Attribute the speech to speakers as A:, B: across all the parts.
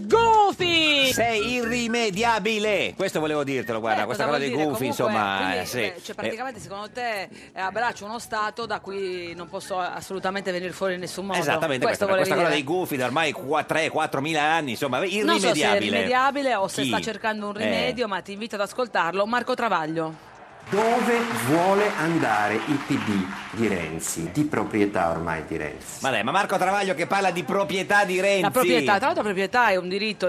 A: Goofy!
B: Sei irrimediabile, questo volevo dirtelo, guarda,
A: Eh,
B: questa
A: cosa
B: cosa dei
A: vuol dire?
B: gufi,
A: Comunque,
B: insomma,
A: quindi,
B: eh, sì.
A: beh, cioè, praticamente secondo te eh, abbraccio uno Stato da cui non posso assolutamente venire fuori in nessun
B: Eh,
A: modo.
B: Esattamente,
A: Questo
B: questa, questa cosa dei
A: volevi
B: gufi da ormai 3-4 mila anni, insomma,
A: dire.
B: irrimediabile.
A: Non so se è rimediabile o se
B: Chi?
A: sta cercando un
B: Eh.
A: rimedio, ma ti invito ad ascoltarlo. Marco Travaglio.
C: Dove vuole andare il PD di Renzi, di proprietà ormai di Renzi?
B: Ma dai, ma Marco Travaglio che parla di proprietà di Renzi.
A: La proprietà, tra l'altro la proprietà è un diritto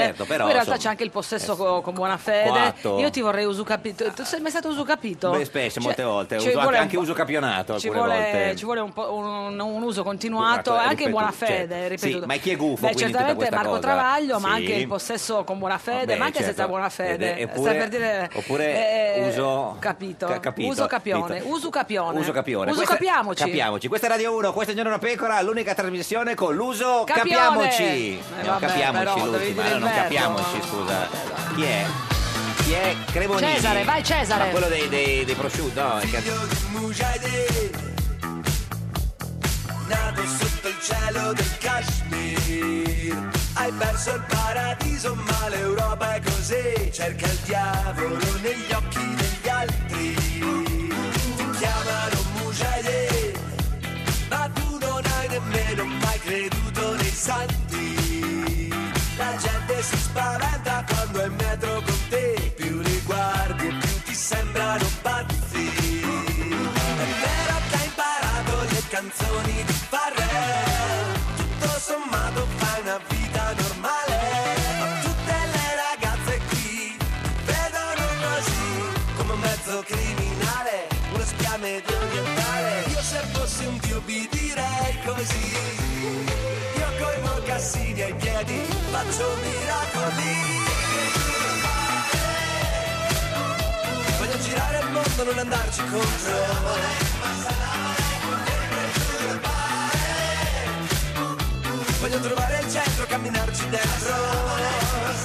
B: Eh, Sì, certo, però,
A: poi in realtà
B: insomma, eh,
A: c'è anche il possesso co- con buona fede.
B: coatto.
A: Io ti vorrei usucapito. Tu sei mai stato usucapito?
B: Beh, spesso,
A: Cioè,
B: molte volte,
A: ci
B: uso-
A: vuole
B: anche,
A: un
B: anche
A: po'-
B: uso campionato
A: Ci
B: alcune
A: vuole,
B: volte.
A: ci vuole un, po' un, un uso continuato e
B: Ripetuto,
A: anche in buona
B: certo.
A: fede, ripetuto.
B: Sì, ma chi è gufo,
A: Beh,
B: quindi, in tutta
A: certamente
B: questa
A: Marco
B: cosa?
A: Travaglio, ma
B: Sì.
A: anche il possesso con buona fede,
B: Beh,
A: ma anche
B: certo.
A: senza buona
B: Ed
A: fede.
B: è-
A: Sta
B: oppure-
A: per dire,
B: oppure
A: eh,
B: uso-
A: capito.
B: ca- capito,
A: uso capione,
B: capito.
A: uso capione.
B: Uso capione.
A: Uso
B: Questa-
A: capiamoci.
B: Capiamoci. Questa è Radio 1, questo è Giorno da Pecora, l'unica trasmissione con l'uso
A: Capione!
B: capiamoci.
A: Eh,
B: no,
A: vabbè,
B: capiamoci
A: però, devi
B: l'ultima,
A: dire
B: no,
A: il
B: non
A: verbo.
B: capiamoci, scusa. Chi è? Chi è? Cremonini.
A: Cesare, vai, Cesare.
B: Ma quello dei, dei, dei prosciutti, no, è che-
D: Nato sotto il cielo del Kashmir Hai perso il paradiso ma l'Europa è così Cerca il diavolo negli occhi degli altri Ti chiamano Mujahideen Ma tu non hai nemmeno mai creduto nei santi La gente si spaventa quando è in metro con te Più li guardi e più ti sembrano pazzi è vero che hai imparato le canzoni di Farrell Tutto sommato fai una vita normale Ma tutte le ragazze qui ti vedono così Come un mezzo criminale, uno spia medio orientale Io se fossi un dio vi direi così Io coi mocassini ai piedi faccio miracoli Voglio girare il mondo, non andarci contro. Voglio trovare il centro, camminarci dentro.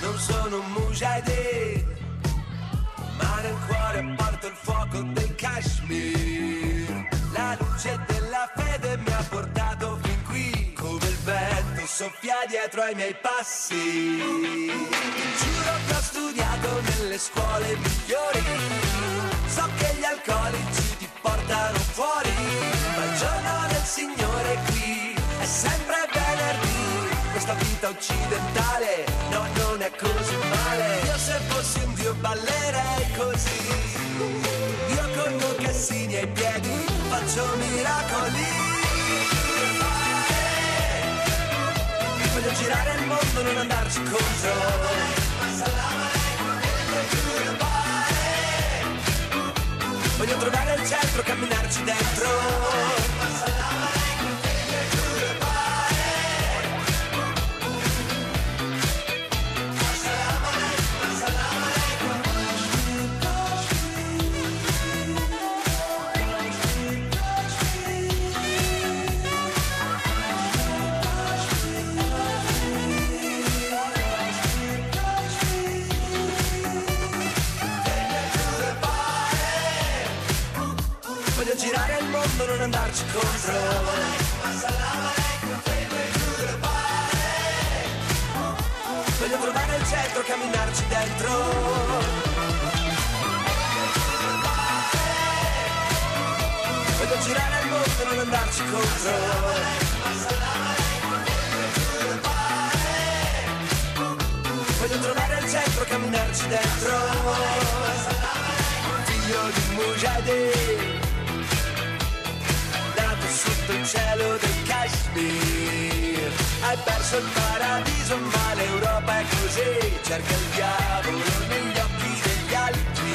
D: Non sono un mujahideen, ma nel cuore porto il fuoco del Kashmir. La luce della fede mi ha portato fin qui, come il vento soffia dietro ai miei passi. Giuro che ho studiato nelle scuole migliori, so che gli alcolici ti portano fuori, ma il giorno del Signore qui è sempre venerdì. Questa vita occidentale, no, non è così male. Io se fossi un dio ballerei così. Io con mocassini ai piedi faccio miracoli. Voglio girare il mondo, non andarci contro. Voglio trovare il centro, camminarci dentro. Voglio girare il mondo, non andarci contro. Voglio trovare il centro, camminarci dentro. Voglio girare il mondo, non andarci contro. Voglio trovare il centro, camminarci dentro. Figlio di Mujahideen nato sotto il cielo del Kashmir. Hai perso il paradiso, ma l'Europa è così. Cerca il diavolo negli occhi degli altri.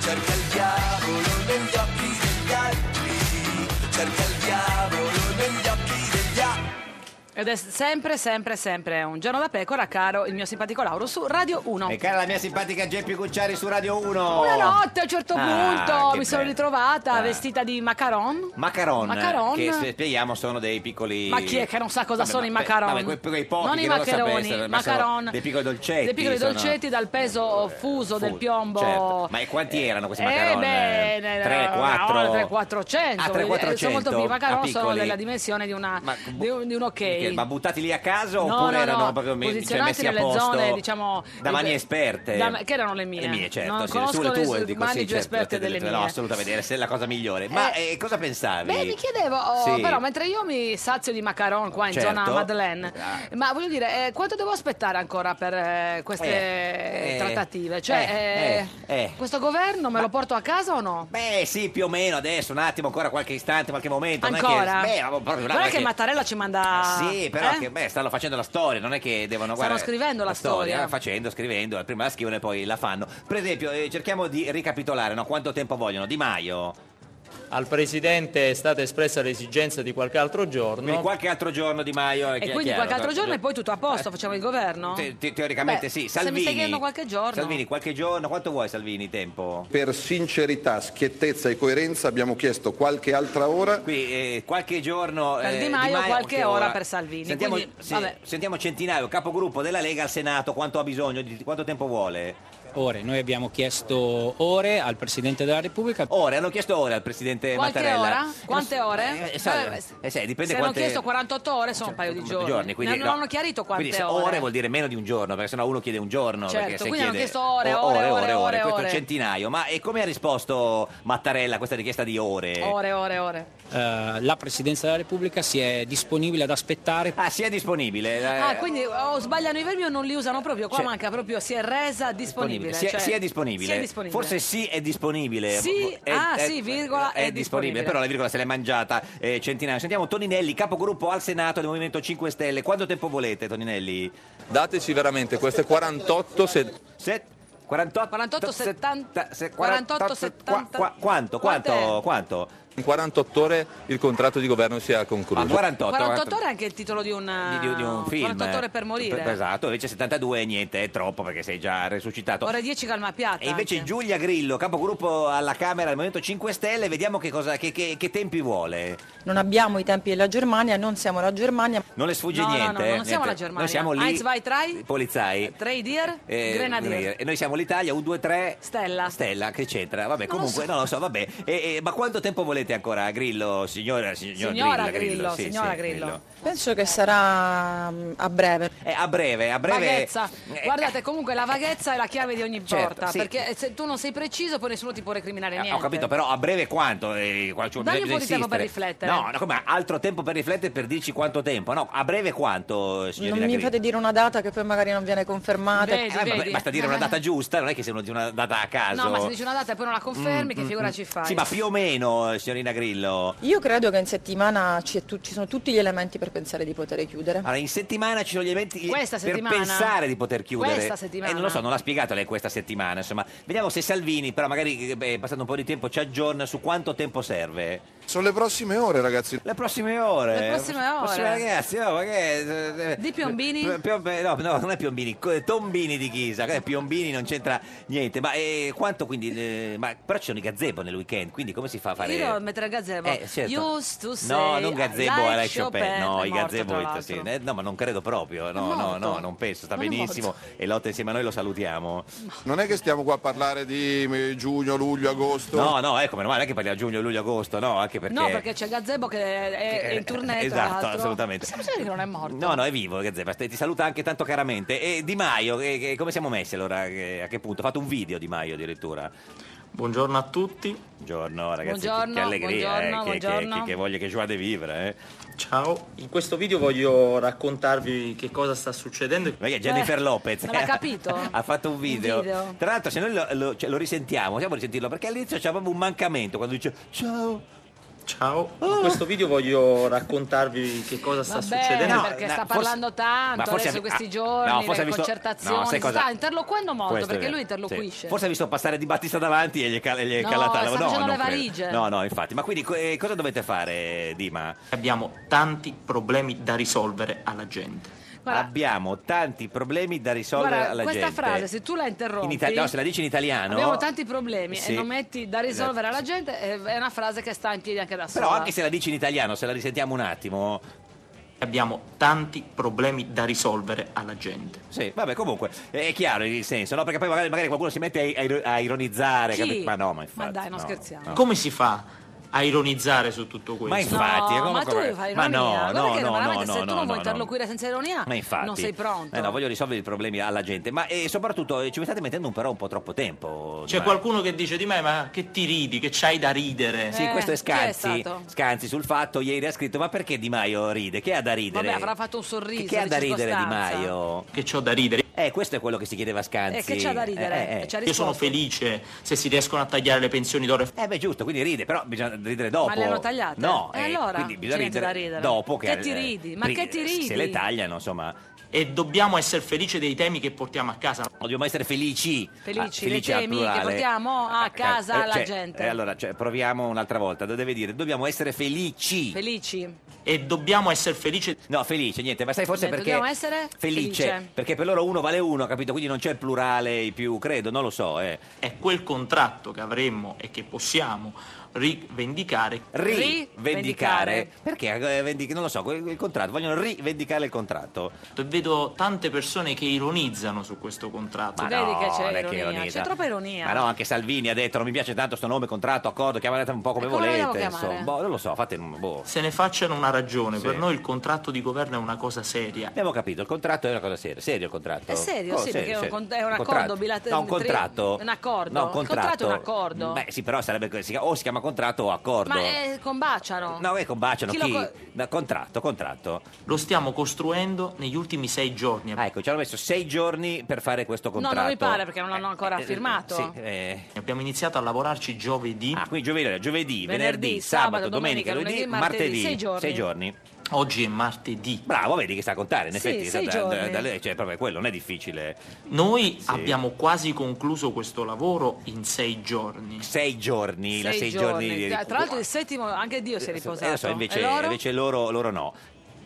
D: Cerca il diavolo negli occhi degli altri. Cerca il diavolo negli occhi degli altri.
A: Ed è sempre, sempre, sempre un giorno da pecora, caro il mio simpatico Lauro su Radio 1.
B: E cara la mia simpatica Geppi Cucciari su Radio 1.
A: Una notte a un certo
B: Ah,
A: punto
B: che
A: mi sono
B: bello.
A: ritrovata
B: Ah.
A: vestita di macaron.
B: Macaron, eh,
A: Macaron.
B: che se spieghiamo sono dei piccoli
A: Ma chi è che non sa cosa
B: Vabbè,
A: sono
B: ma
A: i
B: pe-
A: macaron?
B: vabbè, quei, quei pochi
A: non
B: che
A: i
B: lo
A: maccheroni,
B: sapessero, ma sono
A: macaron.
B: dei piccoli dolcetti
A: Dei piccoli
B: sono-
A: dolcetti dal peso fuso del
B: Fu-
A: piombo.
B: certo. ma e quanti erano questi
A: Eh,
B: macaron?
A: beh,
B: 3, 4
A: 3 400
B: Ah, 300-400.
A: sono molto più i macaron
B: Ah,
A: sono
B: piccoli.
A: della dimensione di, una,
B: Ma-
A: di, un, di un ok
B: ma buttati lì a caso
A: No,
B: oppure
A: no,
B: erano
A: no,
B: proprio me- cioè,
A: posizionati
B: messi a
A: nelle
B: posto
A: zone, diciamo,
B: da
A: di-
B: mani esperte
A: da- che erano le mie.
B: le mie certo
A: Non
B: sì,
A: conosco
B: sulle
A: le
B: tue dico
A: mani
B: sì
A: più
B: certo,
A: esperte delle
B: no
A: mie.
B: assolutamente era se- la cosa migliore ma eh, cosa pensavi?
A: Beh, mi chiedevo, oh,
B: Sì.
A: però, mentre io mi sazio di macaron qua in
B: Certo.
A: zona Madeleine,
B: Ah.
A: ma voglio dire, eh, quanto devo aspettare ancora per eh, queste
B: Eh, eh,
A: trattative? Cioè,
B: eh,
A: eh,
B: eh.
A: questo governo me lo porto a casa o no?
B: Beh, Eh, sì, più o meno adesso, un attimo, ancora qualche istante, qualche momento.
A: Ancora?
B: Non è che, beh, ma proprio
A: Guarda che Mattarella ci manda...
B: Sì, però
A: eh?
B: che, beh, stanno facendo la storia, non è che devono
A: Stanno
B: guardare.
A: scrivendo la storia.
B: Facendo, scrivendo, prima la scrivono e poi la fanno. Per esempio, eh, cerchiamo di ricapitolare, no? Quanto tempo vogliono? Di Maio,
E: Al Presidente è stata espressa l'esigenza di qualche altro giorno.
B: quindi qualche altro giorno Di Maio.
A: E quindi qualche altro giorno e poi tutto a posto, facciamo il governo?
B: cioè, Eh. teoricamente
A: Beh,
B: sì,
A: se mi
B: Salvini.
A: stai chiedendo qualche giorno.
B: Salvini, qualche giorno, quanto vuoi Salvini tempo?
F: Per sincerità, schiettezza e coerenza abbiamo chiesto qualche altra ora.
B: Qui eh, qualche giorno
A: Per Di
B: eh,
A: Maio, qualche
B: che
A: ora per Salvini,
B: Sentiamo,
A: quindi,
B: sì,
A: vabbè.
B: sentiamo Centinaio, capogruppo della Lega al Senato, quanto ha bisogno, di quanto tempo vuole?
G: Ore, noi abbiamo chiesto ore al Presidente della Repubblica.
B: Ore, hanno chiesto ore al presidente
A: Qualche
B: eh, Mattarella.
A: ora? Quante ore?
B: Eh, eh, sai,
A: Vabbè,
B: eh, sai, dipende
A: se hanno
B: quante- Cioè,
A: chiesto 48 ore sono un paio di giorni.
B: quindi,
A: non,
B: no.
A: hanno chiarito
B: Quindi
A: quante
B: se
A: ore.
B: vuol dire meno di un giorno, perché sennò uno chiede un giorno.
A: Certo,
B: perché se
A: quindi hanno
B: chiede-
A: chiesto ore,
B: o-
A: ore, ore, ore,
B: questo
A: ore.
B: centinaio. Ma e come ha risposto Mattarella a questa richiesta di ore?
A: Ore, ore, ore.
G: Eh, la Presidenza della Repubblica si è disponibile ad aspettare.
B: Ah, sia disponibile. eh,
A: Ah, quindi o sbagliano i verbi o non li usano proprio. Qua
B: Cioè-
A: manca proprio, si è resa disponibile.
B: Si è,
A: cioè-
B: si è disponibile.
A: si è disponibile.
B: Forse sì è disponibile.
A: Sì,
B: È-
A: ah,
B: è-
A: sì, virgola,
B: È,
A: è
B: disponibile.
A: disponibile.
B: però la virgola se l'è mangiata eh, centinaio. Sentiamo Toninelli, capogruppo al Senato del Movimento 5 Stelle. Quanto tempo volete, Toninelli?
H: Dateci veramente queste 48 se...
B: Se- 48,
A: 48, 70,
B: se-
A: 48,
B: qua- qua- quanto, quanto,
A: Quant'è?
B: quanto?
H: in 48 ore il contratto di governo sia
B: Ah,
H: concluso.
B: 48,
A: 48 ore è anche il titolo di, una,
B: Di, di- di un film
A: 48 ah, ore per morire.
B: Per- esatto invece 72 è niente è troppo perché sei già resuscitato
A: Ore 10 calma piatta.
B: e invece
A: anche.
B: Giulia Grillo capogruppo alla Camera del Movimento 5 Stelle vediamo che, cosa, che- che- che tempi vuole
I: Non abbiamo i tempi della Germania, non siamo la Germania.
B: non le sfugge
A: No, no, no,
B: niente eh,
A: non siamo
B: niente.
A: la Germania.
B: noi siamo lì
A: Eins, zwei, drei.
B: polizai
A: Trade Deer,
B: Eh,
A: Grenadier.
B: Grenadier. E noi siamo l'Italia, U23
A: Stella.
B: Stella, che c'entra? Vabbè,
A: Non lo
B: comunque,
A: so.
B: non lo so, vabbè. E- e- ma quanto tempo volete ancora, Grillo? Signora, signor
A: Signora
B: Grillo,
A: Grillo,
B: sì,
A: signora
B: sì,
A: Grillo.
I: Penso che sarà mm, a breve.
B: Eh, a breve, a breve.
A: Vaghezza.
B: Eh,
A: Guardate, comunque la vaghezza è la chiave di ogni
B: Certo,
A: porta.
B: sì.
A: Perché eh, se tu non sei preciso, poi nessuno ti può recriminare
B: eh,
A: niente.
B: Ho capito, però a breve quanto? Eh, qua- ci-
A: Dagli un
B: bisogna
A: po' di tempo per
B: insistere.
A: riflettere.
B: No, no, come altro tempo per riflettere per dirci quanto tempo? No, a breve quanto, signorina
I: Non mi
B: Grillo?
I: fate dire una data che poi magari non viene confermata.
A: Vedi,
B: Eh, vabbè,
A: vedi.
B: Basta dire una data giusta, non è che se uno di una data a caso. Mm,
A: No, ma se dici una data e poi non la confermi, che figura ci fai?
B: Sì, ma più o meno, eh, signorina Grillo.
I: Io credo che in settimana ci, è tu- ci sono tutti gli elementi per pensare di poter chiudere.
B: Allora, in settimana ci sono gli eventi
A: Questa
B: per
A: settimana?
B: pensare di poter chiudere.
A: Questa settimana?
B: Eh, non lo so, non l'ha spiegato lei questa settimana. Insomma, vediamo se Salvini, però magari eh, beh, passando un po' di tempo, ci aggiorna su quanto tempo serve.
F: Sono le prossime ore, ragazzi.
B: Le prossime ore.
A: Le prossime ore.
B: ragazzi, no, ma che- eh,
A: Di Piombini?
B: P- Piombe- no, no, non è Piombini, co- Tombini di Chisa. Eh, Piombini non c'entra niente. Ma eh, quanto quindi? eh, ma, però ci sono i gazebo nel weekend, quindi come si fa a fare?
A: Io devo mettere il gazebo.
B: Eh, certo.
A: Used to say
B: no, non gazebo
A: like
B: Alex Chopin,
A: Chopin.
B: no,
A: È
B: i
A: morto,
B: gazebo
A: tra
B: it-
A: l'altro.
B: sì. Eh, no, ma non credo proprio, no, no,
A: morto.
B: no, non penso, sta
A: Non è
B: benissimo e lotta insieme a noi lo salutiamo.
F: Non è che stiamo qua a parlare di eh, giugno, luglio, agosto.
B: No, no, ecco, meno male che parliamo giugno, luglio, agosto, no, anche perché
A: No, perché c'è il gazebo che è, è in tournée. tra
B: Esatto,
A: l'altro.
B: assolutamente.
A: Siamo sicuri che non è morto.
B: No, no, è vivo, Gazzeba, ti saluta anche tanto caramente. E Di Maio, eh, che- come siamo messi allora? Eh, A che punto? Ha fatto un video Di Maio addirittura.
E: Buongiorno a tutti,
B: Buongiorno ragazzi, che-
A: Buongiorno,
B: che allegria, eh,
A: buongiorno,
B: che, che-
A: buongiorno.
B: che- che voglia, che joie de vivre. Eh.
E: ciao. In questo video voglio raccontarvi che cosa sta succedendo.
B: Perché Jennifer
A: Eh,
B: Lopez
A: non l'ha capito?
B: ha fatto un video.
A: Un video.
B: Tra l'altro, se noi lo, lo- cioè, lo risentiamo, possiamo risentirlo perché all'inizio c'è proprio un mancamento quando dice ciao.
E: Ciao, in questo video voglio raccontarvi che cosa sta
A: Va
E: succedendo.
A: bene, perché sta parlando
B: ma
A: tanto
B: forse
A: adesso
B: ha-
A: questi
B: ah,
A: giorni,
B: no,
A: le
B: forse ha visto-
A: concertazioni,
B: no, sai cosa-
A: sta interloquendo molto
B: Questo è
A: perché
B: vero.
A: lui interloquisce.
B: Sì. Forse ha visto passare Di Battista davanti e gli, cal- e gli è
A: No,
B: calata
A: sta
B: la
A: facendo
B: non
A: le
B: credo.
A: valigie.
B: No, no, infatti. Ma quindi co- eh, cosa dovete fare, Dima?
E: Abbiamo tanti problemi da risolvere alla gente.
A: Guarda-
B: Abbiamo tanti problemi da risolvere
A: Guarda,
B: alla
A: questa
B: gente.
A: frase, se tu la interrompi,
B: In Ita- no, se la dici in italiano.
A: abbiamo tanti problemi
B: Sì. Esatto.
A: e non metti da risolvere alla gente, è è una frase che sta in piedi anche da sola.
B: Però anche se la dici in italiano, se la risentiamo un attimo.
E: Abbiamo tanti problemi da risolvere alla gente.
B: Sì, vabbè, comunque è chiaro il senso, no? Perché poi magari, magari qualcuno si mette a, a ir- a ironizzare,
A: Chi?
B: capi- ma no, ma
A: Ma
B: infatti.
A: dai, non
B: no.
A: Eh, scherziamo.
E: Come si fa a ironizzare su tutto questo?
B: Ma infatti,
A: No,
B: è come-
A: ma tu
B: come-
A: fai
B: ma
A: ironia.
B: no,
A: Guarda
B: no,
A: che
B: no,
A: veramente
B: no,
A: se
B: no,
A: tu non
B: no,
A: vuoi
B: no.
A: interloquire senza ironia,
B: Ma infatti,
A: non sei pronto.
B: Eh no, voglio risolvere i problemi alla gente, ma eh, soprattutto eh, ci state mettendo un però un po' troppo tempo.
E: C'è
B: Domani.
E: qualcuno che dice di me, ma che ti ridi, che c'hai da ridere?
B: Sì, questo è Scanzi,
A: Eh, stato?
B: Scanzi sul fatto ieri ha scritto "Ma perché Di Maio ride? Che ha da ridere?"
A: Vabbè, avrà fatto un sorriso.
B: che, che ha
A: di
B: da ridere Di
A: circostanza.
B: Maio?
E: Che c'ho da ridere?
B: Eh, questo è quello che si chiedeva Scanzi.
A: E che c'ha da ridere?
B: Eh, eh, eh.
A: E ci ha
E: Io sono
A: risposto.
E: felice se si riescono a tagliare le pensioni d'oro e
B: Eh, beh, giusto, quindi ride, però bisogna ridere dopo.
A: Ma le hanno tagliate?
B: No,
A: E
B: eh,
A: allora?
B: quindi bisogna
A: C'è niente
B: ridere,
A: da ridere.
B: dopo che,
A: Che ti
B: eh,
A: ridi? Ma
B: ri-
A: che ti
B: Se
A: ridi?
B: le tagliano, insomma,
E: e dobbiamo essere felici dei temi che portiamo a casa.
B: dobbiamo essere felici.
A: Felici,
B: Ah,
A: dei
B: al
A: temi
B: plurale.
A: che portiamo a casa
B: Eh,
A: alla
B: cioè,
A: gente.
B: eh, allora, cioè, proviamo un'altra volta. Deve dire, dobbiamo essere felici.
A: Felici?
E: E dobbiamo essere felici
B: No, felice, niente, ma sai forse
A: Beh,
B: perché...
A: dobbiamo essere
B: felice,
A: felice.
B: Perché per loro uno vale uno, capito? Quindi non c'è il plurale, i più, credo, non lo so, eh.
E: è quel contratto che avremmo e che possiamo rivendicare.
B: Rivendicare.
A: Rivendicare.
B: Perché eh, vendic- non lo so, quel- il contratto, vogliono rivendicare il contratto.
E: E Vedo tante persone che ironizzano su questo contratto.
B: Ma
A: Vedi
B: no,
A: che c'è
B: non è
A: ironia,
B: ironizza.
A: c'è troppa ironia.
B: Ma no, anche Salvini ha detto non mi piace tanto sto nome, contratto, accordo, chiamate un po' come,
A: E come lo devo
B: volete,
A: chiamare?
B: insomma. Boh, non lo so, fate un boh.
E: Se ne facciano una ragione,
B: Sì.
E: per noi il contratto di governo è una cosa seria.
B: Abbiamo capito, il contratto è una cosa seria, serio il contratto.
A: È serio,
B: Oh,
A: sì, perché è un con- è un accordo
B: contratto.
A: bilater-
B: No, un contratto.
A: tri- un accordo.
B: No,
A: Il contratto è un accordo.
B: Beh, sì, però sarebbe si- o si chiama contratto o accordo.
A: Ma eh, combaciano.
B: No, che combaciano
A: Chi
B: chi?
A: lo co-
B: No, contratto, contratto.
E: Lo stiamo costruendo negli ultimi sei giorni.
B: Ah, ecco, ci hanno messo sei giorni per fare questo
A: No,
B: contratto.
A: non mi pare perché non l'hanno ancora
B: Eh, eh,
A: firmato.
B: Sì, eh.
E: Abbiamo iniziato a lavorarci giovedì.
B: Ah, quindi giovedì, giovedì, venerdì,
A: Venerdì,
B: sabato,
A: sabato,
B: domenica,
A: domenica,
B: lunedì,
A: lunedì, martedì,
B: martedì.
A: sei giorni.
E: Oggi è martedì.
B: Bravo, vedi che sa contare, in
A: Sì,
B: effetti.
A: sei
B: sa- da- da-
A: giorni.
B: da lei, cioè, proprio quello, non è difficile.
E: Noi abbiamo quasi concluso questo lavoro in sei giorni.
B: Sei giorni, la sei giorni. di-
A: Tra tra l'altro il settimo anche Dio si è riposato.
B: Eh, lo so, invece,
A: E loro?
B: invece loro, loro no.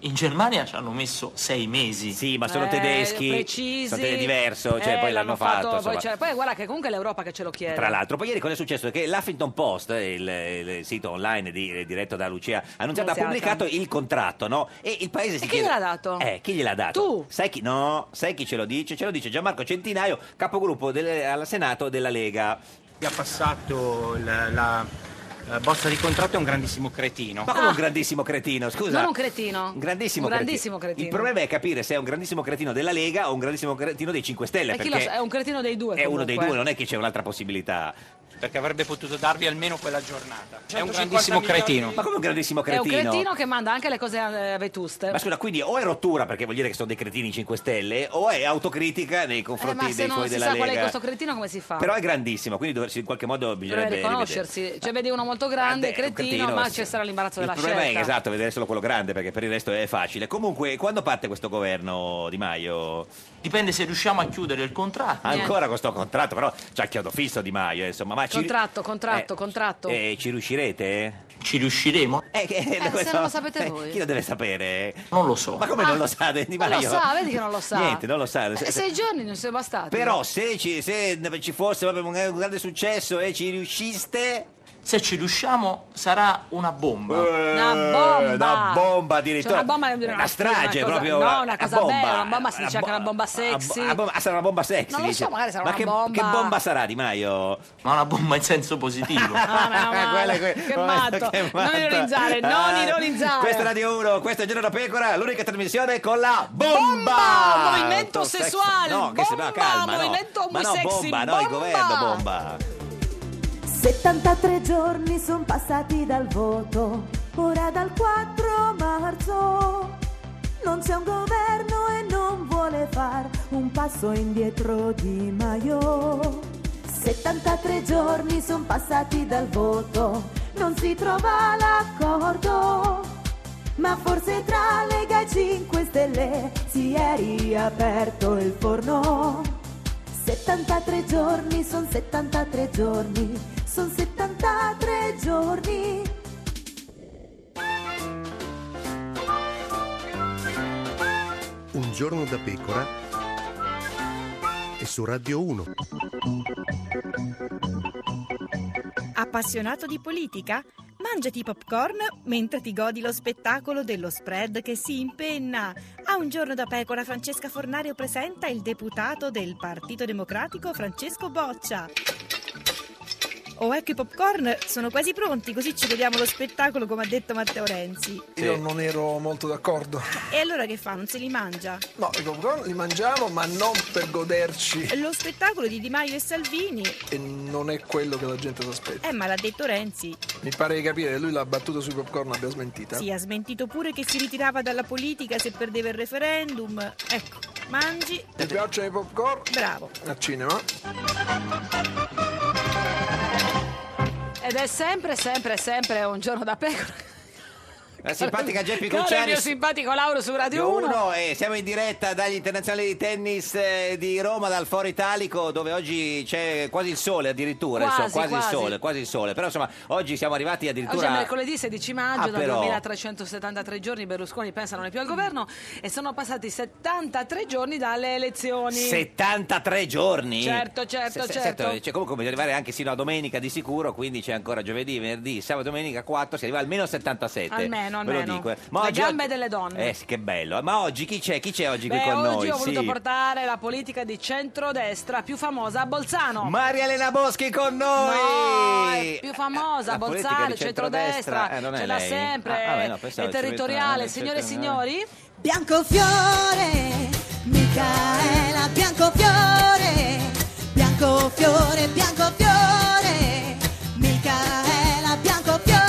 E: In Germania ci hanno messo sei mesi.
B: Sì, ma sono
A: Eh,
B: tedeschi.
A: precisi.
B: Sono te- diverso, cioè,
A: Eh, cioè,
B: poi l'hanno fatto.
A: poi
B: insomma.
A: c'è- poi guarda che comunque è l'Europa che ce lo chiede.
B: Tra l'altro, poi ieri cosa è successo? Che l'Huffington Post, il, il sito online di- eh, diretto da Lucia Annunziata, ha
A: Annunziata.
B: pubblicato il contratto, no? E il paese si
A: E chi
B: chiede-
A: gliel'ha dato?
B: Eh, chi gliel'ha dato?
A: Tu.
B: Sai chi? No, sai chi ce lo dice? Ce lo dice Gianmarco Centinaio, capogruppo del- al Senato della Lega.
J: chi ha passato la, la, eh, bozza di contratto è un grandissimo cretino.
B: Ma come un grandissimo cretino, scusa.
A: Ah. Non un cretino.
B: Un grandissimo,
A: Un grandissimo
B: Il
A: cretino.
B: problema è capire se è un grandissimo cretino della Lega o un grandissimo cretino dei 5 Stelle.
A: E chi
B: perché
A: lo sa, è un cretino dei due.
B: è uno dei
A: comunque.
B: due, non è che c'è un'altra possibilità.
J: Perché avrebbe potuto darvi almeno quella giornata. È un grandissimo cretino.
B: Ma come un grandissimo
A: È
B: cretino?
A: un cretino che manda anche le cose eh, vetuste.
B: Ma scusa, quindi o è rottura perché vuol dire che sono dei cretini 5 Stelle, o è autocritica nei
A: Eh,
B: confronti
A: ma se
B: dei
A: non
B: suoi
A: si
B: della
A: sa qual è
B: Lega.
A: questo cretino come si fa?
B: Però è grandissimo, quindi dovresti- in qualche modo
A: Deve
B: bisognerebbe
A: riconoscersi. Cioè vedi uno molto grande,
B: rivedere.
A: cretino, ma ci
B: sì.
A: sarà l'imbarazzo
B: Il
A: della
B: problema
A: scelta.
B: è esatto vedere solo quello grande perché per il resto è facile. Comunque, quando parte questo governo Di Maio?
E: Dipende se riusciamo a chiudere il contratto.
A: Niente.
B: Ancora con sto contratto, però c'ha il chiodo fisso Di Maio, eh, insomma, ma ci-
A: Contratto, contratto,
B: Eh,
A: contratto.
B: eh, ci riuscirete?
E: Ci riusciremo?
B: Eh, che-
A: se
B: questo-
A: non lo sapete
B: eh,
A: voi.
B: Chi lo deve sapere?
E: Non lo so.
B: Ma come
A: Ah,
B: non lo sa Di
A: non
B: Maio?
A: lo sa, vedi che non lo sa.
B: Niente, non lo sa.
A: Eh, sei giorni non sono bastati.
B: Però se ci, se ci fosse vabbè, un grande successo e ci riusciste... Eh,
E: Se ci riusciamo sarà una bomba.
A: Una bomba.
B: Una bomba addirittura.
A: Cioè, una bomba è una-
B: Una strage
A: una cosa-
B: proprio. eh,
A: no, una cosa bella, una bomba si dice anche una bomba sexy.
B: Ah, sarà una bomba sexy.
A: Non lo so,
B: dice.
A: magari sarà
B: Ma
A: una
B: che,
A: bomba-
B: Che bomba sarà Di Maio?
E: Ma una bomba in senso positivo.
A: Ah, meno male.
B: Quella que-
A: che
B: momento
A: matto.
B: che
A: Non
B: matto.
A: ironizzare, non
B: Ah,
A: ironizzare.
B: Questa è Radio 1, questo è Giorno da Pecora, l'unica trasmissione con la bomba.
A: Bomba, movimento
B: Sexy.
A: sessuale,
B: No, che se- no,
A: bomba,
B: calma, no.
A: movimento
B: Ma no,
A: muy sexy,
B: bomba, no, il
A: bomba.
B: governo bomba.
K: 73 giorni sono passati dal voto, ora dal 4 marzo. Non c'è un governo e non vuole far un passo indietro di Maio. 73 giorni sono passati dal voto, non si trova l'accordo, ma forse tra Lega e 5 Stelle si è riaperto il forno. 73 giorni, son 73 giorni, son 73 giorni.
L: Un giorno da pecora e su Radio 1.
M: Appassionato di politica? Mangiati i popcorn mentre ti godi lo spettacolo dello spread che si impenna. A un giorno da pecora Francesca Fornario presenta il deputato del Partito Democratico Francesco Boccia. Oh, ecco i popcorn, sono quasi pronti, così ci vediamo lo spettacolo come ha detto Matteo Renzi.
N: Io non ero molto d'accordo.
M: E allora che fa? Non se li mangia?
N: No, i popcorn li mangiamo, ma non per goderci.
M: Lo spettacolo di Di Maio e Salvini.
N: E non è quello che la gente si aspetta.
M: Eh, ma l'ha detto Renzi.
N: Mi pare di capire che lui l'ha battuto sui popcorn l'abbia smentita.
M: Sì, ha smentito pure che si ritirava dalla politica se perdeva il referendum. Ecco, mangi.
N: Ti piacciono i popcorn?
M: Bravo.
N: Al cinema?
A: Ed è sempre, sempre, sempre un giorno da pecora.
B: La simpatica Geppi
A: Caro il
B: Cucciari.
A: mio simpatico Lauro su Radio 1.
B: e siamo in diretta dagli internazionali di tennis eh, di Roma dal Foro Italico dove oggi c'è quasi il sole addirittura,
A: Quasi,
B: insomma, quasi,
A: quasi.
B: il sole, quasi il sole, però insomma oggi siamo arrivati
A: Oggi è
B: addirittura
A: mercoledì 16 maggio,
B: Ah,
A: da
B: però.
A: 2373 giorni Berlusconi pensa non è più al governo e sono passati 73 giorni dalle elezioni.
B: 73 giorni.
A: Certo, certo, certo.
B: cioè, comunque bisogna arrivare anche sino a domenica di sicuro, quindi c'è ancora giovedì, venerdì, sabato, domenica 4, si arriva almeno a 77.
A: Almeno,
B: ve
A: almeno.
B: Lo dico. eh.
A: Le
B: oggi-
A: gambe delle donne.
B: Eh, sì, che bello. Ma oggi chi c'è? Chi c'è oggi qui
A: Beh,
B: con
A: oggi
B: noi?
A: ho voluto
B: Sì.
A: portare la politica di centrodestra più famosa a Bolzano.
B: Maria Elena Boschi con
A: No,
B: noi. Eh,
A: è più famosa,
B: La politica di
A: Bolzano,
B: centrodestra.
A: centrodestra,
B: Eh, non è
A: ce l'ha
B: lei?
A: sempre,
B: Ah, ah, beh, no, pensavo
A: è
B: ci
A: territoriale,
B: avesse-
A: signore e signori.
K: Biancofiore, Micaela, Biancofiore, Biancofiore, Biancofiore, Micaela, Biancofiore.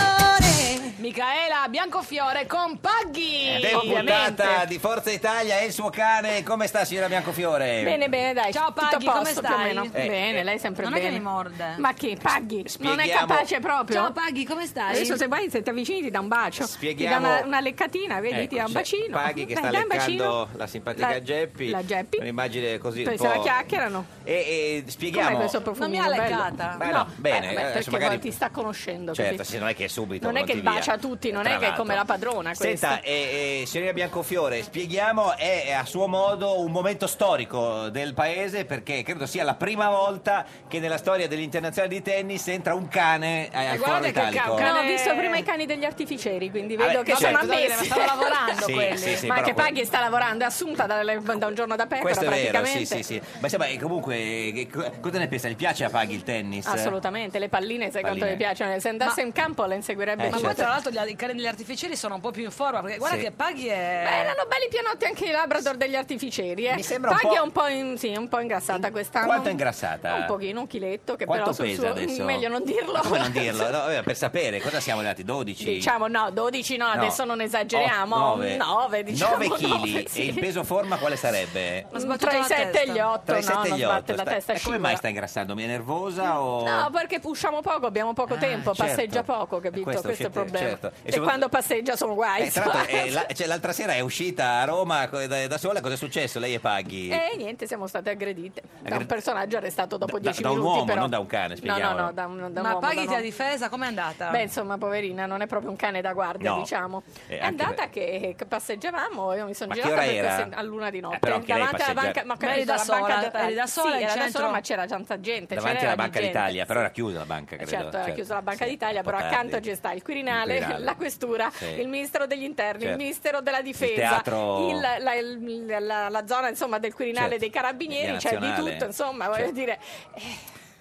A: Micaela Biancofiore con Paghi.
B: Deputata
A: ovviamente.
B: di Forza Italia e il suo cane. Come sta signora Biancofiore?
O: Bene, bene, dai.
A: Ciao,
O: tutto
A: Paghi,
O: a posto,
A: come stai?
O: più o meno.
B: Eh,
O: bene, lei è sempre
A: non è
O: bene.
A: che mi morde.
O: Ma che, Paghi? Non è
B: Spieghiamo-
O: capace proprio?
A: Ciao, Paghi, come stai?
O: Adesso se vai, se ti avvicini ti dà un bacio.
B: Spieghiamo-
O: Ti dà una, una leccatina, vedi,
B: Ecco,
O: ti dà un
B: c'è
O: bacino.
B: Paghi che
O: Dai,
B: sta
O: dai un
B: leccando
O: bacino.
B: la simpatica
O: La-
B: Geppi.
O: la Geppi.
B: Un'immagine così un
O: Poi
B: po'...
O: se la chiacchierano.
B: E, e
O: Com'è
B: spieghiamo...
O: questo profumino?
A: Non mi ha
O: bello?
A: leccata.
B: Beh, no, bene,
O: vabbè,
B: adesso
O: perché
B: magari-
O: poi ti sta conoscendo.
B: Certo,
O: capito?
B: sì, non è che è subito.
O: Non è che
B: pronti via. Eh,
O: bacia tutti, non
B: Tra
O: è che è come
B: l'altro.
O: la padrona
B: Senta,
O: questa.
B: eh, eh, signorina Biancofiore, spieghiamo, è a suo modo un momento storico del paese perché credo sia la prima volta che nella storia dell'internazionale di tennis entra un cane eh, al foro italico.
O: No, ho visto prima i cani degli artificieri, quindi vedo
B: Vabbè,
O: che
B: certo.
O: sono
B: Cosa vuol dire?
O: ammessi.
B: Ma stanno lavorando Sì, quelli. sì, sì,
O: Ma
B: però
O: anche
B: que-
O: Paghi sta lavorando, è assunta dalle- da, un giorno da pecora
B: Questo è vero,
O: ecco, praticamente.
B: sì, sì, sì. Ma insomma, eh, comunque, eh, che co- cosa ne pensa? Gli piace a Paghi il tennis?
O: Assolutamente, le palline sai quanto
B: Palline.
O: le piacciono, se andasse in campo le inseguirebbe.
B: Eh,
A: Ma
O: tutte.
A: poi tra l'altro gli, i cani degli artificieri sono un po' più in forma, perché guarda
O: Sì.
A: che Paghi
O: Beh,
A: è...
O: erano belli pianotti anche i Labrador degli artificieri. Eh.
B: Mi sembra un
O: Paghi
B: po'-
O: è un po', in- sì, un po' ingrassata quest'anno.
B: Quanto è ingrassata?
O: Un pochino, un chiletto, che
B: Quanto
O: però sul
B: pesa
O: suo-
B: adesso?
O: meglio non dirlo.
B: Ma come non dirlo? No, vabbè, per sapere, cosa siamo arrivati? 12?
O: Diciamo no, 12 no,
B: No. Oh,
O: adesso non esageriamo.
B: 9,
O: 9, diciamo
B: 9 kg
O: nove, sì.
B: e il peso forma quale sarebbe?
A: Ma sbattuto
O: tra i
A: la
O: 7 e
A: testa.
O: gli 8,
B: Tra i
O: no,
B: sette
O: non
B: e gli otto.
O: sbatte la
B: Sta-
O: testa
B: e come
O: scivola.
B: mai sta ingrassando? Mi è nervosa o...
O: No, perché usciamo poco, abbiamo poco tempo,
B: certo.
O: passeggia poco, capito?
B: Questo,
O: Questo, è il
B: certo,
O: problema.
B: certo. E
O: E,
B: soprattutto-
O: quando passeggia sono guai.
B: Eh, tra l'altro, eh, la- cioè, l'altra sera è uscita a Roma co- da, da sola, cosa è successo? Lei e Paghi?
O: E niente, siamo state aggredite da
B: Aggre-
O: un personaggio arrestato dopo
B: Da-
O: 10
B: da un
O: minuti.
B: uomo,
O: però.
B: non da un cane,
O: No, no,
B: spieghiamolo.
O: no, da un, da un
A: Ma
O: uomo.
A: Paghi
O: da
A: ti ha
O: un-
A: difesa, com'è andata?
O: Beh, insomma, poverina, non è proprio un cane da guardia,
B: No.
O: diciamo.
B: Eh,
O: è
B: anche
O: andata che, che passeggiavamo, io mi sono
B: Ma che
O: girata
B: ora
O: per
B: era? Eh,
O: queste- all'una di notte.
B: però anche lei
O: davanti alla
B: passeggia-
O: banca, ma ho
A: Ma eri
O: capito,
A: da
O: alla
A: sola,
O: banca d'Italia.
A: eri da sola
O: Sì,
A: in
O: era da sola,
A: centro?
O: ma c'era tanta gente.
B: Davanti
O: c'era
B: alla
O: di
B: Banca
O: gente.
B: d'Italia, però era chiusa la banca, credo.
O: Certo, era
B: certo.
O: chiusa la Banca d'Italia, però
B: tardi.
O: accanto ci sta il Quirinale,
B: Il Quirinale.
O: la Questura,
B: Sì.
O: il Ministro degli Interni,
B: Certo.
O: il Ministero della Difesa,
B: teatro-
O: il- la, il- la- la zona insomma, del Quirinale
B: Certo.
O: dei Carabinieri,
B: Via
O: c'è di
B: Nazionale.
O: tutto, insomma, voglio
B: Certo.
O: dire.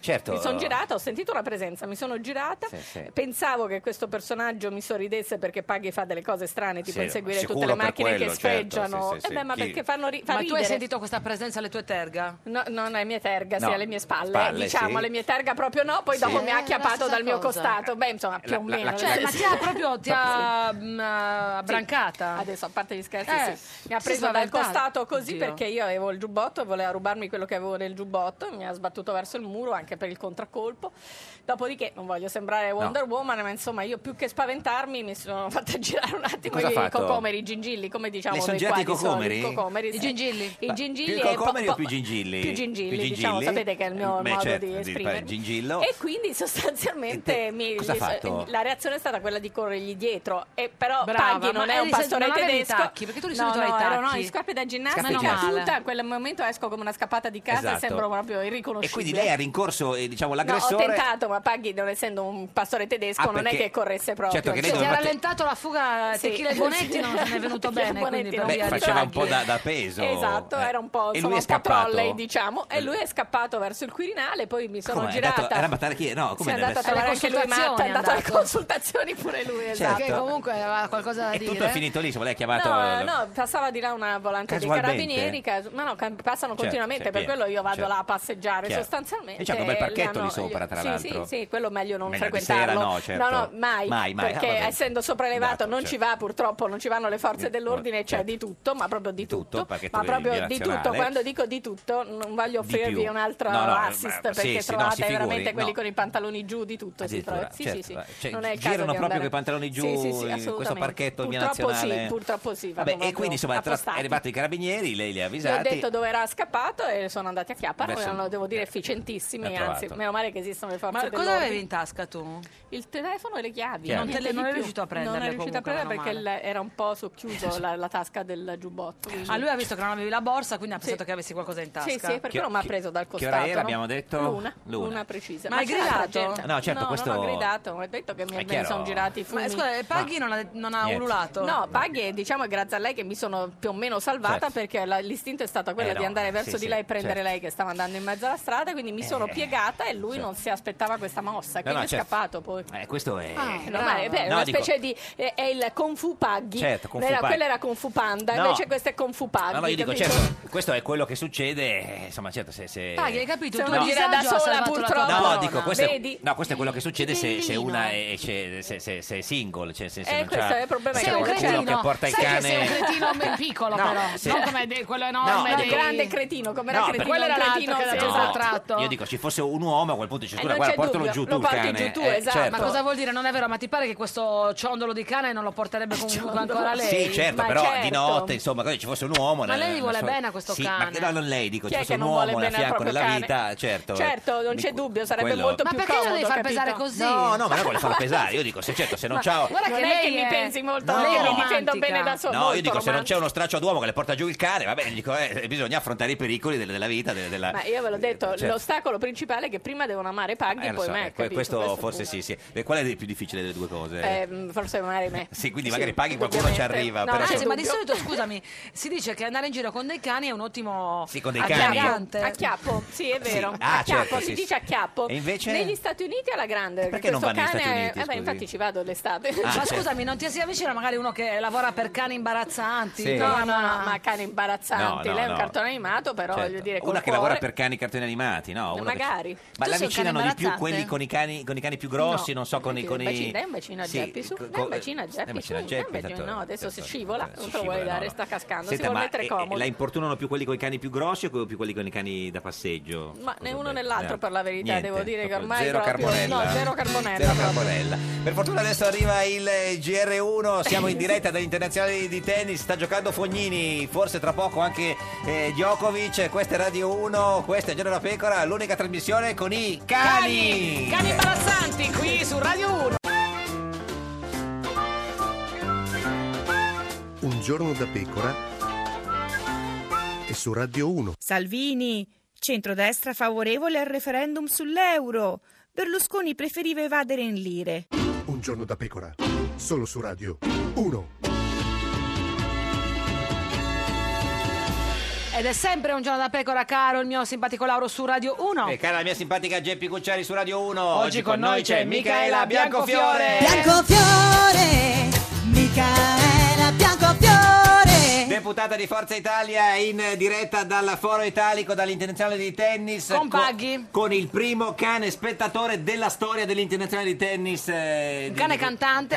B: Certo.
O: Mi sono girata, ho sentito la presenza, mi sono girata, Eh,
B: Sì, sì.
O: pensavo che questo personaggio mi sorridesse perché Paghi fa delle cose strane, tipo
B: Sì,
O: inseguire
B: sicuro
O: tutte le
B: per
O: macchine
B: quello,
O: che
B: certo,
O: sfreggiano.
B: sì, sì, sì.
O: Eh beh, ma
B: Chi-
O: perché fanno ri- fa
A: Ma tu hai
O: ridere.
A: sentito questa presenza alle tue terga?
O: No, no, no, è mia terga, sì,
B: No,
O: alle mie spalle,
B: spalle,
O: diciamo,
B: sì.
O: alle mie terga proprio no, poi
B: Sì.
O: dopo mi
B: Eh,
O: ha
B: la
O: acchiappato
A: stessa
O: dal mio
A: cosa.
O: costato, beh, insomma, più
B: La-
O: o
B: la-
O: meno.
B: la-
A: Cioè, ma ti ha proprio ti ha mh, abbrancata?
O: Adesso, a parte gli scherzi,
A: Eh,
O: sì. mi ha
A: si
O: preso dal
A: spaventava.
O: costato così
A: Oddio.
O: perché io avevo il giubbotto, voleva rubarmi quello che avevo nel giubbotto, mi ha sbattuto verso il muro, anche anche per il contraccolpo. Dopodiché, non voglio sembrare Wonder Woman, ma insomma, io più che spaventarmi mi sono fatta girare un attimo
B: cosa ha
O: i
B: fatto?
O: cocomeri, i gingilli, come diciamo
B: Le son
O: noi qua
B: girati i
O: di solito,
B: cocomeri?
O: cocomeri,
A: I
O: sì.
A: gingilli?
O: I
B: Ma
O: gingilli
B: più
O: e
B: cocomeri
O: po-
B: o più gingilli?
O: Più gingilli,
B: Più
O: diciamo,
B: gingilli?
O: sapete che è il mio
B: Beh,
O: modo
B: certo,
O: di
B: di- beh,
O: esprimermi.
B: gingillo.
O: E quindi sostanzialmente mi-
B: cosa ha
O: gli so-
B: fatto?
O: la reazione è stata quella di corrergli dietro, e però
A: Brava,
O: Paghi non
A: ma
O: è un
A: eri se-
O: pastore
A: non avevi i
O: tedesco.
A: tacchi, perché tu di
O: No,
A: solito hai
O: no,
A: i
O: ero- no,
A: tacchi.
O: in scappe da
B: Scappe
O: ginnastica,
B: da ginnastica.
O: tutta, in quel momento esco come una scappata di casa
B: Esatto.
O: e sembro proprio
B: E
O: irriconoscibile.
B: quindi lei ha rincorso eh, diciamo,
O: No, ho
B: l'aggressore.
O: tentato, ma Paghi, non essendo un pastore tedesco,
B: Ah,
O: non è
B: perché-
O: che corresse proprio.
B: Certo che lei
O: Cioè,
B: doveva-
O: era
B: Te-
A: Tentato la fuga
O: Sì.
A: Tequila e Bonetti non se ne è venuto
O: Tequila e
A: bene, quindi
O: Bonetti
A: per
O: no.
B: Beh,
A: via di
B: faceva un
A: Draghi.
B: po' da, da peso.
O: Esatto,
B: Eh.
O: era un po',
B: E lui
O: insomma,
B: è
O: un po'
B: scappato?
O: trolley, diciamo. E lui è scappato verso il Quirinale, poi mi sono
B: Com'è? È
O: girata.
B: andato- era a battere- no,
O: Sì,
B: come deve
O: è andato a
B: essere?
O: trovare
A: Alle
O: anche lui Matta, è
A: consultazioni
O: andato
A: è
O: alle
A: andato.
O: consultazioni pure lui, esatto.
A: Perché comunque aveva qualcosa da
B: Certo. E tutto
A: dire.
B: è finito lì, insomma, lei ha chiamato...
O: No, no, passava di là una volante dei
B: Casualmente?
O: carabinieri, cas- ma no, cam- passano
B: Certo,
O: continuamente,
B: sì,
O: per
B: pieno,
O: quello io vado
B: certo.
O: là a passeggiare
B: Chiaro.
O: sostanzialmente.
B: E c'hanno un bel
O: le
B: parchetto
O: hanno-
B: lì sopra, tra
O: sì,
B: l'altro.
O: Sì, sì, quello meglio non
B: Meglio di
O: frequentarlo.
B: sera, no, certo.
O: no, mai,
B: Mai, mai. Ah,
O: perché
B: vabbè. Esatto,
O: essendo sopraelevato non ci va purtroppo, non ci vanno le forze dell'ordine, c'è
B: certo.
O: di tutto, ma proprio di tutto.
B: tutto, perché
O: Ma
B: tu eri
O: proprio di
B: nazionale.
O: tutto, quando dico di tutto non voglio
B: Di più.
O: offrirvi un altro
B: No, no,
O: assist
B: ma- sì,
O: perché
B: sì, no,
O: trovate
B: si figuri,
O: veramente quelli
B: no.
O: con i pantaloni giù di tutto. Si
B: Ah, Addirittura,
O: trova. Sì, sì, sì.
B: certo. Cioè,
O: Non è il caso
B: girano
O: di
B: proprio
O: andare-
B: coi pantaloni giù
O: Sì, sì, sì,
B: in questo
O: assolutamente.
B: parchetto via
O: Purtroppo sì,
B: nazionale.
O: purtroppo sì.
B: Vabbè,
O: vanno
B: e quindi insomma tra-
O: proprio
B: è
O: appostati.
B: arrivato i carabinieri, lei li ha
O: Gli ho
B: avvisati.
O: detto dove era scappato e sono andati a chiapparlo.
B: Adesso- eh,
O: Erano, devo dire, efficientissimi.
B: L'ha
O: Anzi,
B: trovato.
O: meno male che esistono le forze
A: Ma cosa
O: dell'ordine.
A: avevi in tasca tu?
O: Il telefono e le chiavi.
A: Chiavi. Non te-
O: niente di
A: non eri
O: più.
A: riuscito a prenderle
O: Non è riuscito a
A: comunque,
O: prendere perché
A: meno male.
O: il- era un po' socchiuso la, la tasca del giubbotto. quindi-
A: Ah, lui ha visto che non avevi la borsa, quindi ha pensato che avessi qualcosa in tasca.
O: Sì, sì, per
B: Che-
O: quello mi ha
B: che-
O: preso dal
B: che ora
O: costato.
B: era,
O: no?
B: abbiamo detto?
O: L'una,
B: L'una.
O: l'una precisa.
A: Ma hai
O: c'era
A: gridato?
O: altra gente.
B: No, certo,
O: no,
B: questo-
O: non ho gridato, mi ha detto che mi me ne
B: chiaro.
O: sono girati i
A: Ma
O: fulmini.
A: scusa, e Paghi non ha, non ha
B: Niente.
A: ululato?
O: No, Paghi, e diciamo, è grazie a lei che mi sono più o meno salvata
A: Certo.
O: perché la- l'istinto è stato quello
A: Eh
O: di
A: no,
O: andare
A: sì,
O: verso di
A: sì,
O: lei e prendere
A: certo.
O: lei che stava andando in mezzo alla strada, quindi mi sono
B: Eh,
O: piegata e lui
B: certo.
O: non si aspettava questa mossa,
B: No,
O: quindi
B: no,
O: è
B: certo.
O: scappato poi.
B: Eh, questo è...
O: Eh, normale, beh, è
B: No,
O: una
B: dico-
O: specie di è, è il Kung Fu Paghi.
B: Certo, Kung Fu
O: Era-
B: Paghi.
O: Quello era Kung Fu Panda,
B: No.
O: invece questo è Kung Fu Paghi.
B: No, no, io dico,
O: capito?
B: certo, questo è quello che succede, eh, insomma, certo, se... se...
A: Paghi, hai capito?
O: Se
A: Il
O: uno
A: tuo
O: gira
A: disagio
O: da
A: ha
O: sola,
A: salvato la tua
O: purtroppo-
A: corona.
B: No, dico, questo è,
O: Vedi?
B: no, questo è quello che succede se, se
A: Bellino.
B: una è, esce- se, se, se, se è single, cioè se, se
A: Eh,
B: non
A: questo
B: c'ha,
A: è il problema,
B: c'è
O: cioè,
A: è che
B: qualcuno
A: cretino.
B: che porta il
A: Sai che
B: cane...
A: sei un cretino ben piccolo,
B: No,
A: però.
B: se-
A: Non come de- quello enorme.
B: No,
A: dei-
B: dico-
O: Grande cretino, come era
B: No,
O: cretino?
B: perché- Quello
A: era esatto. l'altro
O: cretino
A: che era
O: senza-
A: già tratto.
B: Io dico, ci fosse un uomo a quel punto dice,
O: Eh,
B: scusa,
O: non
B: guarda,
O: c'è
A: cioè,
B: portalo
O: dubbio,
B: giù tu
O: lo
B: il
O: porti
B: cane.
O: giù tu,
B: Eh,
O: esatto.
A: Ma
B: certo.
A: cosa vuol dire? Non è vero, ma ti pare che questo ciondolo di cane non lo porterebbe comunque ancora lei?
B: Sì, certo,
A: Ma
B: però di
A: certo.
B: notte, insomma, così ci fosse un uomo.
A: Ma
B: nel-
A: lei
B: nel
A: vuole
B: suo-
A: bene a questo
B: sì,
A: cane?
B: Ma no, non lei, dico,
A: Chi
B: ci
A: è
B: fosse
A: che
B: un
A: non vuole
B: uomo a
A: bene al
B: fianco
A: proprio
B: nella
A: cane?
B: vita, certo.
O: Certo, non c'è
B: Quello-
O: dubbio, sarebbe
B: quello-
O: molto
A: Ma
O: più
A: perché lo
O: comodo.
A: devi far
O: capito?
A: pesare così?
B: No, no, ma non vuole farlo pesare. Io dico, se certo, se non c'ha...
A: guarda
O: non è
A: che
O: che
A: lei
O: mi
A: è-
O: pensi molto
B: No.
O: bene, mi
B: Romantica.
O: difendo bene da sola.
B: No, io dico, se non
O: romantica.
B: c'è uno straccio d'uomo che le porta giù il cane, va bene, dico, eh, bisogna affrontare i pericoli delle- della vita, delle- della...
O: Ma io ve l'ho detto,
B: Certo.
O: l'ostacolo principale è che prima devono amare Paghi
B: Eh,
O: e
B: lo
O: poi
B: so,
O: me,
B: eh, que-
O: capito?
B: questo,
O: Questo
B: forse sì, sì. E Qual è il più difficile delle due cose?
O: Eh, mh, forse amare me.
B: Sì, quindi magari paghi qualcuno
O: ovviamente.
B: ci arriva.
A: No,
B: però-
A: anzi, ma di solito, scusami, si dice che andare in giro con dei cani è un ottimo
B: Sì, con dei cani.
A: aggravante.
O: A chiappo, sì, è vero.
B: Sì. Ah,
O: a chiappo,
B: certo,
O: si
B: sì, sì.
O: dice a chiappo.
B: E invece?
O: Negli Stati Uniti alla grande.
B: perché non vanno
O: questo
B: negli
O: cane
B: Stati
O: è-
B: Uniti,
O: eh, beh,
B: scusi?
O: infatti ci vado l'estate.
B: Ah,
A: ma
B: certo.
A: scusami, non ti si avvicina magari uno che lavora per cani imbarazzanti?
B: Sì.
O: No, no, no, ma cani imbarazzanti.
B: No, no,
O: Lei è un
B: no.
O: cartone animato, però
B: Certo.
O: voglio dire col
B: una che
O: cuore.
B: lavora per cani cartoni animati, no? Uno che-
O: magari.
B: Ma
O: Tu
B: la
O: sei un
B: avvicinano
O: cane
B: di più
O: imbarazzante?
B: quelli con i cani, con i cani più grossi,
O: No,
B: non so, con i.
O: dai,
B: Con i...
O: dai, dai, bacino a
B: Sì,
O: Geppi, su,
B: co-
O: dai, bacino a
B: dai,
O: Geppi,
B: bacino
O: su,
B: a
O: dai,
B: Geppi,
O: bacino-
B: tanto-
O: no, adesso si
B: tanto-
O: scivola,
B: si
O: non te lo
B: scivola,
O: vuoi dare,
B: no,
O: sta cascando, si
B: Senta,
O: vuole
B: ma
O: mettere
B: eh,
O: comodo.
B: la importunano più quelli con i cani più grossi o que- più quelli con i cani da passeggio?
O: Ma né
B: Cosa bella.
O: uno né l'altro,
B: Eh,
O: per la verità,
B: niente,
O: devo dire che
B: proprio
O: ormai
B: zero
O: proprio-
B: carbonella.
O: no, zero carbonella
B: Zero
O: proprio.
B: carbonella. Per fortuna adesso arriva il eh, GR1, siamo in diretta dall'internazionale di tennis, sta giocando Fognini, forse tra poco anche eh, Djokovic, questa è Radio 1, questa è Giorno da Pecora, l'unica trasmissione con i cani.
A: Cani, cani imbarazzanti qui su Radio 1.
L: Un giorno da pecora e su Radio 1.
M: Salvini, centrodestra favorevole al referendum sull'euro. Berlusconi preferiva evadere in lire.
L: Un giorno da pecora, solo su Radio 1.
A: Ed è sempre un giorno da pecora, caro il mio simpatico Lauro su Radio 1.
B: E Eh, cara la mia simpatica Geppi Cucciari su Radio 1.
A: Oggi con noi c'è Micaela Biancofiore.
K: Biancofiore, Micaela Biancofiore.
B: deputata di Forza Italia in diretta dal Foro Italico, dall'Internazionale di Tennis.
A: Con
B: co-
A: Paghi.
B: con il primo cane spettatore della storia dell'Internazionale di Tennis. eh,
A: Un
B: di-
A: cane cantante,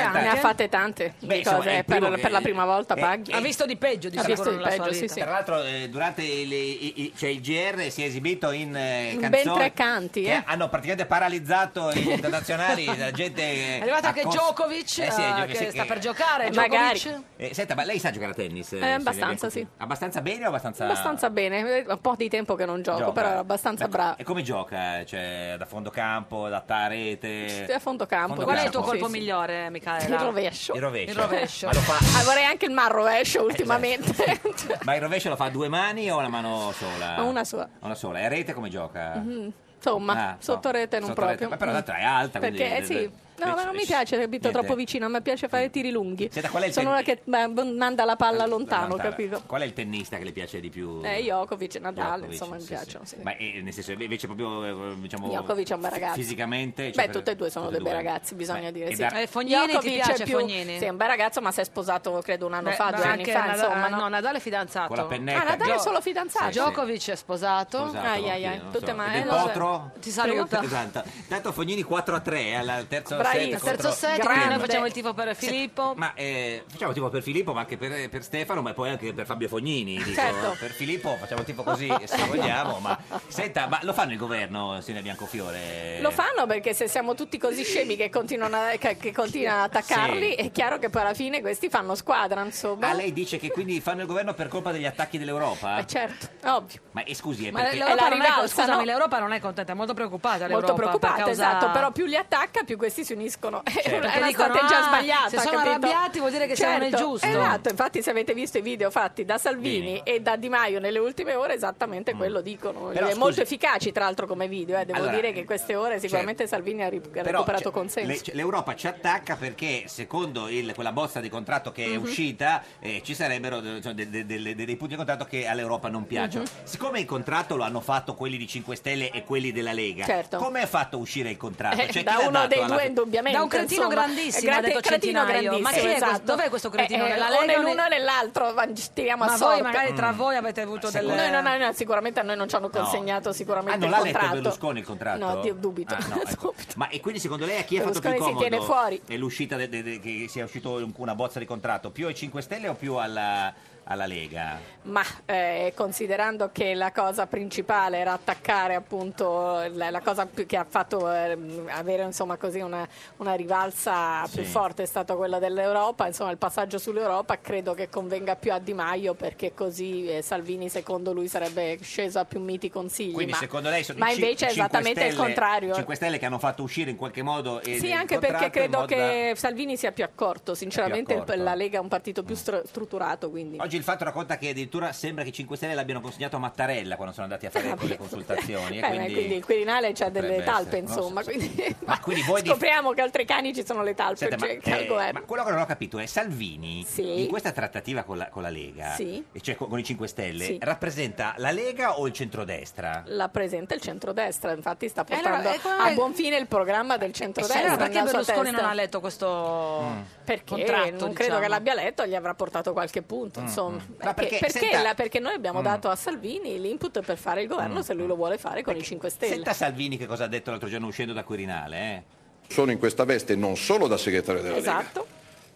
B: Cantante.
A: anche.
O: Ne ha fatte tante di
B: Beh, insomma,
O: cose,
B: è il
O: per,
B: primo che-
O: per la prima volta
B: è-
O: Paghi. Ah,
B: è- Ha visto
A: di peggio
O: Ha visto di peggio, sì, sì.
B: Tra l'altro, eh, durante il, i- i- cioè il GR si è esibito in, eh,
O: In ben
B: canzoni
O: tre canti,
B: che
O: eh.
B: hanno praticamente paralizzato gli internazionali. la gente eh,
A: È arrivato anche
B: accost-
A: Djokovic,
B: Eh sì,
A: eh,
B: Djokovic,
A: che
B: sì,
A: sta
B: che-
A: per giocare.
O: Eh, magari.
A: Djokovic.
B: Eh, senta, ma lei sa giocare a tennis? eh,
O: Eh,
B: Silvia
O: abbastanza,
B: Cucchi?
O: sì.
B: Abbastanza bene o abbastanza...
O: Abbastanza bene, è un po' di tempo che non gioco,
B: Gioca. Ecco. Eh,
O: però era abbastanza bravo.
B: E come gioca? Cioè, da fondo campo, da ta rete?
O: Sì, Cioè, a fondo campo.
B: eh. Fondo
A: Qual è il tuo
B: campo.
A: colpo
B: Sì, sì.
A: migliore, Michela?
O: Il rovescio.
B: Il rovescio.
A: Il rovescio.
B: Ma, lo fa,
O: Ah, vorrei anche il mal
B: Eh,
O: rovescio ultimamente.
B: ma il rovescio lo fa a due mani o una mano sola?
O: Ma una sola.
B: Una sola. E a rete come gioca?
O: Mhm. Insomma,
B: Ah, no.
O: sotto rete non
B: Sotto
O: proprio.
B: rete. Ma però
O: Mm.
B: tanto è alta, quindi-
O: Perché eh, sì. No, ma non mi piace capito
B: Niente.
O: troppo vicino, mi piace fare tiri lunghi.
B: Senta, qual è il
O: Sono una che ma- manda la palla lontano,
B: Lontana.
O: capito?
B: Qual è il tennista che le piace di più?
O: Eh, Jokovic, Nadal,
B: Uh. Djokovic,
O: insomma, mi
B: sì,
O: piacciono.
B: sì.
O: sì.
B: Ma eh, nel senso, invece proprio, eh, diciamo...
O: Djokovic è un bel ragazzo.
B: Fisicamente?
O: Beh,
B: cioè, per-
O: tutti e due sono
B: tutti
O: dei
B: e
O: bei
B: due.
O: ragazzi, bisogna
B: Beh,
O: dire
B: e
O: sì.
B: da- Eh,
A: Fognini ti
O: Djokovic è
A: piace,
O: più-
A: Fognini?
O: Sì, è un bel ragazzo, ma si è sposato credo un anno
A: Beh,
O: fa,
A: ma
O: due anni
A: anche
O: fa,
A: Nadal-
O: insomma.
A: ah,
O: no?
A: No, Nadal è fidanzato.
B: Con la pennetta.
O: Ah, Nadal è
A: Gio-
O: solo fidanzato.
A: Sì, Djokovic è sposato.
B: Sposato,
O: Ai, ai, ai,
B: sì, Esatto, non
O: tutte
B: so.
O: ma-
B: Del
O: eh, lo so.
B: potro?
A: Ti saluta.
B: Esatto. Intanto Fognini 4 a eh, 3 al terzo set.
A: Bravissimo.
B: contro-
A: Terzo set, quindi noi facciamo il tifo per Filippo.
B: Ma eh, facciamo tipo per Filippo, ma anche per, per Stefano, ma poi anche per Fabio Fognini. dico.
A: Certo.
B: Per Filippo facciamo tipo così se vogliamo. Ma senta, ma lo fanno il governo, signora Biancofiore?
O: Lo fanno perché se siamo tutti così scemi che continuano, a- che- che continuano ad attaccarli,
B: Sì.
O: è chiaro che poi alla fine questi fanno squadra, insomma.
B: Ah, lei dice che quindi fanno il governo per colpa degli attacchi dell'Europa?
O: Eh, certo, ovvio.
B: Ma eh, scusi, è
A: Ma
B: perché...
O: È
A: l'Europa,
O: la
A: non è, con-
O: rivalsa,
A: scusami,
O: no?
A: l'Europa non è contenta, è molto preoccupata.
O: Molto
A: l'Europa, per
O: preoccupata,
A: causa-
O: esatto, però più li attacca più questi si uniscono. È una-
A: Perché
O: è una
A: dicono,
O: strategia
A: "Ah,
O: sbagliata.
A: se sono
O: capito?
A: arrabbiati vuol dire che siamo nel
O: Certo,
A: giusto".
O: Esatto, infatti se avete visto i video fatti da Salvini e da Di Maio nelle ultime ore esattamente
A: Mm.
O: quello dicono.
B: Però,
O: Eh,
B: scusi-
O: Molto efficaci tra l'altro come video, eh, devo
B: Allora,
O: dire che queste ore
A: cioè,
O: sicuramente Salvini ha ri- ha
B: Però,
O: recuperato
B: cioè,
O: consenso.
B: le- cioè, L'Europa ci attacca perché secondo il- quella bozza di contratto che è
O: Mhm.
B: uscita eh, ci sarebbero de- insomma, de- de- delle- dei punti di contratto che all'Europa non piacciono.
O: Mhm.
B: Siccome il contratto lo hanno fatto quelli di 5 Stelle e quelli della Lega,
O: Certo.
B: come è fatto uscire il contratto?
O: Eh,
B: Cioè, chi
O: da
B: l'ha
O: uno
B: dato
O: dei
B: alla
O: due
B: fine?
O: indubbiamente
A: Da un cretino
O: insomma.
A: grandissimo, ha detto
O: cretino
A: Centinaio. Ma chi è
O: esatto.
A: questo- dov'è questo cretino?
O: Eh, eh,
A: Nella
O: o
A: Lega o
O: nell'uno o
A: nel-
O: nell'altro va- ci tiriamo
A: Ma
O: a
A: voi
O: sorte
A: magari tra voi avete avuto delle...
O: Noi, no, no, no, sicuramente a noi non ci hanno
B: No.
O: consegnato
B: Ah,
O: sicuramente
B: non
O: il
B: l'ha letto
O: contratto.
B: Berlusconi il contratto?
O: No, io dubito.
B: Ah, no, ecco. Ma e quindi secondo lei a chi è fatto più
O: Berlusconi si
B: comodo?
O: tiene fuori.
B: È l'uscita de- de- de- che sia uscito un- una bozza di contratto più ai 5 Stelle o più alla, alla Lega?
O: Ma eh, considerando che la cosa principale era attaccare appunto la, la cosa più- che ha fatto ehm, avere insomma così una, una rivalsa più
P: Sì.
O: forte è stata quella dell'Europa, insomma il passaggio sull'Europa credo che convenga più a Di Maio perché così eh, Salvini secondo lui sarebbe sceso a più miti consigli.
B: Quindi
O: ma,
B: secondo lei sono i
O: ma
B: cin-
O: invece è
B: cinque
O: esattamente il
B: Stelle-
O: contrario.
B: cinque Stelle che hanno fatto uscire in qualche modo eh,
O: Sì,
B: il
O: anche perché
B: contratto in
O: credo
B: modo da-
O: che Salvini sia più accorto, sinceramente il-
B: accorto.
O: la Lega è un partito più stru- strutturato, quindi
B: Oggi il fatto racconta che addirittura sembra che i 5 Stelle l'abbiano consegnato a Mattarella quando sono andati a fare quelle consultazioni.
O: Eh,
B: e
O: Ah, beh,
B: quindi...
O: quindi il Quirinale c'ha delle
B: potrebbe
O: talpe,
B: essere, no?
O: insomma, quindi
B: Ma quindi voi di-
O: scopriamo che oltre ai cani ci sono le talpe,
B: Senta, ma,
O: cioè, che al
B: eh,
O: governo.
B: ma quello che non ho capito è Salvini
O: Sì.
B: in questa trattativa con la, con la Lega,
O: Sì.
B: e cioè con, con i 5 Stelle,
O: Sì.
B: rappresenta la Lega o il centrodestra?
O: La presenta il centrodestra, infatti sta
A: Eh, allora,
O: portando
A: e come- Eh,
O: a buon fine il programma del centrodestra.
A: Allora, perché
O: nella sua
A: Berlusconi non
O: testa.
A: ha letto questo
O: Perché
A: contratto?
O: non credo
A: diciamo?
O: che l'abbia letto, gli avrà portato qualche punto,
A: Mm,
O: insomma.
A: mm.
B: Ma
O: Perché,
B: perché,
O: perché
B: senta-
O: la- perché noi abbiamo
B: Mm.
O: dato a Salvini l'input per fare il governo
B: Mm.
O: se lui lo vuole fare con i 5 Stelle.
B: Senta Salvini che cosa ha detto l'altro giorno uscendo da Quirinale. eh.
F: Sono in questa veste non solo da segretario della Lega,
O: Esatto.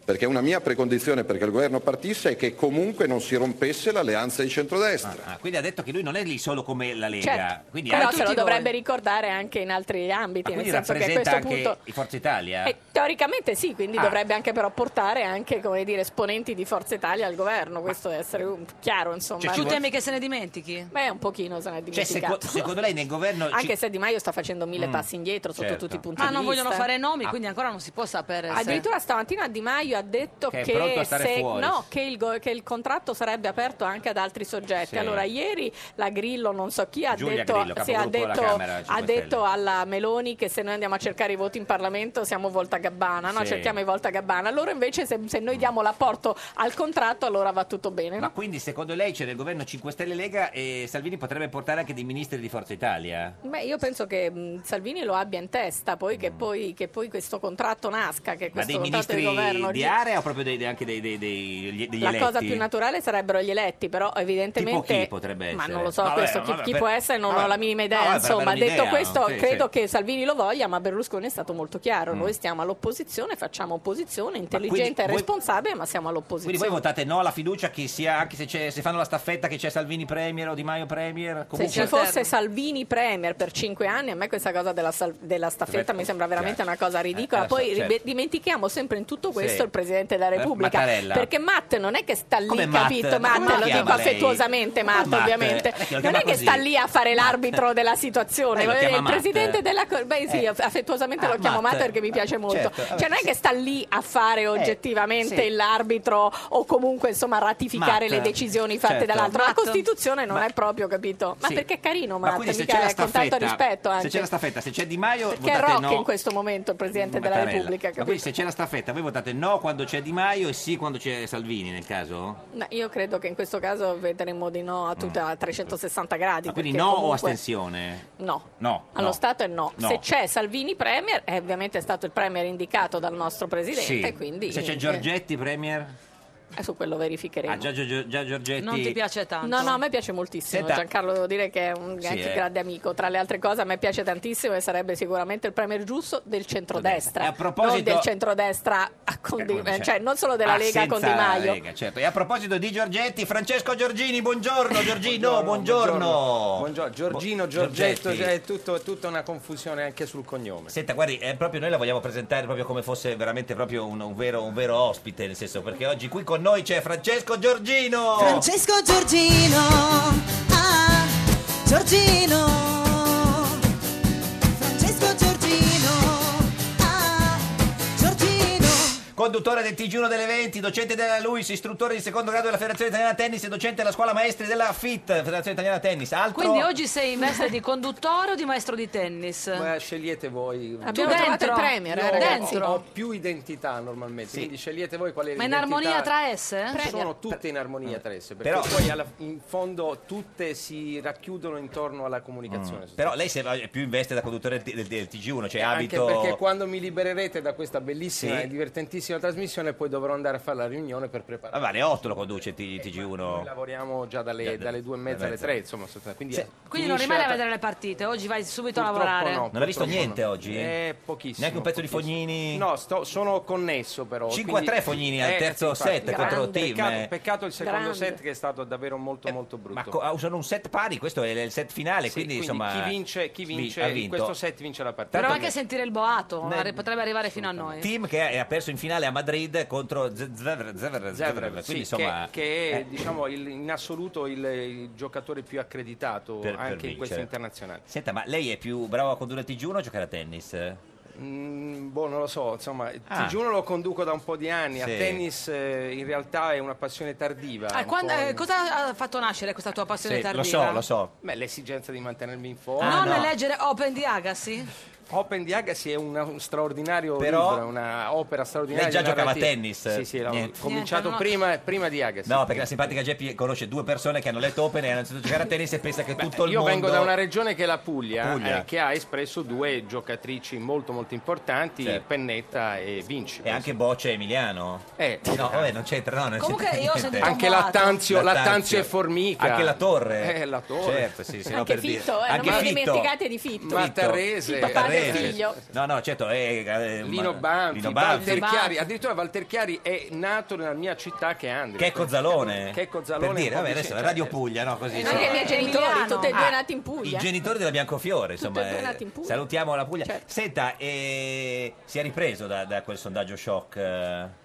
F: perché una mia precondizione perché il governo partisse è che comunque non si rompesse l'alleanza di centrodestra.
B: Ah, quindi ha detto che lui non è lì solo come la Lega,
O: Certo.
B: quindi
O: Però
B: anche-
O: se lo dovrebbe ricordare anche in altri ambiti,
B: Ma quindi
O: nel senso che a
B: rappresenta
O: questo
B: anche
O: punto
B: i Forza Italia?
O: Eh, teoricamente sì, quindi
B: Ah.
O: dovrebbe anche però portare anche come dire, esponenti di Forza Italia al governo, questo deve essere un- chiaro insomma.
A: tu temi che se ne dimentichi?
O: Beh, un pochino se ne è
B: Cioè, seco-
O: dimenticato.
B: secondo lei nel governo... ci-
O: Anche se Di Maio sta facendo mille
B: Mm,
O: passi indietro sotto
B: certo.
O: tutti i punti
A: Ah,
O: di
A: non
O: vista.
A: vogliono fare nomi,
B: Ah.
A: quindi ancora non si può sapere. se-
O: Addirittura stamattina Di Maio ha detto
A: Che
O: che,
A: è pronto a stare fuori.
O: no, che il, go- che il contratto sarebbe aperto anche ad altri soggetti.
A: Sì.
O: Allora, ieri la Grillo, non so chi, ha
A: Giulia
O: detto,
A: Grillo,
O: sì, ha
A: capogruppo alla
O: detto,
A: Camera,
O: ha
A: Cinque
O: detto alla Meloni che se noi andiamo a cercare i voti in Parlamento siamo volta gabbana, no?
B: Sì.
O: cerchiamo i volta gabbana. Loro invece se, se noi diamo l'apporto al contratto allora va tutto bene.
B: Ma
O: no?
B: quindi secondo lei c'è nel governo 5 Stelle Lega e Salvini potrebbe portare anche dei ministri di Forza Italia?
O: Beh, io penso che mm, mh, Salvini lo abbia in testa, poi che, poi, che poi questo contratto nasca, che
B: Mm. Ma
O: questo
B: dei
O: contratto
B: ministri
O: di
B: di,
O: governo
B: area o proprio dei- dei- anche dei, dei- dei- degli- degli
O: La
B: eletti?
O: cosa più naturale sarebbero gli eletti, però evidentemente...
B: Tipo chi potrebbe
O: Ma
B: essere?
O: non lo so
B: Vabbè,
O: questo chi,
B: vabbè,
O: chi
B: per-
O: può essere, non
B: vabbè.
O: ho la minima idea.
B: No, vabbè, per
O: insomma,
B: avere
O: detto
B: un'idea,
O: questo,
B: sì,
O: credo
B: sì.
O: che Salvini lo voglia, ma Berlusconi è stato molto chiaro.
B: Mm.
O: Noi stiamo all'opposizione, facciamo opposizione
B: quindi
O: intelligente e
B: voi-
O: responsabile, ma siamo
B: Quindi voi
O: all'opposizione.
B: votate no alla fiducia che sia, anche se, c'è- se fanno la staffetta che c'è Salvini Premier o Di Maio Premier? Comunque,
O: Se ci fosse Salvini Premier per cinque anni, a me questa cosa della, sal- della staffetta
B: Certo.
O: mi sembra veramente
B: Certo.
O: una cosa ridicola.
B: Eh, eh,
O: Poi
B: certo.
O: ribe- dimentichiamo sempre in tutto questo
B: Sì.
O: il Presidente della
B: Eh,
O: Repubblica.
B: Mattarella.
O: Perché Matt non è che sta lì,
B: Come Matt?
O: capito?
B: Ma
O: Matt,
B: come la
O: lo dico
B: chiama lei?
O: affettuosamente,
B: Come
O: Matt,
B: Matt?
O: ovviamente.
B: Eh, lo
O: Non
B: chiama
O: è che
B: così.
O: sta lì a fare l'arbitro della situazione.
B: Lei lo
O: voglio dire, il
B: chiama Matt?
O: Presidente della... co- Beh sì,
B: Eh.
O: affettuosamente
B: Ah,
O: lo chiamo Matt
B: Matt.
O: perché mi piace molto.
B: Certo, vabbè,
O: Cioè non è
B: sì.
O: che sta lì a fare oggettivamente
B: sì.
O: l'arbitro o comunque insomma a ratificare
B: Matt.
O: le decisioni fatte
B: Certo.
O: dall'altro. La
B: Matt.
O: Costituzione non è proprio, capito? Ma
B: Sì.
O: perché è carino
B: Ma
O: Matt,
B: quindi se
O: mica
B: c'è la
O: è con tanto
B: staffetta,
O: rispetto anche.
B: se c'è la staffetta, se c'è Di Maio
O: Perché è
B: votate
O: Rocchi
B: no.
O: in questo momento il Presidente della
B: Mattarella.
O: Repubblica,
B: Ma quindi
O: capito?
B: se c'è la staffetta, voi votate no quando c'è Di Maio e sì quando c'è Salvini nel caso? Ah,
O: No, io credo che in questo caso vedremo di no a tutta a 360 gradi.
B: Mm. Ma quindi
O: perché
B: no o
O: comunque-
B: astensione?
O: No.
B: No.
O: Allo
B: no.
O: Stato è no.
B: No.
O: Se c'è Salvini Premier, è ovviamente stato il Premier indicato dal nostro Presidente,
B: Sì.
O: quindi...
B: Se c'è Giorgetti Premier?
O: Eh, su quello verificheremo.
B: Ah, già, Gio- già Giorgetti.
O: No, no, a me piace moltissimo.
B: Senta-
O: Giancarlo, devo dire che è un
B: Sì,
O: anche
B: eh.
O: grande amico. Tra le altre cose, a me piace tantissimo e sarebbe sicuramente il premier giusto del centrodestra.
B: E a proposito-
O: Non del centrodestra, a con Di-
B: Eh, come
O: eh,
B: dice-
O: cioè non solo della
B: Ah,
O: Lega con Di
B: senza la
O: Maio.
B: Lega, certo. E a proposito di Giorgetti, Francesco Giorgini, buongiorno Giorgino, buongiorno.
P: Buongiorno, Giorgino,
B: Bu-
P: Giorgetto,
B: Giorgetti.
P: cioè, è tutto- è tutta una confusione anche sul cognome.
B: Senta, guardi, eh, proprio noi la vogliamo presentare proprio come fosse veramente proprio un, un vero, un vero ospite, nel senso perché oggi qui con noi c'è Francesco
K: Oh.
B: Giorgino.
Q: Francesco Giorgino, ah, Giorgino, Francesco Giorgino, ah, Giorgino.
B: Conduttore del TG1 delle 20, docente della LUIS, istruttore di secondo grado della Federazione Italiana Tennis e docente della scuola maestri della FIT, Federazione Italiana Tennis. Altro
A: Quindi oggi sei in veste di conduttore o di maestro di tennis?
P: Ma scegliete voi.
A: Eh. Abbiamo trovato il premier, eh,
P: Io ho-
A: ragazzi.
P: Ho, più identità normalmente, quindi scegliete voi qual è
A: Ma in
P: l'identità.
A: armonia tra esse?
P: Sono tutte in armonia tra esse, perché
B: Però-
P: poi alla- in fondo tutte si racchiudono intorno alla comunicazione.
B: Mm. Però lei se- è più in veste da conduttore del, del- del TG1, cioè
P: Eh, Anche
B: abito...
P: perché quando mi libererete da questa bellissima
B: Sì.
P: e divertentissima trasmissione, poi dovrò andare a fare la riunione per preparare.
B: Vabbè, alle 8 lo conduce
P: Eh,
B: il T- TG1.
P: Lavoriamo già dalle, dalle due e mezza alle tre, insomma, sostanzialmente. quindi,
B: Se-
P: eh,
A: Quindi non
P: finisce
A: rimane a
P: la-
A: vedere le partite, oggi vai subito a
P: Purtroppo
A: lavorare.
P: no,
B: Non ha visto
P: purtroppo
B: niente
P: no.
B: oggi?
P: Eh, pochissimo.
B: Neanche un pezzo di
P: pochissimo.
B: Fognini?
P: No, sto- sono connesso però. Eh,
B: 5 a 3 Fognini al terzo
P: infatti.
B: set contro il team,
P: Peccato,
B: eh.
P: peccato il secondo
B: Grande.
P: set che è stato davvero molto molto brutto.
B: Ma co- ah, usano un set pari, questo è il set finale,
P: Sì,
B: quindi, insomma...
P: chi vince, chi
B: vi-
P: vince
B: ha
P: in
B: vinto.
P: questo set vince la partita.
A: Però
B: Tanto
A: anche
B: che-
A: sentire il boato arri- potrebbe arrivare fino a noi.
B: Team che ha- ha perso in finale a Madrid contro Z- Zverev, Zverev, Zverev,
P: Zverev,
B: quindi
P: sì,
B: insomma...
P: che, che è
B: eh.
P: diciamo, il- in assoluto il, il giocatore più accreditato
B: Per- per
P: anche in
B: vincere.
P: questo internazionale.
B: Senta, ma lei è più bravo a condurre il TG1 o a giocare a tennis?
P: Mm, boh, non lo so, insomma,
B: Ah.
P: ti giuro lo conduco da un po' di anni. A
B: Sì.
P: tennis eh, in realtà è una passione tardiva.
A: Ah,
P: un
A: quan-
P: po'
A: eh,
P: in-
A: cosa ha fatto nascere questa tua passione
P: Sì,
A: tardiva?
B: so. Ah,
P: Beh, l'esigenza di mantenermi in forma.
A: Non leggere Open di Agassi?
P: Open di Agassi è una- un straordinario
B: Però-
P: libro, è una opera straordinaria.
B: Lei già giocava a
P: narrativa.
B: tennis?
P: Sì, sì, l'ho
B: Niente.
A: Eh,
P: cominciato
B: Niente, non ho-
P: prima, prima di Agassi.
B: No, perché la simpatica Geppi conosce due persone che hanno letto Open e hanno iniziato a giocare a tennis e pensa che tutto il
P: Io
B: mondo...
P: vengo da una regione che è la Puglia,
B: Puglia.
P: eh, che ha espresso due giocatrici molto molto importanti,
B: Certo.
P: Pennetta e Vinci.
B: E anche Boccia e Emiliano?
P: Eh,
B: No, vabbè, non c'entra, no, non
P: Comunque
B: c'entra
P: io ho
B: niente.
P: sentito Anche un boato. Lattanzio- Lattanzio e Formica.
B: Anche la Torre.
P: Eh, la Torre.
B: Certo, sì, sì, no,
O: Anche
B: per dire.
O: Fitto, eh,
B: Anche
O: non vi
B: Fitto.
O: dimenticate di Fitto.
P: Ma
B: Fitto.
P: Tarrese.
O: Fitto padre e
B: Tarrese.
O: figlio.
B: No, no, certo, eh, eh,
P: Lino
B: ma-
P: Banfi,
B: Lino
P: Walter
B: Banfi.
P: Chiari, addirittura Walter Chiari è nato nella mia città che è Andria.
B: Che è Cozzalone.
P: Che è Cozzalone.
B: Per dire,
P: un po'
B: vabbè,
P: vicino,
B: adesso
P: cioè,
B: Radio Puglia, no, così.
O: E
B: insomma.
O: anche i miei genitori,
A: Emiliano.
O: tutti e due
A: Ah,
O: nati in Puglia.
B: I genitori della Biancofiore, insomma,
O: e due
B: eh,
O: nati in Puglia.
B: salutiamo la Puglia.
O: Certo.
B: Senta, eh, si è ripreso da, da quel sondaggio shock? eh?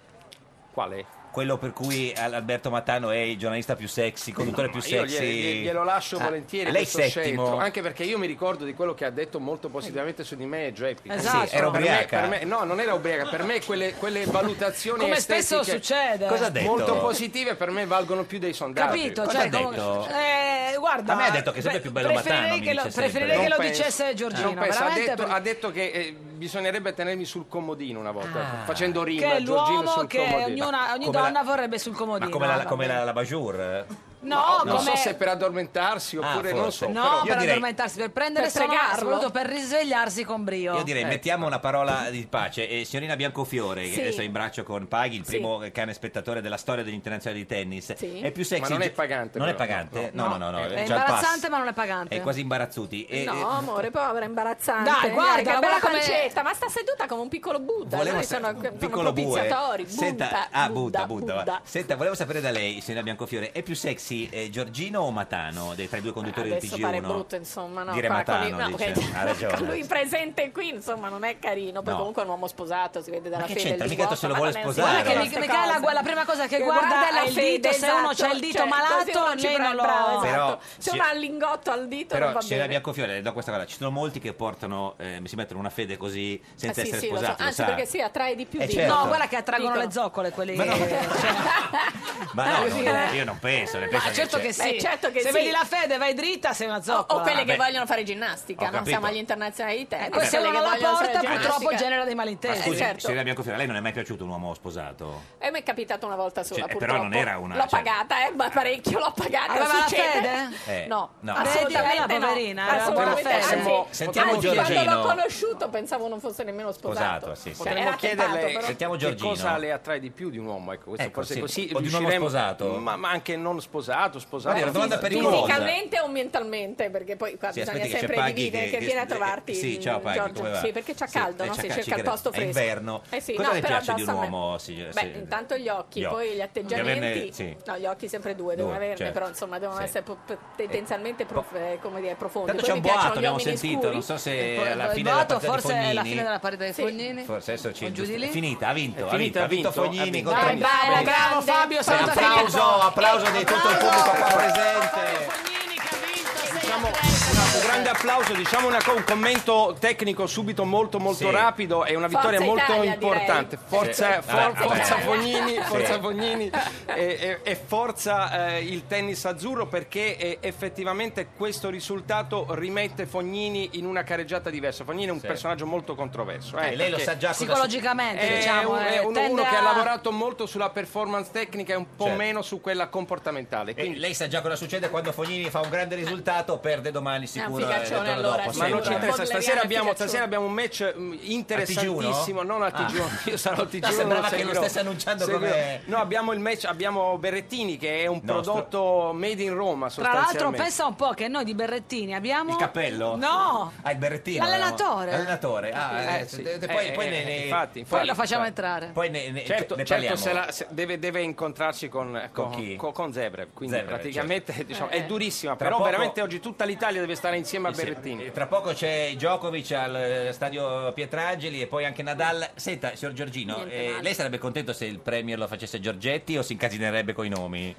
P: Quale?
B: Quello per cui Al- Alberto Matano è il giornalista più sexy, conduttore più
P: Io
B: sexy.
P: glielo, glielo lascio
B: Ah,
P: volentieri
B: Lei
P: questo
B: settimo.
P: scettro, anche perché io mi ricordo di quello che ha detto molto positivamente su di me Geppi.
B: Esatto. Sì, era
P: Per me-
B: ubriaca.
P: per me- no, non era ubriaca, per me quelle, quelle valutazioni
A: Come
P: estetiche
A: spesso succede.
B: Cosa ha detto?
P: molto positive per me valgono più dei sondaggi.
A: Capito?
B: Cosa
A: cioè,
B: ha detto?
A: Eh, guarda,
B: A me ha detto che è sempre
A: beh,
B: più bello
A: preferirei
B: Matano, mi
A: Che lo,
B: dice
A: preferirei
B: sempre.
A: che lo
P: Non penso-
A: dicesse Giorgino.
P: non penso, ha,
A: veramente,
P: detto,
A: perché-
P: ha detto che eh, bisognerebbe tenermi sul comodino una volta,
B: Ah.
P: facendo rima
A: che è
P: Giorgino
A: l'uomo
P: sul
A: che
P: comodino.
A: ognuna- ogni
B: Come la-
A: donna vorrebbe sul comodino.
B: Ma come la,
A: Ah,
B: come
A: vabbè.
B: la, la Bajour?
O: No,
P: non so
O: come-
P: se è per addormentarsi
B: Ah,
P: oppure non so.
A: No,
P: però-
A: per addormentarsi, per prendere
O: Per
A: sonno, ma
O: fregarlo.
A: soprattutto per risvegliarsi con brio.
B: Io direi,
A: Eh.
B: mettiamo una parola di pace. Eh, signorina Biancofiore,
A: Sì.
B: che adesso è in braccio con Paghi, il
A: Sì.
B: primo cane spettatore della storia dell'internazionale di tennis.
A: Sì.
B: È più sexy.
P: Ma non è
B: pagante. Non
P: però,
B: è pagante? No,
P: no,
B: no, no.
P: no.
B: no, già
A: È
B: il pass. Eh,
A: imbarazzante, ma non è pagante.
B: È quasi imbarazzuti. E- e-
O: No, amore, povera, imbarazzante.
A: Dai, guarda,
O: che bella
A: guarda come-
O: pancetta, ma sta seduta come un piccolo Buddha.
B: Volevo
O: Noi
B: sa-
O: sono, sono
B: piccolo bue.
O: propiziatori.
B: Senta,
O: Buddha,
B: ah, Buddha, Buddha, va.
O: Buddha.
B: Senta, volevo sapere da lei, signora Biancofiore, è più sexy eh, Giorgino o Matano dei- tra i due conduttori del
O: Adesso pare
B: TG1?
O: brutto, insomma, no,
B: Dire
O: qua con
B: Matano,
O: lui- no,
B: dice.
O: perché-
B: Ha ragione.
O: con lui presente qui, insomma, non è carino. Poi
B: No.
O: comunque è un uomo sposato, si vede dalla
B: che
O: fede
B: c'entra?
O: del
B: Mica detto se lo
O: divorzio,
B: vuole
O: ma non è
B: sposare.
O: sicuro
A: Perché Michela, guarda, la prima cosa che guarda, è il dito, se uno c'ha il dito
O: cioè, così
A: malato,
O: uno ci
A: lei non
O: prende-
A: lo...
O: bravo,
B: Però,
O: esatto. se
B: sì.
O: uno ha il lingotto al dito non
B: Però,
O: va
B: signora
O: bene.
B: Biancofiore, le do questa cosa. Ci sono molti che portano, eh, si mettono una fede così senza
O: Ah, sì,
B: essere
O: sì, lo so.
B: sposati. lo
O: Anzi,
B: sa.
O: perché si attrae di più
B: Eh,
O: di
B: certo.
A: No, guarda che attraggono
O: Dicono.
A: le zoccole quelli...
B: Ma no.
A: cioè,
O: Ah,
B: Ma no,
A: Così,
B: non-
A: eh.
B: io non penso. Ne
A: ma
B: penso
A: certo
B: c'è-
A: che sì.
O: Eh, certo che
A: se
O: sì.
A: vedi la fede vai dritta, sei una
O: O,
A: zoccola.
O: o quelle che
B: Vabbè.
O: vogliono fare ginnastica,
B: Ho
O: non siamo
B: capito.
O: agli internazionali di tennis.
A: Eh, se
O: quelle
A: uno
O: che
A: la
O: vogliono fare
A: porta purtroppo
O: ginnastica.
A: genera dei
B: Ma
A: malintesi.
B: scusi,
O: certo.
B: signora Biancofiore, a lei non è mai piaciuto un uomo sposato?
O: E Eh, mi è capitata una volta sola,
B: Cioè, eh, però
O: purtroppo.
B: non era una-
O: L'ho
B: cioè-
O: pagata, eh, ma parecchio, l'ho pagata.
A: Aveva la
O: succede.
B: fede? Eh,
O: No,
B: no.
O: assolutamente
A: Vedi, eh, la
O: no.
A: poverina, aveva
O: assolutamente.
A: buona fede.
O: Anzi,
B: Sentiamo
O: anzi,
B: Giorgino.
O: quando l'ho conosciuto pensavo non fosse nemmeno sposato.
B: Sposato, sì, sì.
O: Cioè,
P: Potremmo
O: era tentato,
P: chiederle
O: però.
B: Sentiamo
P: che
B: Giorgino.
P: cosa le attrae di più di un uomo, ecco, questo
B: Ecco,
P: forse
B: sì.
P: così
B: O di un uomo
P: riusciremo-
B: sposato.
P: ma, ma anche non sposato, sposato.
B: Guarda, è una domanda pericolosa.
O: Fisicamente o mentalmente? Perché poi qua
B: Sì,
O: bisogna
B: aspetti che c'è
O: sempre
B: Paghi
O: dividere,
B: che-
O: che,
B: che-
O: viene a
B: eh,
O: trovarti.
B: sì, ciao Paghi,
O: Giorgio.
B: come va?
O: Sì, perché c'ha
B: Sì,
O: caldo,
B: eh,
O: no?
B: c'ha
O: si
B: caldo,
O: cerca il
B: ci
O: posto
B: credo. È
O: fresco.
B: inverno.
O: Eh sì,
B: Cosa
O: no,
B: le
O: però
B: piace di un
O: addosso a me-
B: uomo, signor-
O: Beh,
B: sì.
O: intanto gli occhi,
B: Gli
O: poi
B: occhi.
O: gli atteggiamenti.
B: Di averne- sì.
O: No, gli occhi sempre due, devono
B: Due,
O: averne,
B: certo.
O: però insomma devono
B: Sì. Eh.
O: essere po- po- tendenzialmente prof- eh, come dire, profondi.
B: Tanto
O: Poi
B: c'è un
O: mi piacciono
B: boato,
O: gli
B: abbiamo
O: uomini
B: sentito,
O: scuri. Eh,
B: non so se alla
A: Il
B: fine della
A: voto
B: partita
A: forse
B: di
A: è la
B: Fognini.
A: fine della partita dei Fognini.
B: Forse adesso ci
A: O giù di lì?
B: è finita, ha vinto,
P: È
B: ha vinto,
P: finita,
B: ha vinto
P: ha vinto, ha
B: Fognini
P: vinto.
B: contro
P: Dai,
B: il-
P: vai, la
A: Bravo Fabio,
B: Sì,
A: saluta
B: applauso, applauso di tutto il pubblico qua presente.
P: Diciamo, un grande applauso, diciamo una co- un commento tecnico subito molto molto
B: Sì.
P: rapido e una vittoria
O: Forza
P: molto
O: Italia,
P: importante.
O: direi.
P: Forza,
B: Sì. Ah,
P: for-
B: Vabbè, vabbè.
P: forza Fognini,
B: Sì.
P: forza Fognini e, e- e forza eh, il tennis azzurro perché eh, effettivamente questo risultato rimette Fognini in una carreggiata diversa. Fognini è un
B: Sì.
P: personaggio molto controverso. eh,
B: Eh, lei lo
P: perché
B: sa già cosa
A: Psicologicamente,
P: è
A: diciamo,
P: un-
A: eh,
P: è uno,
A: tende
P: uno che
A: a-
P: ha lavorato molto sulla performance tecnica e un po'
B: Certo.
P: meno su quella comportamentale.
B: E
P: Quindi
B: Eh, lei sa già cosa succede quando Fognini fa un grande risultato, perde domani sicuro. eh,
O: figaccione,
B: il giorno
O: allora,
B: dopo,
O: sì.
P: Ma
B: sì.
P: non ci
O: Allora,
P: interessa,
O: Bolleriano
P: stasera
O: e
P: abbiamo,
O: Figaccione.
P: stasera abbiamo un match mm, interessantissimo,
B: Al TG1?
P: non al
B: Ah.
P: TG1, io sarò al TG1.
B: No, sembrava
P: lo
B: che lo
P: seguirò.
B: stesse annunciando
P: Seguirò.
B: come-
P: No, abbiamo il match, abbiamo Berrettini che è un
B: Nostro.
P: prodotto made in Roma
A: Tra l'altro
P: sostanzialmente.
A: pensa un po' che noi di Berrettini abbiamo...
B: Il cappello?
A: No!
B: Ah, il berrettino.
A: L'allenatore.
B: L'allenatore. Ah,
P: Eh,
B: eh,
P: sì.
B: eh, poi,
P: Eh,
B: poi
P: eh,
B: ne, ne-
P: infatti, infatti.
A: Poi lo facciamo entrare.
B: poi ne- ne-
P: Certo,
B: ne
P: certo,
B: parliamo.
P: se la- se- deve, deve incontrarci con,
B: Con
P: con,
B: chi?
P: con- con Zebrev, quindi
B: Zebrev,
P: praticamente diciamo,
B: Eh.
P: è durissima,
B: Tra
P: però
B: poco-
P: veramente oggi tutta l'Italia deve stare insieme a Berrettini.
B: E Tra poco c'è Djokovic al eh, stadio Pietrangeli e poi anche Nadal. Senta, signor Giorgino,
P: Niente
B: eh,
P: male.
B: lei sarebbe contento se il Premier lo facesse Giorgetti o si incasinerebbe coi nomi?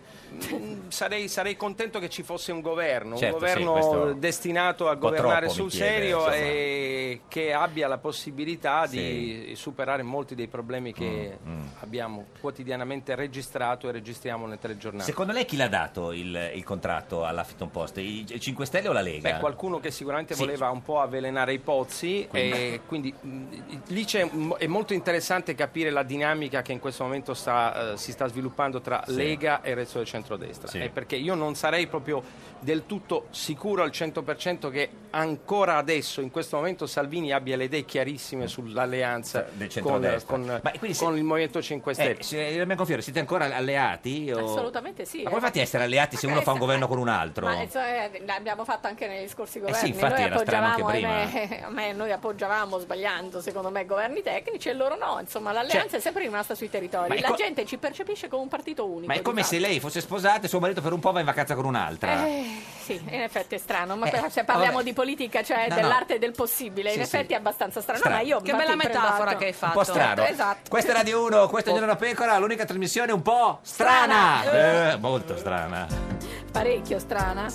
P: Mm, sarei, sarei contento che ci fosse un governo,
B: Certo,
P: un
B: sì,
P: governo
B: questo-
P: destinato a
B: po'
P: governare
B: troppo, mi
P: sul
B: chiede,
P: serio
B: insomma.
P: e che abbia la possibilità di superare molti dei problemi che
B: Mm,
P: abbiamo quotidianamente registrato e registriamo nelle telegiornate.
B: Secondo lei chi l'ha dato il, il contratto all'Huffington Post? I i 5 Stelle o la Lega?
P: Beh, qualcuno che sicuramente
B: Sì.
P: voleva un po' avvelenare i pozzi e quindi mh, lì c'è, mh, è molto interessante capire la dinamica che in questo momento sta, eh, si sta sviluppando tra
B: Sì.
P: Lega e il resto del centrodestra.
B: Sì.
P: Eh, perché io non sarei proprio del tutto sicuro al 100% che ancora adesso, in questo momento, Salvini abbia le idee chiarissime sull'alleanza
B: Mm. Del
P: con,
B: centrodestra.
P: con-
B: Ma quindi se-
P: con il Movimento 5 Stelle.
B: Eh, signor Biancofiore, siete ancora alleati? o-
O: Assolutamente sì.
B: Ma
O: eh.
B: come fate a essere alleati se
O: Ma
B: uno fa un
O: questa-
B: governo con un altro?
O: Ma insomma, eh, l'abbiamo fatto anche negli scorsi governi.
B: Eh infatti
O: noi
B: era strano
O: appoggiavamo,
B: anche
O: ahimè, eh, ahimè, noi appoggiavamo sbagliando, secondo me, governi tecnici e loro no. Insomma, l'alleanza
B: Cioè-
O: è sempre rimasta sui
B: Ma
O: territori.
B: è
O: La
B: co-
O: gente ci percepisce come un partito unico.
B: Ma è
O: di
B: come se
O: fatto.
B: lei fosse sposata e suo marito per un po' va in vacanza con un'altra.
O: Eh, sì, in effetti è strano, ma
B: Eh,
O: però se parliamo
B: vabbè.
O: di politica, cioè
B: No, no.
O: dell'arte e del possibile, in
B: Sì, sì.
O: effetti è abbastanza strano.
B: Strano.
O: Ma io
A: Che
O: infatti,
A: bella
O: prendo
A: metafora
O: atto.
A: che hai
B: Un
A: fatto.
B: po' strano.
O: Esatto.
B: Questa è Radio 1, questa è Giorno da Pecora, l'unica trasmissione un po' strana.
O: Strana.
B: Eh, molto strana.
O: Parecchio strana.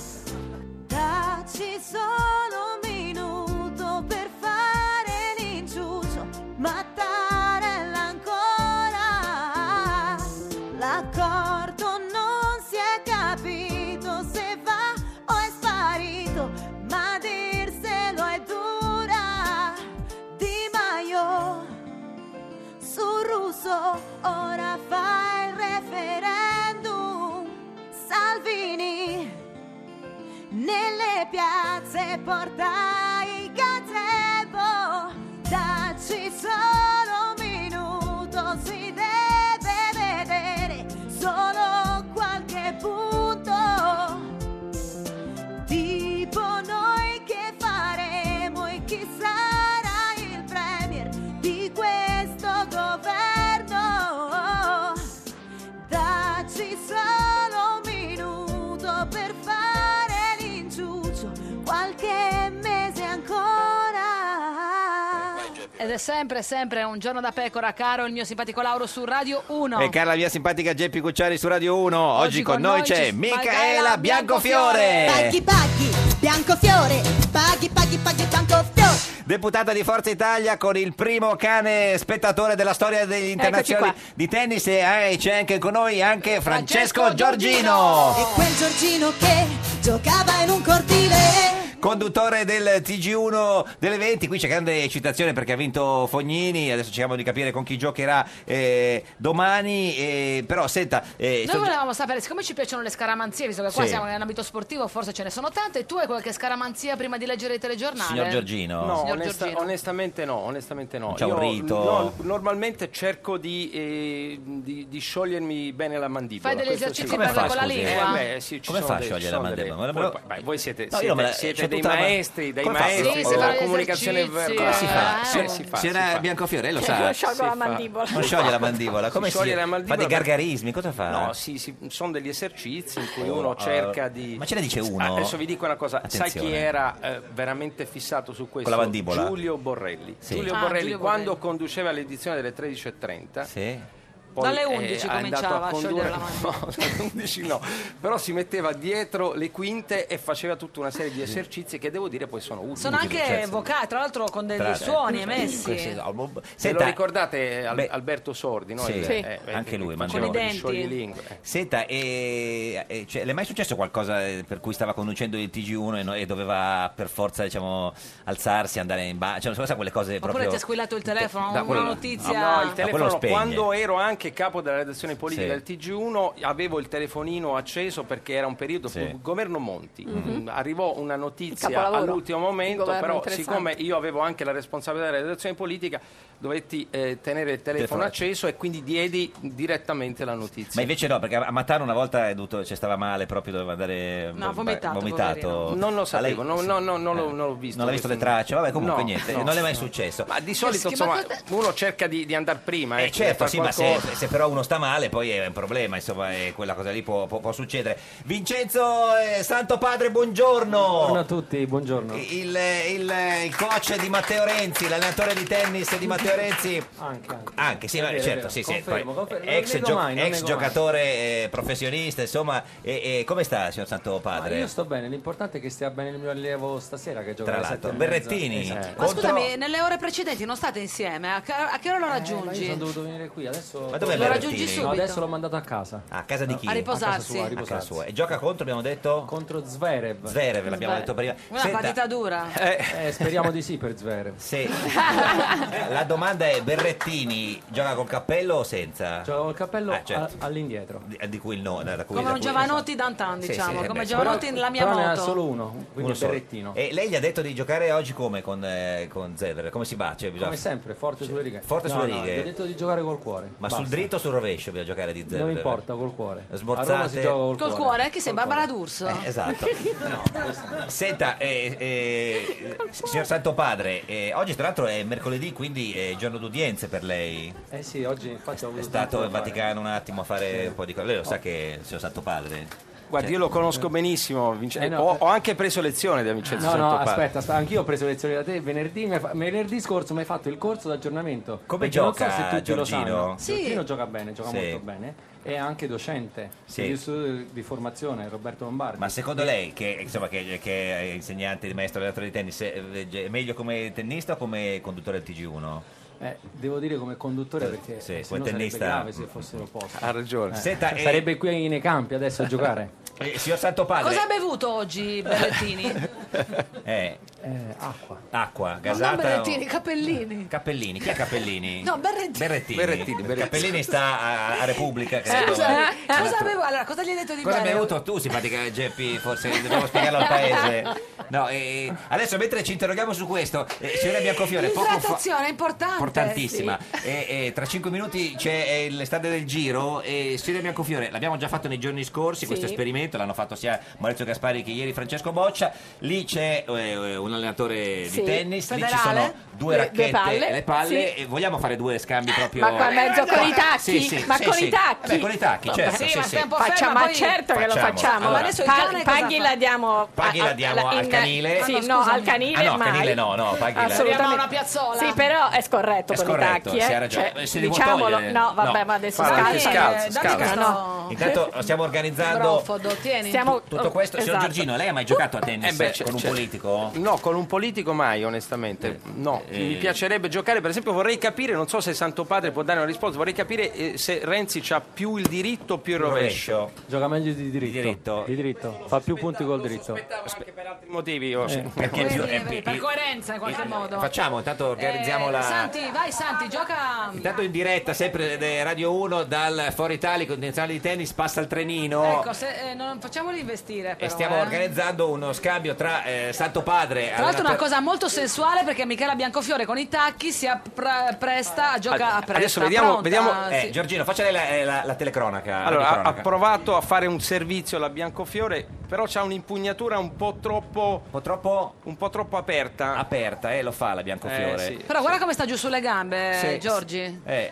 K: Dacci solo un minuto per fare l'inciucio, Mattarella ancora. L'accordo non si è capito se va o è sparito, ma dirselo è dura. Di Maio sul russo ora fa il referendum. Salvini nelle piazze portai gazebo dacci solo un minuto si deve vedere solo qualche punto tipo noi che faremo e chi sarà il premier di questo governo Dacci solo un minuto per fare l'inciuccio, qualche mese ancora.
A: Ed è sempre, sempre un giorno da pecora, caro il mio simpatico Lauro su Radio 1.
B: E cara la mia simpatica Geppi Cucciari su Radio 1, oggi, con noi c'è
A: ci-
B: Micaela Biancofiore,
Q: Paghi, paghi, Biancofiore. Paghi, paghi, paghi, Biancofiore.
B: deputata di Forza Italia con il primo cane spettatore della storia degli internazionali
Q: qua.
B: di tennis e eh, c'è anche con noi anche Francesco,
Q: E
B: Giorgino,
Q: quel Giorgino che giocava in un cortile.
B: conduttore del TG1 delle 20, qui c'è grande eccitazione perché ha vinto Fognini, adesso cerchiamo di capire con chi giocherà eh, domani, eh, però senta... eh,
A: Noi
B: sto-
A: volevamo sapere, siccome ci piacciono le scaramanzie, visto che qua
B: Sì.
A: siamo in ambito sportivo, forse ce ne sono tante, tu hai qualche scaramanzia prima di leggere il telegiornale?
P: No,
A: Signor
P: onesta-
A: Giorgino.
P: onestamente no, onestamente no.
B: C'è un rito?
P: no, normalmente cerco di, eh, di- di sciogliermi bene la mandibola.
A: Fai degli
P: questo
A: esercizi
P: sì.
A: per- Come fa, con la scusi? lingua?
P: Eh, beh, sì, ci
B: Come
P: sono
B: fa a
P: dei- ci
B: sciogliere la
P: sono dei-
B: mandibola?
P: voi- voi- voi siete,
B: No, io me la-
P: siete- siete
B: c'ho
P: dei
B: tutta la man-
P: maestri, dei
B: Come fa?
P: maestri
B: Sì, si fa
P: della
B: gli
P: comunicazione
B: esercizi,
P: verbale.
B: Come si fa?
P: Eh,
B: Se-
P: si fa, si
B: signora
P: fa.
B: Biancofiore, lei lo
P: Si
B: sa.
P: fa, si fa.
B: Non scioglie la mandibola, come si,
P: scioglie la mandibola
B: Fa dei
P: per-
B: gargarismi, cosa fa?
P: No, sì, sì, sono degli esercizi in cui
B: Oh,
P: uno
B: eh,
P: cerca di.
B: ma ce ne dice uno?
P: Ah, Adesso vi dico una cosa: sai
B: Attenzione.
P: chi era eh, veramente fissato su questo?
B: Con la mandibola?
P: Giulio Borrelli.
B: Sì.
P: Giulio
B: Ah,
P: Borrelli,
A: Giulio
P: quando conduceva l'edizione delle 13.30.
B: Sì.
P: Poi
A: Dalle
P: è
A: 11
P: andato
A: cominciava a
P: condurre-
A: sciogliere la mano.
P: No, dalle 11 no, però si metteva dietro le quinte e faceva tutta una serie di esercizi che devo dire poi sono utili.
A: Sono anche
P: Certo.
A: vocali, tra l'altro con degli
P: Tra-
A: suoni
P: Sì,
A: emessi.
P: sì, sì, no,
B: boh,
P: Se
B: Senta-
P: lo ricordate eh, Al- Alberto Sordi, no?
B: Sì,
P: Il-
B: Sì.
P: eh, eh,
B: anche lui,
P: che faceva
B: mangiava. Con i
P: gli
B: denti.
P: scioglilingue.
B: Senta, e, e cioè, le è mai successo qualcosa eh, per cui stava conducendo il TG1 e, no- e doveva per forza diciamo, alzarsi, andare in bar? Cioè, non so, sa quelle cose
A: Oppure
B: proprio...
A: ti ha squillato il telefono,
B: Da
A: una
B: quello-
A: notizia...
P: No, il
B: Ah, quello
P: telefono,
B: spegne.
P: quando ero anche capo della redazione politica del
B: Sì.
P: TG1, avevo il telefonino acceso perché era un periodo
B: Sì.
P: fu il governo Monti. Mm, Arrivò una notizia
R: Capolavoro.
P: all'ultimo
R: Mhm. Il
P: momento,
R: governo
P: però
R: interessante.
P: siccome io avevo anche la responsabilità della redazione politica, dovetti eh, tenere il telefono
B: Telefono.
P: acceso e quindi diedi direttamente la notizia.
B: Ma invece no, perché a Matano una volta è dovuto, cioè, stava male, proprio doveva andare...
P: No, ha
B: beh,
P: vomitato,
B: vomitato.
P: poverino. Non lo sapevo,
B: A
P: no, no, no, non l'ho- non l'ho visto
B: Eh, Non l'ha visto le
P: questo.
B: tracce, vabbè comunque
P: No,
B: niente,
P: no.
B: non le è mai successo.
P: Ma di solito
B: Eh sì, ma
P: insomma, uno cerca di, andare prima.
B: Eh
P: ecco,
B: certo,
P: di far
B: sì, ma se,
P: qualcosa.
B: se però uno sta male poi è un problema, insomma, e quella cosa lì può, può- può succedere. Vincenzo eh, Santo Padre, buongiorno.
S: Buongiorno a tutti, buongiorno.
B: Il, il, il coach di Matteo Renzi, l'allenatore di tennis di Matteo Renzi.
S: Anche, anche.
B: sì,
S: È
B: ma-
S: vero, è
B: certo,
S: vero.
B: sì, sì,
S: Confermo,
B: poi
S: confermo.
B: ex,
S: Non nego
B: gio-
S: mai, non
B: ex
S: nego mai.
B: giocatore eh, professionista, insomma, e, e come sta signor Santo Padre?
S: Ma Ah, io sto bene, l'importante è che stia bene il mio allievo stasera che gioca
B: Tra
S: alle
B: l'altro,
S: sette e mezza.
B: Berrettini.
S: Esatto.
B: Eh.
A: Ma
B: Contro-
A: scusami, nelle ore precedenti non state insieme? A che, a che ora lo
S: Eh, Ma
A: raggiungi?
S: Io sono dovuto venire qui, adesso
B: Ma dov'è
S: lo
B: Berrettini?
S: raggiungi subito. No, adesso l'ho mandato a casa.
B: A casa di chi?
S: A
A: riposarsi.
S: A casa sua, a
B: A casa
S: riposarsi.
B: sua. E gioca contro, abbiamo detto?
S: Contro Zverev.
B: Zverev, l'abbiamo detto prima.
A: Una
B: Senta,
A: partita dura.
S: Eh, speriamo di sì per Zverev.
B: Sì. La domanda è: Berrettini gioca col cappello o senza?
S: Gioca col cappello
B: Ah, certo.
S: a- all'indietro.
B: Di, di cui il no, da, da cui,
A: Come
B: da
A: un
B: cui-
A: Giovanotti d'antan,
B: Sì,
A: diciamo,
B: sì,
A: come
B: beh,
A: Giovanotti
B: però-
A: la mia
S: però
A: moto.
S: ne ha solo uno, quindi
B: Uno solo.
S: Berrettino.
B: E lei gli ha detto di giocare oggi come con, eh, con Zverev? Come si bacia? Bisogna-
S: Come sempre, forte sulle righe.
B: Forte
S: No,
B: sulle
S: no,
B: righe.
S: gli ho detto di giocare col cuore.
B: Ma
S: Basta.
B: sul dritto o sul rovescio bisogna giocare di Zverev?
S: Non importa, col cuore.
B: Smorzate.
S: A Roma si gioca col,
A: Col cuore, chi sei? Barbara D'Urso?
B: Eh, esatto. Senta, eh, eh, signor Santo Padre, eh, oggi tra l'altro è mercoledì, quindi è giorno d'udienze per lei.
S: Eh sì, oggi infatti ho avuto
B: È stato
S: tanto
B: in
S: da fare.
B: Vaticano un attimo a fare
S: Sì.
B: un po' di cose. Lei lo sa che il signor Santo Padre.
P: Guardi, io lo conosco benissimo, Vincenzo.
S: Cioè, Eh no,
P: ho, ho anche preso lezione da Vincenzo
S: No, no,
P: Santopadre.
S: aspetta, aspetta, anch'io ho preso lezioni da te. Venerdì, mi hai fa- venerdì scorso mi hai fatto il corso d'aggiornamento.
B: Come
S: Perché
B: gioca
S: Non so se tutti
B: Giorgino?
S: lo sanno.
B: Sì.
S: Giorgino gioca bene, gioca
B: Sì.
S: molto bene. È anche docente
B: Sì.
S: studio di formazione, Roberto Lombardi.
B: Ma secondo lei, che, insomma, che, che è insegnante, maestro, allenatore di tennis, eh, è meglio come tennista o come conduttore del TG1?
S: Eh, devo dire come
P: Eh,
S: conduttore perché
B: Sì,
S: se
B: come
S: no sarebbe
B: tennista-
S: grave se fosse l'opposto.
P: Ha ragione.
S: Eh,
B: Senta, eh,
S: sarebbe qui nei campi adesso a giocare.
B: Eh, signor Santo Padre,
A: Cosa ha bevuto oggi Berrettini?
B: Eh,
S: acqua.
B: acqua,
A: Non
B: gasata. o-
A: Berrettini, Capellini.
B: Cappellini, chi è Cappellini?
A: No, Berrettini.
B: Berrettini.
A: Berrettini,
P: Berrettini.
B: Cappellini sta a, a Repubblica. credo.
A: Scusa,
B: Eh,
A: eh,
B: Ha
A: cosa
B: detto-
A: avevo? Allora, cosa gli hai detto di
B: Cosa mi hai
A: bene?
B: avuto tu, simpatica Geppi? Forse dobbiamo spiegarlo al paese. No, eh, adesso mentre ci interroghiamo su questo, eh, signora Biancofiore, poco fa.
A: L'idratazione è importante.
B: Importantissima.
O: Eh,
B: E, e tra cinque minuti c'è eh, l'estate del giro. E Silvia Biancofiore, l'abbiamo già fatto nei giorni scorsi,
A: Sì.
B: questo esperimento, l'hanno fatto sia Maurizio Gaspari che ieri Francesco Boccia. Lì c'è eh, un allenatore di
O: Sì,
B: tennis, lì ci
O: federale.
B: sono due
O: Le-
B: racchette
O: due palle,
B: e le palle
O: sì.
B: e vogliamo fare due scambi proprio.
O: Ma qua in mezzo con i tacchi?
B: Sì, sì,
O: ma
B: sì,
O: con
B: sì.
O: i tacchi?
B: Vabbè, con i tacchi,
O: Vabbè.
B: certo, sì, sì.
O: Facciamo, ma certo che lo
B: Facciamo. Allora.
O: facciamo.
B: ah,
O: Ma
B: Ma adesso
A: il cane cosa
O: paghi
A: fa?
O: la diamo,
B: Paghi la diamo
O: alla-
B: al
O: in-
B: canile?
O: Sì,
B: Ah, no,
O: no, al canile
B: Ah no,
O: mai.
B: canile no, no, paghi la-
O: Assolutamente.
A: Andiamo a una piazzola.
O: Sì, però è scorretto
B: È
O: con i
B: scorretto,
O: tacchi.
B: sì,
O: eh.
B: ha ragione.
O: Cioè,
B: Eh, se li vuol
O: diciamolo,
B: togliere?
O: no, vabbè,
B: No.
O: ma adesso
B: Falla,
O: scalzo.
B: ti scalzo, scalzo.
O: No.
B: Intanto stiamo organizzando
A: tieni.
O: Stiamo...
B: tutto questo. Signor
P: Esatto.
B: Giorgino, lei ha mai giocato a tennis
P: Eh beh, c'è-
B: con un
P: c'è-
B: politico?
P: No, con un politico mai, onestamente. No,
B: eh.
P: mi piacerebbe giocare. Per esempio, vorrei capire, non so se Santo Padre può dare una risposta, vorrei capire eh, se Renzi ha più il diritto o più il rovescio.
S: Gioca meglio di diritto. Di diritto. Fa più punti col dritto.
P: Per motivi oh, io.
S: Eh.
B: Perché più- è più-
A: Per coerenza in qualche modo.
B: Eh, Facciamo, intanto organizziamo
A: Eh,
B: la...
A: Santi, vai Santi, gioca.
B: Intanto in diretta, sempre eh, Radio 1, dal Foro Italia, condizionale di tennis, passa il trenino.
A: Ecco, se, eh, non facciamoli investire però.
B: Oh. e stiamo
A: eh.
B: organizzando uno scambio tra eh, Santo Padre...
A: Tra l'altro una
B: allenatore-
A: cosa molto sensuale perché Michela Biancofiore con i tacchi si appra- presta a giocare a presta.
B: Adesso
A: pronta,
B: Eh,
A: sì.
B: Giorgino, faccia lei la, eh, la- la telecronaca.
P: Allora, ha- ha
B: radiocronaca.
P: provato a fare un servizio alla Biancofiore, però c'ha un'impugnatura un po' troppo. Un
B: po' troppo,
P: aperta.
B: Aperta, eh, lo fa la Biancofiore.
P: Eh, sì.
A: Però guarda come sta giù sulle gambe,
P: Sì.
A: Giorgi.
B: Eh.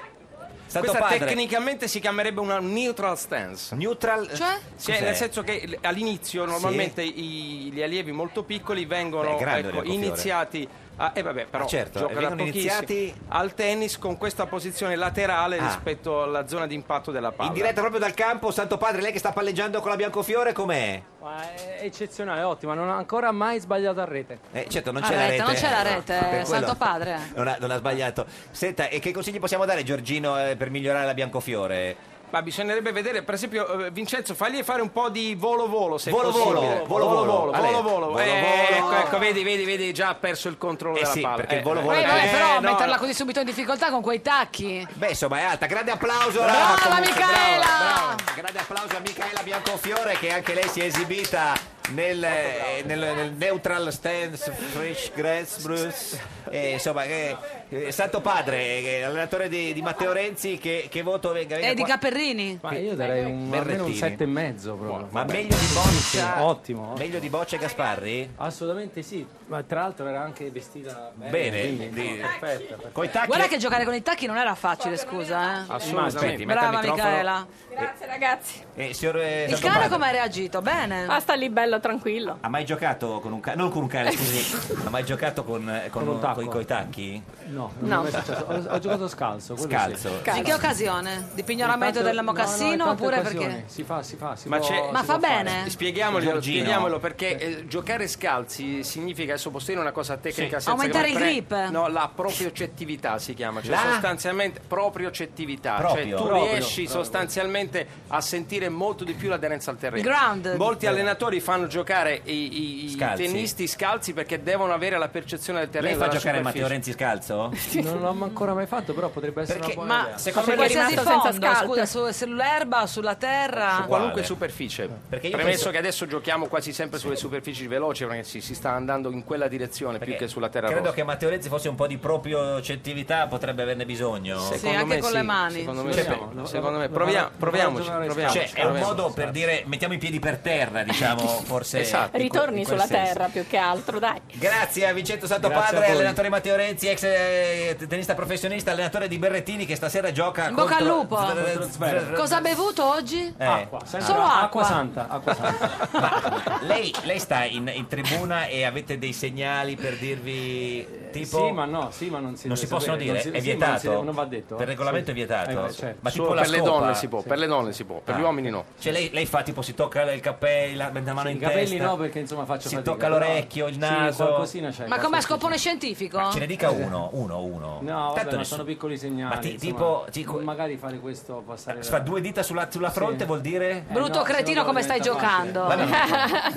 B: Santo
P: Questa
B: Padre.
P: tecnicamente si chiamerebbe una neutral stance.
B: Neutral eh,
A: Cioè?
P: Sì,
B: Cos'è?
P: nel senso che l- all'inizio normalmente i- gli allievi molto piccoli vengono
B: Beh, grande
P: ecco,
B: Biancofiore.
P: iniziati a, eh, vabbè, però
B: Ah, certo,
P: giocano
B: vengono
P: da pochissimo,
B: iniziati-
P: al tennis con questa posizione laterale
B: Ah.
P: rispetto alla zona di impatto della palla.
B: In diretta proprio dal campo, Santo Padre, lei che sta palleggiando con la Biancofiore, com'è?
S: Ma è eccezionale, ottima. Non ha ancora mai sbagliato a rete.
B: Eh, certo, non
A: A
B: c'è la
A: rete,
B: rete.
A: non c'è la rete,
B: Ah,
A: eh,
B: Per quello-
A: Santo Padre.
B: Non ha, non ha sbagliato. Senta, e che consigli possiamo dare, Giorgino, eh, per migliorare la Biancofiore?
P: Ma bisognerebbe vedere, per esempio, eh, Vincenzo, fagli fare un po' di volo volo se
B: Volo, volo,
P: possibile.
B: volo,
P: volo,
B: volo.
P: volo, volo,
B: Ah, lei-
P: volo.
B: volo,
P: Eh,
B: volo.
P: Ecco, ecco, vedi, vedi, vedi, già ha perso il controllo
B: Eh
P: della
B: sì,
P: palla.
B: perché il volo, volo
A: Eh, vabbè, però
P: no.
A: metterla così subito in difficoltà con quei tacchi.
B: Beh, insomma, è alta. Grande applauso.
A: Brava,
B: comunque,
A: Micaela!
B: brava, brava. Grande applauso a Micaela Biancofiore che anche lei si è esibita nel, eh, nel- nel neutral stance fresh grass Bruce. Eh, insomma, eh, eh, Santo Padre, eh, allenatore di, di Matteo Renzi, che, che voto venga? venga
A: E Eh, di
B: qua-
A: Caperrini.
S: Ma io darei un, almeno un
B: Berrettini.
S: 7 e mezzo proprio.
B: Ma meglio di Boccia.
S: Ottimo, ottimo.
B: Meglio di Boccia e Gasparri?
S: Assolutamente sì. Ma tra l'altro era anche vestita bene.
B: Bene,
S: quindi,
B: di- eh,
S: no, perfetta, perfetta.
B: Coi tacchi.
A: Guarda che giocare con i tacchi non era facile, scusa. Eh.
B: Assolutamente. Aspetti, metta il
A: Brava
B: microfono.
A: Michela.
O: Grazie ragazzi.
B: Eh, signor, eh, Ah,
A: Il
B: Santo
A: cane
B: Padre,
A: come ha reagito? Bene.
O: Ma sta lì bello tranquillo.
B: Ha mai giocato con un cane? Non con un cane, scusi. ha mai giocato con, eh, con,
S: Con un tacco.
B: coi- coi tacchi?
S: No, non
B: No.
S: è mai successo. Ho, ho giocato scalzo. quello sì.
B: Scalzo.
A: In che occasione? Di pignoramento
S: Tante-
A: del
S: no, no,
A: mocassino
S: tante
A: oppure
S: occasioni.
A: perché?
S: Si fa, si fa. eh, Si
P: Ma,
S: può-
P: c'è-
A: Ma
S: si
A: fa
S: può fare.
A: bene?
P: Spieghiamolo,
S: Giorgino.
P: spieghiamolo perché eh, giocare scalzi significa adesso posso dire una cosa tecnica
A: Sì.
P: senza
A: Aumentare
P: che-
A: il
P: pre-
A: grip.
P: No, la propriocettività si chiama, cioè
B: La?
P: sostanzialmente propriocettività,
B: Proprio.
P: cioè tu
B: Proprio,
P: riesci
B: proprio.
P: sostanzialmente a sentire molto di più l'aderenza al terreno.
A: Il ground.
P: Molti
A: Eh.
P: allenatori fanno giocare i, i- i
B: Scalzi.
P: tennisti scalzi perché devono avere la percezione del terreno.
B: Lei fa
P: della
B: giocare Matteo
P: superficie.
B: Renzi scalzo?
S: Non l'ho ancora mai fatto, però potrebbe essere
B: Perché-
S: una buona
A: Ma
S: idea.
B: Secondo
A: su
B: me è
A: qualsiasi
B: rimasto senza
A: fondo,
B: scarpe.
A: scusa, su- sull'erba, sulla terra.
P: Ah. Qualunque
S: Eh.
P: superficie,
B: Perché io
P: premesso
B: penso-
P: che adesso giochiamo quasi sempre sulle superfici veloci, perché si, si sta andando in quella direzione più che sulla terra
B: Credo
P: rossa.
B: che Matteo Renzi fosse un po' di proprio cettività, potrebbe averne bisogno.
A: Secondo anche me con sì, le mani. secondo
P: me sì.
S: lo-
P: Secondo me-
S: lo-
P: proviamo-
S: lo-
P: proviamoci,
S: lo- lo-
P: proviamoci.
B: Cioè, è un
P: Proviamo.
B: modo per dire mettiamo i piedi per terra, diciamo, forse.
P: Esatto.
B: in que-
O: Ritorni
B: in quel
O: sulla
B: senso.
O: terra più che altro, dai.
B: Grazie a Vincenzo Santo
S: Grazie a
B: Padre,
S: voi.
B: allenatore Matteo Renzi, ex eh, tenista professionista, allenatore di Berrettini che stasera gioca
A: In bocca al
B: contro-
A: lupo.
B: Contro Zverev.
A: Cosa ha bevuto oggi?
B: Eh.
S: Acqua, sempre
A: Solo
S: acqua.
A: acqua.
S: santa, acqua santa.
B: Lei, lei sta in, in tribuna e avete dei segnali per dirvi tipo...
S: Sì, ma no, sì, ma non si
B: Non
S: deve
B: si
S: sapere,
B: possono dire,
S: non si- sì, ma
B: è
S: non si
B: vietato.
S: deve- non va detto.
B: Per regolamento
S: Sì.
B: è vietato.
S: Eh, beh, certo.
B: Ma tipo
P: Solo
B: la
P: per le
B: scopa-
P: donne si può, per le donne si può, per
B: Ah.
P: gli uomini no.
B: Cioè lei, lei fa tipo si tocca il cappello, la mette la mano in
S: capelli
B: testa.
S: no, perché insomma faccio
B: Si
S: fatica,
B: tocca
S: però-
B: l'orecchio, il
S: sì,
B: naso.
S: qualcosina c'è.
A: Ma com'è a scopone scientifico?
B: Ce ne dica uno, uno, uno.
S: No, vabbè,
B: Tanto
S: ma
B: nessuno-
S: sono piccoli segnali.
B: Ma ti-
S: insomma,
B: tipo- tipo-
S: magari fare questo passare.
B: Si fa due dita sulla, sulla fronte
S: Sì.
B: vuol dire?
S: Eh,
A: Brutto cretino come stai giocando.
B: Ma, no,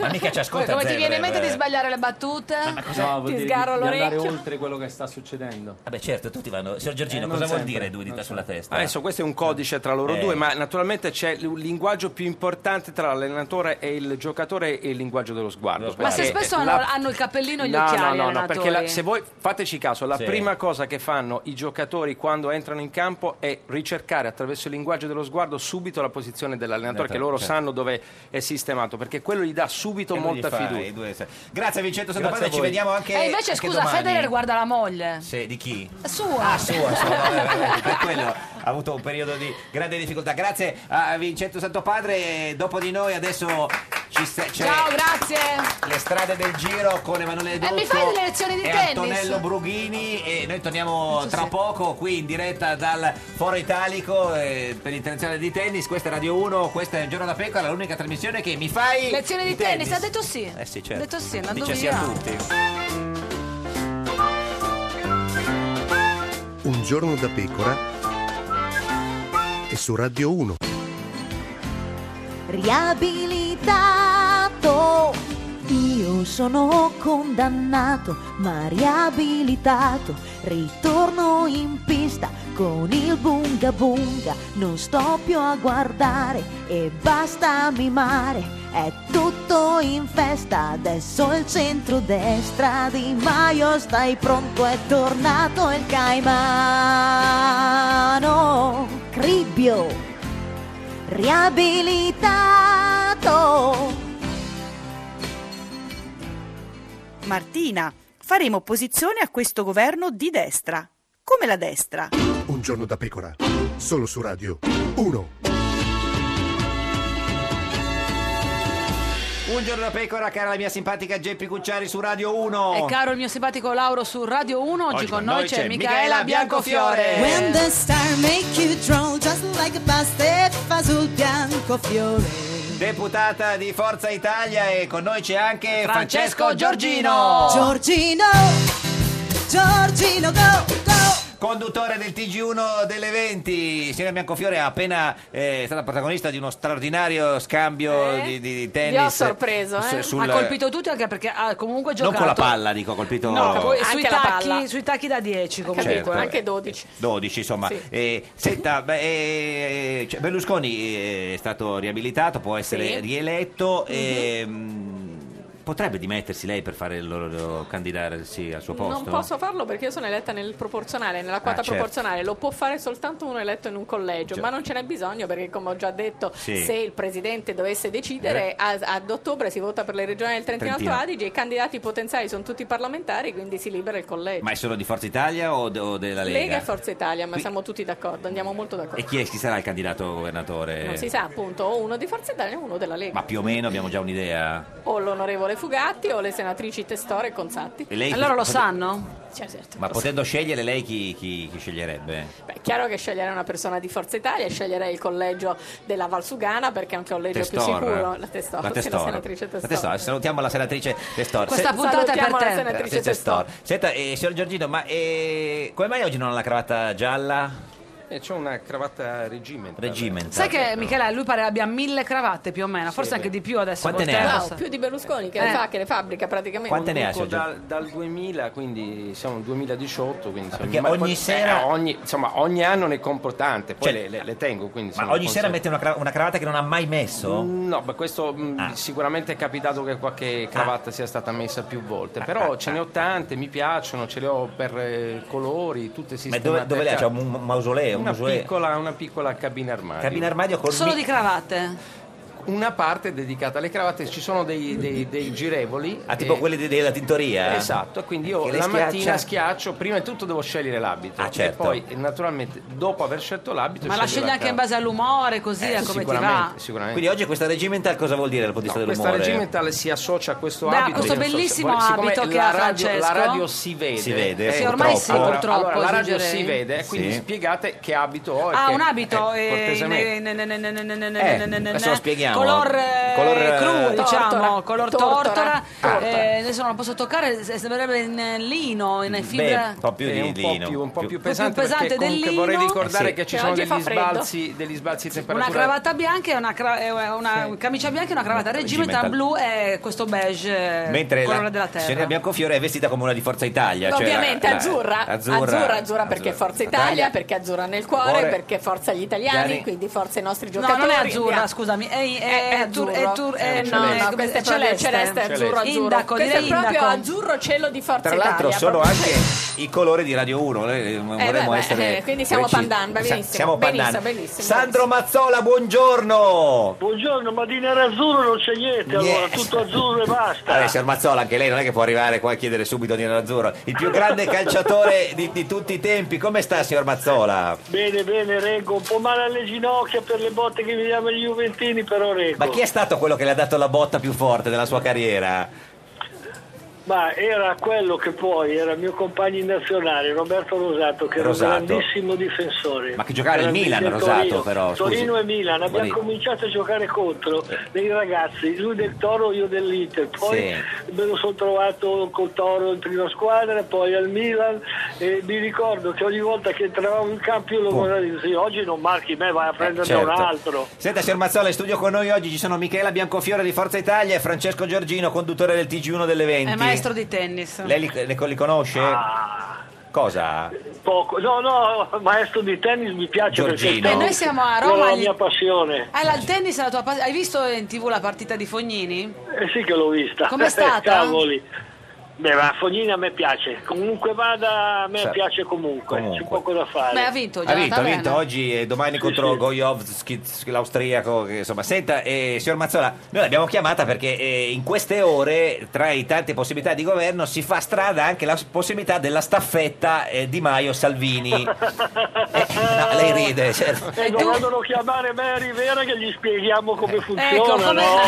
B: ma mica ci ascolta
A: Come ti
B: Zverev,
A: viene in mente di
B: eh.
A: sbagliare le battute?
S: No, vuol
A: ti
S: dire di,
A: sgarro
S: di andare
A: l'orecchio.
S: oltre quello che sta succedendo.
B: Vabbè, certo, tutti vanno. Signor Giorgino,
S: Eh, non
B: cosa vuol
S: sempre, Eh,
B: dire due dita
S: non
B: sulla testa?
P: Adesso questo è un codice tra loro
B: Eh.
P: due, ma naturalmente c'è l- un linguaggio più importante tra l'allenatore e il giocatore e il linguaggio dello sguardo.
A: Ma se
P: perché
B: Eh,
A: spesso hanno,
P: la-
A: hanno il cappellino e gli
P: No,
A: occhiali,
P: no, no, no,
A: allenatori.
P: perché la- se voi fateci caso, la
B: Sì.
P: prima cosa che fanno i giocatori quando entrano in campo è ricercare attraverso il linguaggio dello sguardo subito la posizione dell'allenatore, che loro
B: Certo.
P: sanno dove è sistemato, perché quello gli dà subito
B: E lui gli
P: molta
B: fa eh,
P: fiducia.
B: i due- Grazie
P: Grazie a
B: Vincenzo Santapada, ci
P: voi.
B: vediamo anche
A: e Eh, invece,
B: anche
A: scusa,
B: domani.
A: Federer guarda la moglie.
B: Sì, di chi?
A: Sua.
B: Ah, sua, sua, no, eh, eh, per quello ha avuto un periodo di grande difficoltà. Grazie a Vincenzo Santopadre, dopo di noi adesso ci sta- c'è
A: Ciao, grazie.
B: le strade del giro con Emanuele Dotto
A: Eh, mi fai delle lezioni di
B: e
A: tennis?
B: Antonello Brughini e noi torniamo tra poco qui in diretta dal Foro Italico eh, per l'internazionale di tennis. Questa è Radio 1, questa è Giorno da Pecora, l'unica trasmissione che mi fai
A: Lezione di tennis, ha detto sì.
B: Eh sì, certo.
A: Ha detto sì, andando
B: Dice sì
A: via.
B: a tutti.
L: Un giorno da pecora e su Radio 1.
K: Riabilitato, io sono condannato, ma riabilitato, ritorno in pista con il bunga bunga, non sto più a guardare e basta mimare, è tutto in festa, adesso il centrodestra di Maio stai pronto, è tornato il Caimano, Cribbio riabilitato.
M: Martina, faremo opposizione a questo governo di destra. Come la destra.
L: Un giorno da pecora, solo su Radio 1.
B: Un giorno da pecora, cara la mia simpatica Geppi Cucciari su Radio 1.
A: E caro il mio simpatico Lauro su Radio 1, oggi, con noi c'è Michaela Biancofiore.
Q: When the star make you drool just like a bastard sul bianco fiore.
B: Deputata di Forza Italia e con noi c'è anche
Q: Francesco
B: Francesco Giorgino.
Q: Giorgino, Giorgino go, go.
B: Conduttore del TG1 delle 20, signora Biancofiore è appena eh, stata protagonista di uno straordinario scambio di, di- di tennis.
A: Eh? Vi ho sorpreso,
B: su-
A: eh.
B: sul-
A: ha colpito tutti anche perché ha comunque
B: non
A: giocato
B: con la palla, dico, ha colpito
A: No, poi
B: Certo.
A: sui,
O: Anche la
A: tacchi,
O: palla.
A: sui tacchi da 10 comunque.
O: Capito, anche 12.
B: 12 insomma
O: Sì.
B: Eh, senta beh, eh, cioè, Berlusconi eh, è stato riabilitato può essere
O: Sì.
B: rieletto ehm, potrebbe dimettersi lei per fare il loro, loro- candidarsi al suo posto
O: Non posso farlo perché io sono eletta nel proporzionale, nella quota
B: certo.
O: proporzionale. Lo può fare soltanto uno eletto in un collegio,
B: Certo.
O: ma non ce n'è bisogno perché, come ho già detto,
B: Sì.
O: se il presidente dovesse decidere,
B: Eh.
O: a- ad ottobre si vota per le regioni del Trentino Alto
B: Trentino.
O: Adige. I candidati potenziali sono tutti parlamentari, quindi si libera il collegio.
B: ma è solo di Forza Italia o, de- o della Lega?
O: e Forza Italia, ma siamo tutti d'accordo, andiamo molto d'accordo.
B: e chi, è- chi sarà il candidato governatore?
O: Non si sa appunto o uno di Forza Italia o uno della Lega.
B: ma più o meno abbiamo già un'idea
O: O l'onorevole Fugatti o le senatrici Testore e Consatti.
B: E lei- Allora lo
A: sanno?
O: Cioè, certo.
B: ma potendo scegliere lei chi, chi- chi sceglierebbe?
O: Beh, è chiaro che scegliere una persona di Forza Italia, sceglierei il collegio della Valsugana perché è un collegio più
B: Testor.
O: sicuro. La Testor,
B: La
O: sì,
B: Testor.
O: la senatrice Testor.
B: La Testor. Salutiamo la senatrice Testor.
O: Questa puntata è per Salutiamo la te. senatrice
B: Testor. Senta, eh, signor Giorgino, ma eh, come mai oggi non ha la cravatta gialla?
P: E Eh, c'è una cravatta regiment.
B: Regiment.
A: Sai che Michela, lui pare abbia mille cravatte più o meno, forse
P: beh.
A: anche di più adesso.
B: Quante
A: col
B: ne ha?
A: tennis.
O: Wow, più di Berlusconi che le
A: Eh.
O: fa, che le fabbrica praticamente.
P: Conduco Dal, dal 2000, quindi siamo nel 2018, quindi siamo-
B: Ah, perché
P: ma
B: ogni
P: poi-
B: sera-
P: eh, ogni, insomma, ogni anno ne compro tante, poi
B: Cioè,
P: le, le- le tengo. Quindi
B: Ma
P: sono Mm.
B: ogni sera
P: consente-
B: mette una, cra- una cravatta che non ha mai messo?
P: No, ma questo mh,
B: Ah.
P: sicuramente è capitato che qualche cravatta sia stata messa più volte,
B: Ah,
P: però ce ne ho tante, mi piacciono, ce le ho per eh, colori, tutte
B: Ma
P: sistemate.
B: dove, dove lei
P: a
B: c'ha
P: casa.
B: un mu- mausoleo? Un
P: una,
B: mausoleo.
P: piccola, una piccola cabina armadio.
B: Cabina armadio col
A: Solo di cravatte.
P: Una parte dedicata alle cravatte, ci sono dei, dei- dei girevoli.
B: Mm. Ah, tipo
P: eh,
B: quelli de- della tintoria?
P: Esatto, e quindi io
B: Che lei
P: la
B: schiaccia?
P: mattina schiaccio, prima di tutto devo scegliere l'abito
B: Ah, certo.
P: e poi eh, naturalmente dopo aver scelto l'abito
A: Ma la scegli anche in base all'umore, così a come ti va.
P: sicuramente.
B: Eh, Quindi oggi questa regimental cosa vuol dire dal punto di vista
P: Questa
B: dell'umore?
P: regimental si associa a questo
A: Beh, a
P: abito.
A: questo
P: che non so se
A: bellissimo
P: vuole- siccome
A: abito che
P: la
A: ha
P: radio,
A: Francesco.
P: La radio si vede.
B: Si vede,
P: eh,
B: Sì, ormai sì,
P: Allora,
A: purtroppo,
P: allora, la radio
A: aggiungerei.
P: si vede, eh, quindi
B: Sì.
P: spiegate che abito ho. e
A: Ah,
P: che-
A: un abito.
P: eh,
A: eh,
P: cortesemente.
A: ne- ne- ne- ne- ne- ne- ne-
B: Eh,
A: ne- ne-
B: adesso lo
A: ne-
B: chiamiamo?
A: color, eh,
B: eh,
A: crudo, diciamo,
O: Tortora.
A: color
O: Tortora.
B: Ah.
A: tortora. Eh, adesso non lo posso toccare, s- sembrerebbe in eh, lino, in
B: Beh,
A: fibra.
B: un po' più
P: È
B: di
P: Eh, un po'
B: lino.
P: più, un po' più
A: più
P: pesante,
A: pesante
P: perché
A: del
P: comunque
A: lino.
P: vorrei ricordare
A: Eh sì.
P: che ci
A: Che
P: sono
A: oggi
P: degli
A: fa freddo.
P: sbalzi, degli sbalzi di
A: Una
P: temperatura.
A: cravatta bianca e una, cra- e una camicia bianca e una cravatta regimental blu e questo beige eh,
B: Mentre
A: colore
B: la
A: della terra.
B: signorina Biancofiore è vestita come una di Forza Italia. cioè
O: Ovviamente
B: la- la-
O: azzurra. azzurra, azzurra, perché Forza Italia, perché azzurra nel cuore,
B: Cuore.
O: perché forza gli italiani,
B: Italiani.
O: quindi forza i nostri
A: No,
O: giocatori.
A: non è azzurra,
O: Via.
A: scusami, è- è- è tur-
O: azzurro.
A: è tur- è-
O: Eh,
A: no,
O: no, no,
A: è-
O: questo è
A: celeste. eh.
O: proprio celeste, azzurro,
A: Celeste.
O: azzurro.
A: Indaco,
O: questo è
A: direi
O: proprio
A: indaco.
O: azzurro cielo di Forza
B: Tra l'altro
O: Italia.
B: sono
O: proprio-
B: anche i colori di Radio 1, noi eh, vorremmo
O: beh,
B: essere
O: eh, quindi siamo
B: precisi.
O: pandan, benissimo,
B: Sa- Siamo
O: benissimo,
B: pandan.
O: benissimo,
B: Sandro Mazzola, buongiorno.
R: Buongiorno, ma di nero azzurro non c'è niente, allora
B: Yes.
R: tutto azzurro e basta.
B: Vabbè, signor Mazzola, anche lei non è che può arrivare qua a chiedere subito di azzurro. Il più grande calciatore di, di tutti i tempi. Come sta, signor Mazzola?
R: Bene, bene, reggo, un po' male alle ginocchia per le botte che mi danno gli Juventini, però reggo.
B: Ma chi è stato quello che le ha dato la botta più forte della sua carriera?
R: Ma era quello che poi era mio compagno in nazionale, Roberto Rosato, che era
B: Rosato.
R: un grandissimo difensore.
B: Ma che giocava nel
R: Grandissimo
B: Milan,
R: in
B: Rosato, però, scusi.
R: Torino e Milan, abbiamo
B: Torino.
R: cominciato a giocare contro dei ragazzi, lui del Toro, io dell'Inter. Poi me lo sono trovato col Toro in prima squadra, poi al Milan e mi ricordo che ogni volta che entravamo in campo io lo guardavo e dicevo, "Sì, oggi non marchi me, vai a prenderne
B: Boh. certo.
R: un altro.
B: Senta, signor Mazzola, in studio con noi oggi ci sono Michela Biancofiore di Forza Italia e Francesco Giorgino, conduttore del TG1 delle 20.
A: È Eh, maestro di tennis.
B: Lei li, le- li conosce? Cosa?
R: Poco. No, no, maestro di tennis mi piace
B: Giorgino.
R: perché il
B: E noi
R: tennis
A: siamo a
R: è
A: Roma,
R: la
A: gli-
R: mia passione.
A: Ah, la- il tennis è la tua pas- Hai visto in tv la partita di Fognini?
R: Eh sì che l'ho vista.
A: Com'è stata?
R: Cavoli. Beh, ma Fognini a me piace. Comunque vada, a me
B: Sì.
R: piace comunque. C'è poco da fare.
A: Beh, ha vinto
B: Ha
A: Giada,
B: vinto, ha
A: bene.
B: vinto oggi e domani contro Gojovski, l'austriaco. che, insomma, senta, eh, signor Mazzola, noi l'abbiamo chiamata perché eh, in queste ore, tra i tante possibilità di governo, si fa strada anche la possibilità della staffetta eh, Di Maio-Salvini. Ah, lei ride, certo.
R: E Eh, lo vogliono chiamare me a Rivera che gli spieghiamo come funziona.
A: Ecco, come-
R: no?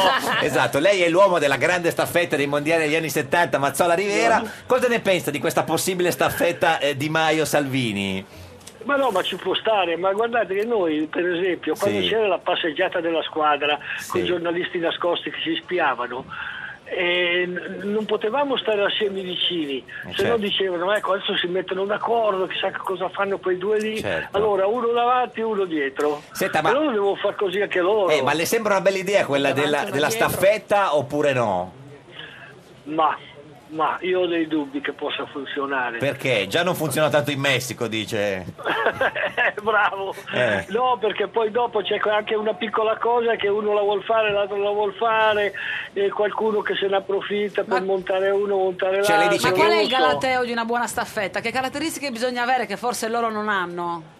B: Esatto, lei è l'uomo della grande staffetta dei mondiali degli anni 70, Mazzola Rivera. Cosa ne pensa di questa possibile staffetta eh, Di Maio-Salvini?
R: Ma no, ma ci può stare, ma guardate che noi, per esempio, quando
B: Sì.
R: c'era la passeggiata della squadra con i giornalisti nascosti che ci spiavano, eh, n- non potevamo stare assieme vicini, se no
B: certo.
R: dicevano ecco adesso si mettono d'accordo, chissà che cosa fanno quei due lì,
B: Certo.
R: allora uno davanti e uno dietro.
B: Senta, ma-
R: Però devo far così anche loro.
B: Eh, ma le sembra una bella idea quella della,
R: Oh. Davanti,
B: della
R: ma dietro.
B: staffetta oppure no?
R: ma, ma io ho dei dubbi che possa funzionare.
B: Perché già non funziona tanto in Messico, dice.
R: Eh, bravo.
B: Eh.
R: No, perché poi dopo c'è anche una piccola cosa che uno la vuol fare, l'altro la vuol fare, e qualcuno che se ne approfitta per montare uno, montare
B: Cioè,
R: l'altro.
A: Ma qual è
R: Non lo
A: il
R: so.
A: galateo di una buona staffetta? Che caratteristiche bisogna avere che forse loro non hanno?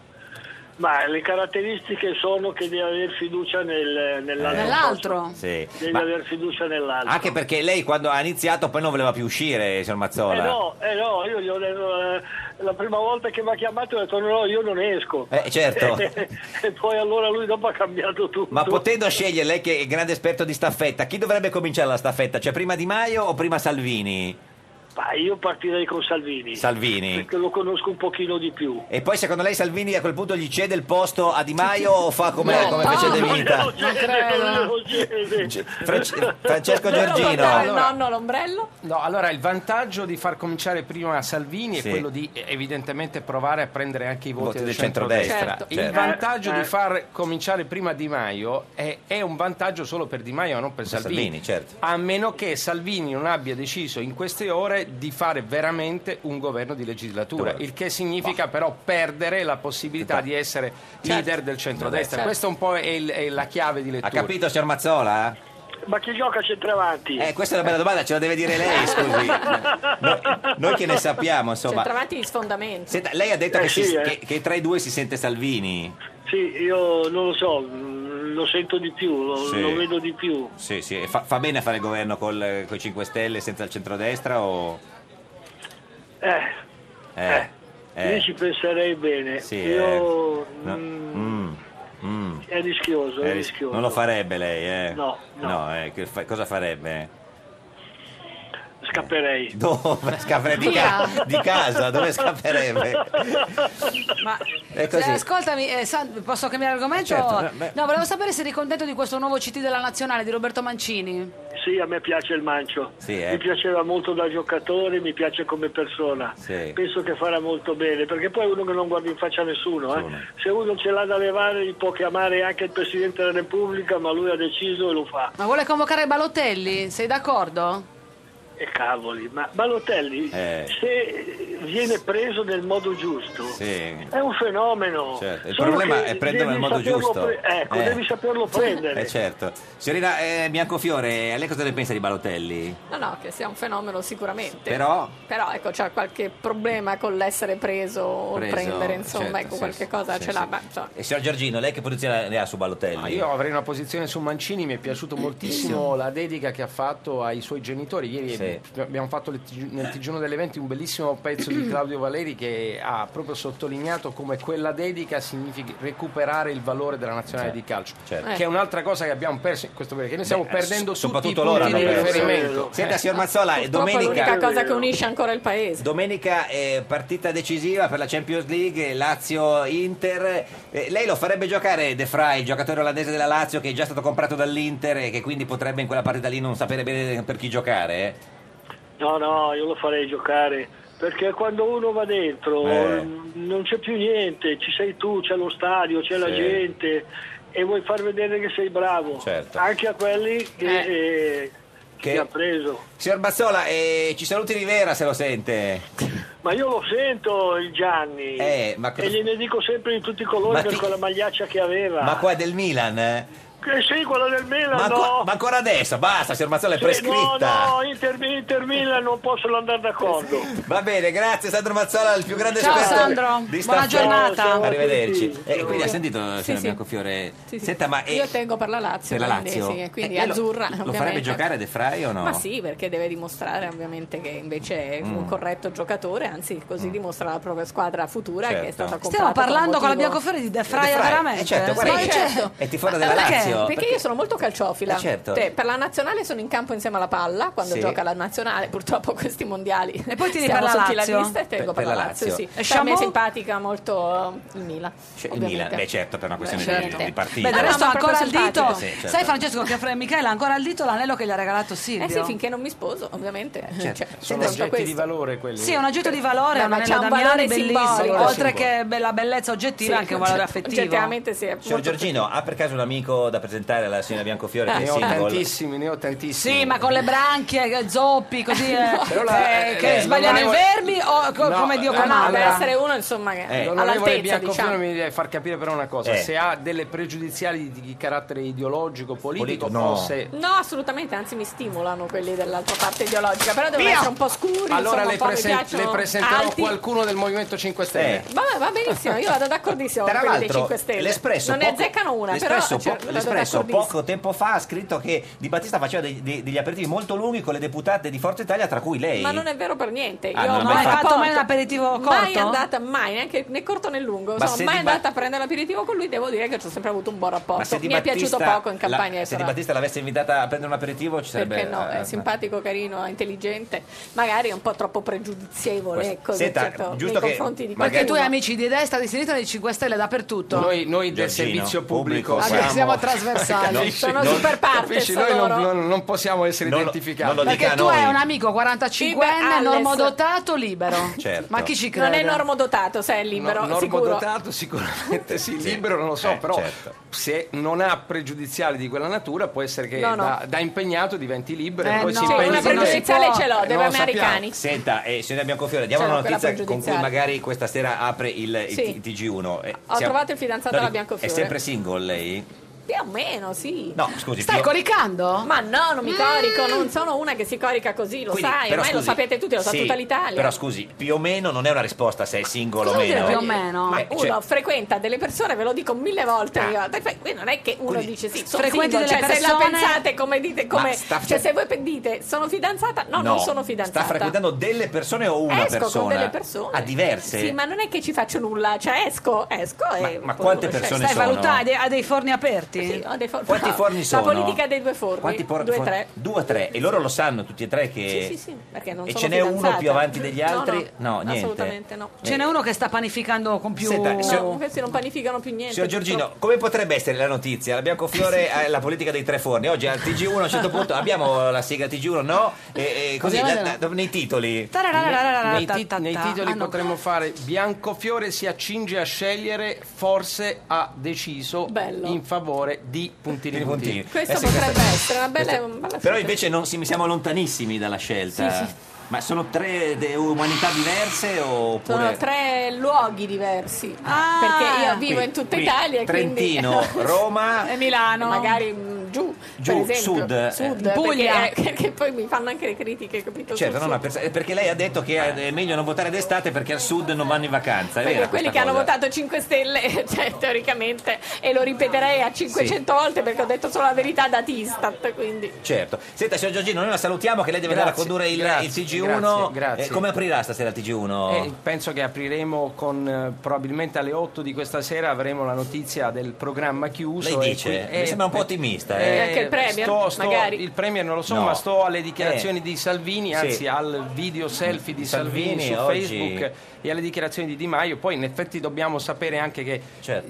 R: Ma le caratteristiche sono che devi avere fiducia nel-
B: Eh,
R: nell'altro.
A: Nell'altro?
B: Sì.
R: Devi
B: Ma
R: avere fiducia nell'altro.
B: anche perché lei quando ha iniziato poi non voleva più uscire, signor
R: Eh
B: Mazzola.
R: no, eh no, io gli ho detto, eh, la prima volta che mi ha chiamato ho detto no, no, io non esco.
B: Eh, certo.
R: e poi allora lui dopo ha cambiato tutto.
B: Ma potendo scegliere lei che è grande esperto di staffetta, chi dovrebbe cominciare la staffetta? Cioè prima Di Maio o prima Salvini?
R: Ma io partirei con Salvini.
B: Salvini.
R: Perché lo conosco un pochino di più.
B: E poi secondo lei Salvini a quel punto gli cede il posto a Di Maio o fa come,
R: No,
B: come fece De Vita?
R: Non credo.
B: Fran- Francesco
O: Dove lo portava il
B: Giorgino.
O: nonno l'ombrello?
P: No, allora il vantaggio di far cominciare prima Salvini
B: Sì.
P: è quello di eh, evidentemente provare a prendere anche i voti,
B: Voti del
P: centrodestra.
B: centrodestra, Certo.
P: Il
B: certo.
P: vantaggio
B: Eh.
P: di far cominciare prima Di Maio è, è un vantaggio solo per Di Maio, ma non per
B: Salvini,
P: Salvini.
B: certo.
P: A meno che Salvini non abbia deciso in queste ore di fare veramente un governo di legislatura,
B: Dove-
P: il che significa però perdere la possibilità di essere leader del centrodestra.
B: Certo.
P: Questa un po' è, il- è la chiave di
B: Ha
P: lettura.
B: capito, signor Mazzola?
R: Ma chi gioca centravanti?
B: Eh, questa è una bella domanda, ce la deve dire lei, scusi. Noi, noi che ne sappiamo, insomma.
O: Centravanti di sfondamento.
B: Senta, lei ha detto
R: Eh,
B: che,
R: sì,
B: si-
R: eh.
B: che- che tra i due si sente Salvini.
R: Sì, io non lo so, mh, lo sento di più, lo,
B: Sì.
R: lo vedo di più.
B: Sì, sì, e fa, fa bene a fare governo con i 5 Stelle senza il centrodestra o...
R: Eh,
B: Eh,
R: io ci penserei bene.
B: Sì,
R: io
B: eh. No.
R: mh,
B: Mm, mm.
R: è rischioso, è
B: Eh,
R: rischioso.
B: non lo farebbe lei, eh?
R: No, no.
B: eh, che fa- cosa farebbe?
R: scapperei.
B: Dove scapperebbe di,
A: Via.
B: ca- di casa? Dove scapperebbe?
A: Ma
B: È così.
A: eh, ascoltami, eh, San- posso cambiare argomento?
B: Certo, eh, beh.
A: no, volevo sapere se eri contento di questo nuovo CT della nazionale di Roberto Mancini.
R: Sì, a me piace il Mancio.
B: Sì, eh.
R: Mi piaceva molto da giocatore, mi piace come persona.
B: Sì.
R: Penso che farà molto bene, perché poi è uno che non guarda in faccia a nessuno. eh. Se uno ce l'ha da levare, gli può chiamare anche il Presidente della Repubblica, ma lui ha deciso e lo fa.
A: Ma vuole convocare Balotelli? Sei d'accordo?
R: E Eh, cavoli, ma Balotelli,
B: Eh.
R: se viene preso nel modo giusto,
B: Sì.
R: è un fenomeno.
B: Certo, il
R: Solo
B: problema
R: che
B: è prenderlo nel
R: devi
B: modo
R: saperlo
B: giusto.
R: pre- ecco,
B: Eh.
R: devi saperlo prendere.
B: Eh certo. Signorina eh, Biancofiore, a lei cosa ne pensa di Balotelli?
O: No, no, che sia un fenomeno sicuramente.
B: Però?
O: Però, ecco, c'è qualche problema con l'essere preso o
B: Preso,
O: prendere, insomma,
B: certo,
O: ecco,
B: sì,
O: qualche
B: sì,
O: cosa
B: sì,
O: ce l'ha.
B: sì.
O: ma, insomma,
B: E eh, signor Giorgino, lei che posizione ne ha su Balotelli?
J: Ma Ah, io avrei una posizione su Mancini, mi è piaciuto
B: Eh,
J: moltissimo la dedica che ha fatto ai suoi genitori. Ieri
B: Sì.
J: abbiamo fatto le tigi- nel Tigiano delle 20 un bellissimo pezzo di Claudio Valeri che ha proprio sottolineato come quella dedica significhi recuperare il valore della nazionale
B: Certo,
J: di calcio,
B: certo.
J: che è un'altra cosa che abbiamo perso in questo periodo, che noi stiamo
B: Beh,
J: perdendo
B: s-
J: tutti i
B: soprattutto loro
J: punti di
B: hanno perso.
J: riferimento.
B: Senta,
J: Eh.
B: signor Mazzola,
O: purtroppo è l'unica
B: domenica,
O: cosa che unisce ancora il paese.
B: domenica eh, partita decisiva per la Champions League, Lazio-Inter. Eh, lei lo farebbe giocare De Vrij, il giocatore olandese della Lazio che è già stato comprato dall'Inter e che quindi potrebbe in quella partita lì non sapere bene per chi giocare? eh?
R: No, no, io lo farei giocare. Perché quando uno va dentro
B: Eh.
R: mh, non c'è più niente, ci sei tu, c'è lo stadio, c'è la
B: Sì.
R: gente e vuoi far vedere che sei bravo
B: Certo.
R: anche a quelli che, eh, che
B: Che-
R: ti ha preso.
B: Signor Mazzola, eh, ci saluti Rivera se lo sente.
R: Ma io lo sento il Gianni
B: Eh, ma cosa-
R: e gliene dico sempre di tutti i colori
B: Ma
R: per
B: ti-
R: quella magliaccia che aveva.
B: Ma qua è del Milan, eh?
R: Eh sì, quella del Milan,
B: Ma,
R: no.
B: qua- ma ancora adesso, basta, signor Mazzola è
R: Sì,
B: prescritta.
R: No, no, Inter, Inter Milan non possono andare d'accordo.
B: Va bene, grazie Sandro Mazzola, il più grande
A: Ciao,
B: esperto
A: Sandro,
B: di
A: buona
B: Staff-
A: giornata. Ciao, ciao a
B: Arrivederci.
A: tutti.
B: Eh, quindi ha sentito signora
O: Sì, sì.
B: Biancofiore?
O: Sì, sì.
B: Senta, ma
O: Io
B: eh,
O: tengo per la Lazio,
B: per la
O: quindi,
B: Lazio?
O: sì, e quindi
B: Eh, lei lo-
O: azzurra.
B: lo,
O: ovviamente.
B: farebbe giocare a De Frey o no?
O: Ma sì, perché deve dimostrare ovviamente che invece è un
B: Mm.
O: corretto giocatore, anzi così dimostra la propria squadra futura
B: Certo.
O: che è stata comprata.
A: Stiamo parlando con la
O: motivo-
A: Biancofiore di De
B: De
A: Fraia
B: Frey,
A: veramente?
B: eh, certo, guarda,
O: Sì,
B: che-
O: certo.
B: è tifosa
O: Ma
B: della
O: perché?
B: Lazio.
O: Perché, io sono molto calciofila.
B: Eh, certo.
O: Te, per la nazionale sono in campo insieme alla palla quando
B: Sì.
O: gioca la nazionale, purtroppo questi mondiali. E
A: poi tieni
O: Siamo
A: per la
O: sotto
A: Lazio?
O: la lista e
B: Per-
O: tengo per,
B: per
O: la
B: la
O: Lazio,
B: Lazio.
O: sì.
A: E
O: Per me è
A: Chamou?
O: simpatica molto eh, il Milan.
B: Cioè, il
O: ovviamente.
B: Milan, beh certo, per una questione
O: Beh,
B: di,
O: certo.
B: di partita.
A: Beh, del
O: Ah, no,
A: resto
O: ma
A: ha ancora al
O: proprio
A: dito.
B: simpatico. Sì, certo.
A: Sai Francesco che fra Michele ha ancora al dito l'anello che gli ha regalato Silvio.
O: Eh sì, finché non mi sposo, ovviamente.
B: Certo.
O: Cioè,
J: Sono
O: tutto
J: oggetti
O: questo.
J: di valore quelli.
A: Sì, è un oggetto di valore,
O: Beh,
A: un
O: ma
A: anello
O: c'ha un
A: Damiani
O: valore
A: bellissimo,
O: simbolico.
A: oltre che be- la bellezza oggettiva, anche un valore affettivo.
O: Oggettivamente sì, è
B: Signor
O: molto-
B: Giorgino, ha per caso un amico da presentare alla signora
O: Eh.
B: Biancofiore che è
J: Ne ho
B: single?
J: tantissimi, ne ho tantissimi.
A: Sì, ma con le branchie, che zoppi, così eh,
J: Però la-
A: eh,
J: eh,
A: che
J: eh,
A: sbagliano i
J: l'onorevole-
A: verbi o co-
J: No,
A: come Dio
J: no, no,
A: comanda.
J: deve essere
O: uno insomma che
J: Eh, L'onorevole
O: all'altezza diciamo.
J: Biancofiore mi deve far capire però una cosa:
B: Eh.
J: se ha delle pregiudiziali di, di carattere ideologico, politico,
B: Politico, no.
J: o se.
O: No, assolutamente, anzi mi stimolano quelli dell'altra parte ideologica, però devono
J: Via!
O: essere un po' scuri,
J: Allora
O: insomma,
J: le,
O: un po' mi
J: presen-
O: piacciono
J: le presenterò
O: alti.
J: qualcuno del Movimento 5 Stelle.
B: Eh.
O: Vabbè, va benissimo, io vado d'accordissimo
B: Tra
O: con quelli dei
B: l'altro,
O: 5 Stelle.
B: l'Espresso
O: non ne
B: poco-
O: azzeccano una, però
B: l'Espresso,
O: cioè,
B: po-
O: vado
B: l'Espresso
O: d'accordissimo.
B: poco tempo fa ha scritto che Di Battista faceva dei- dei- degli aperitivi molto lunghi con le deputate di Forza Italia, tra cui lei.
O: Ma non è vero per niente.
B: Ah, non
O: io
B: l'hai
O: non ho
B: mai fatto
A: mai un aperitivo
O: Mai
A: corto?
O: andata, mai, neanche né corto né lungo.
B: Ma
O: Sono
B: se
O: mai
B: Di Ba-
O: andata a prendere l'aperitivo con lui. Devo dire che ci ho sempre avuto un buon rapporto.
B: Ma se Di
O: Mi è piaciuto
B: Battista
O: poco in
B: la-
O: campagna
B: se Di
O: elettorale.
B: Battista l'avesse invitata a prendere un aperitivo ci sarebbe...
O: Perché no? È
B: eh,
O: simpatico, carino, è intelligente, magari è un po' troppo pregiudizievole
B: Questo-
O: ecco,
B: Senta,
O: certo,
B: giusto che-
O: nei confronti di
B: magari-
A: Perché tu hai
O: qualcuno.
A: amici di destra, di sinistra e di 5 Stelle dappertutto.
J: Noi, noi del
B: Giorgino,
J: servizio pubblico,
B: pubblico, guarda.
A: Anche siamo trasversali.
J: Capisci?
A: Sono
J: Non-
A: super partes
J: capisci? Noi non,
A: loro.
J: non- non possiamo essere
B: Non lo-
J: identificati.
B: non lo
A: Perché tu hai un amico 45enne,
O: Alves.
A: normodotato, libero.
B: Certo.
A: Ma chi ci crede?
O: Non è normodotato, se è libero,
J: No,
O: sicuro.
J: normodotato sicuramente sì, libero non lo so,
B: eh,
J: però
B: certo.
J: se non ha pregiudiziali di quella natura può essere che
O: No, no.
J: Da, da impegnato diventi libero
A: Eh,
J: e poi
A: no.
J: si
A: Sì,
J: impegni
O: Una
J: con noi.
O: pregiudiziale ce l'ho,
J: Non
O: deve
J: lo sappiamo.
O: americani.
B: Senta, eh, signora Biancofiore, diamo
O: C'era
B: una
O: quella
B: notizia con cui
O: pregiudiziale.
B: magari questa sera apre il, il
O: Sì.
B: T- TG1. Eh,
O: Ho trovato il fidanzato
B: no,
O: alla
B: dico,
O: Biancofiore.
B: È sempre single lei?
O: Più o meno, sì.
B: No, scusi.
A: Stai
B: più-
A: coricando? Mm.
O: Ma no, non mi corico, non sono una che si corica così, lo
B: quindi,
O: sai,
B: però,
O: ormai lo
B: scusi,
O: sapete tutti, lo sa
B: sì,
O: tutta l'Italia.
B: Però scusi, più o meno non è una risposta se è single
A: Cosa
B: o
A: vuol dire
B: meno.
A: più o meno?
O: Ma
B: Eh,
O: uno
B: cioè- Ah.
O: frequenta delle persone, ve lo dico mille volte. io. Dai, fai- qui non è che uno
B: Quindi-
O: dice sì, sono
A: Frequenti
O: single,
A: delle
O: cioè, se la
A: persone-
O: pensate come dite, come,
B: Ma sta-
O: cioè se voi pe- dite sono fidanzata, no, non sono fidanzata.
B: Sta frequentando delle persone o una
O: esco
B: persona?
O: con delle persone.
B: A diverse?
O: Sì, ma non è che ci faccio nulla, cioè esco, esco
B: Ma-
O: e
B: ma quante
O: cioè,
B: persone
A: Stai
B: sono?
A: valutando, Ah, ha dei- ha dei forni aperti? forniti?
O: Sì, ho dei for-
B: Quanti forni sono?
O: La politica dei due forni.
B: Quanti por-
O: due,
B: for-
O: tre.
B: Due o tre, e loro lo sanno tutti e tre che...
O: Sì, sì, sì, perché non
B: E
O: sono
B: ce n'è uno
O: fidanzata.
B: più avanti degli
O: No,
B: altri?
O: No,
B: No, niente.
O: Assolutamente no.
A: Ce n'è uno che sta panificando con più...
B: Senta, se-
O: No, questi non panificano più niente.
B: Signor Giorgino, come potrebbe essere la notizia? La Biancofiore ha la politica dei tre forni. Oggi al TG1 a un certo punto abbiamo la sigla TG1, no? E, e così,
P: Abbiamo
B: da- da- nei titoli.
P: Ne- Nei,
A: ta-
P: ti-
A: ta-
P: nei
A: ta.
P: titoli
A: Ah, no.
P: potremmo fare Biancofiore si accinge a scegliere, forse ha deciso in favore di puntini puntini.
O: Questo
B: Eh sì,
O: potrebbe
B: questa-
O: essere una bella... una bella
B: Però invece non, si- siamo lontanissimi dalla scelta.
O: Sì, sì.
B: Ma sono tre de- umanità diverse oppure...
O: Sono tre luoghi diversi.
A: Ah.
O: perché io vivo
B: Qui-
O: in tutta
B: qui,
O: Italia.
B: Trentino,
O: quindi...
B: Roma.
O: e Milano. Magari mh, giù,
B: Giù,
O: per esempio.
B: sud, eh.
O: Sud,
A: Puglia.
O: Perché, perché poi mi fanno anche le critiche, capito?
B: Certo,
O: sul
B: non
O: sud.
B: ha pers- perché lei ha detto che è meglio non votare d'estate perché al sud non vanno in vacanza. È
O: Perché
B: vero
O: quelli che hanno votato 5 Stelle, cioè, teoricamente, e lo ripeterei a 500 volte perché ho detto solo la verità da Tistat, quindi...
B: Certo. Senta, signor Giorgino, noi la salutiamo che lei deve andare a
P: Grazie,
B: condurre il,
P: grazie,
B: il TG1.
P: grazie, grazie.
B: Eh, come aprirà stasera il TG1?
P: Eh, penso che apriremo con eh, probabilmente alle 8 di questa sera avremo la notizia del programma chiuso.
B: Lei
P: e
B: dice?
P: qui-
B: Mi sembra un po'
P: eh,
B: ottimista,
O: eh. Anche il Premier,
P: sto- sto-
O: magari.
P: Il Premier non lo so,
B: No.
P: ma sto alle dichiarazioni
B: Eh.
P: di Salvini,
B: Sì.
P: anzi al video selfie di Salvini,
B: Salvini
P: su
B: oggi-
P: Facebook e alle dichiarazioni di Di Maio. Poi in effetti dobbiamo sapere anche che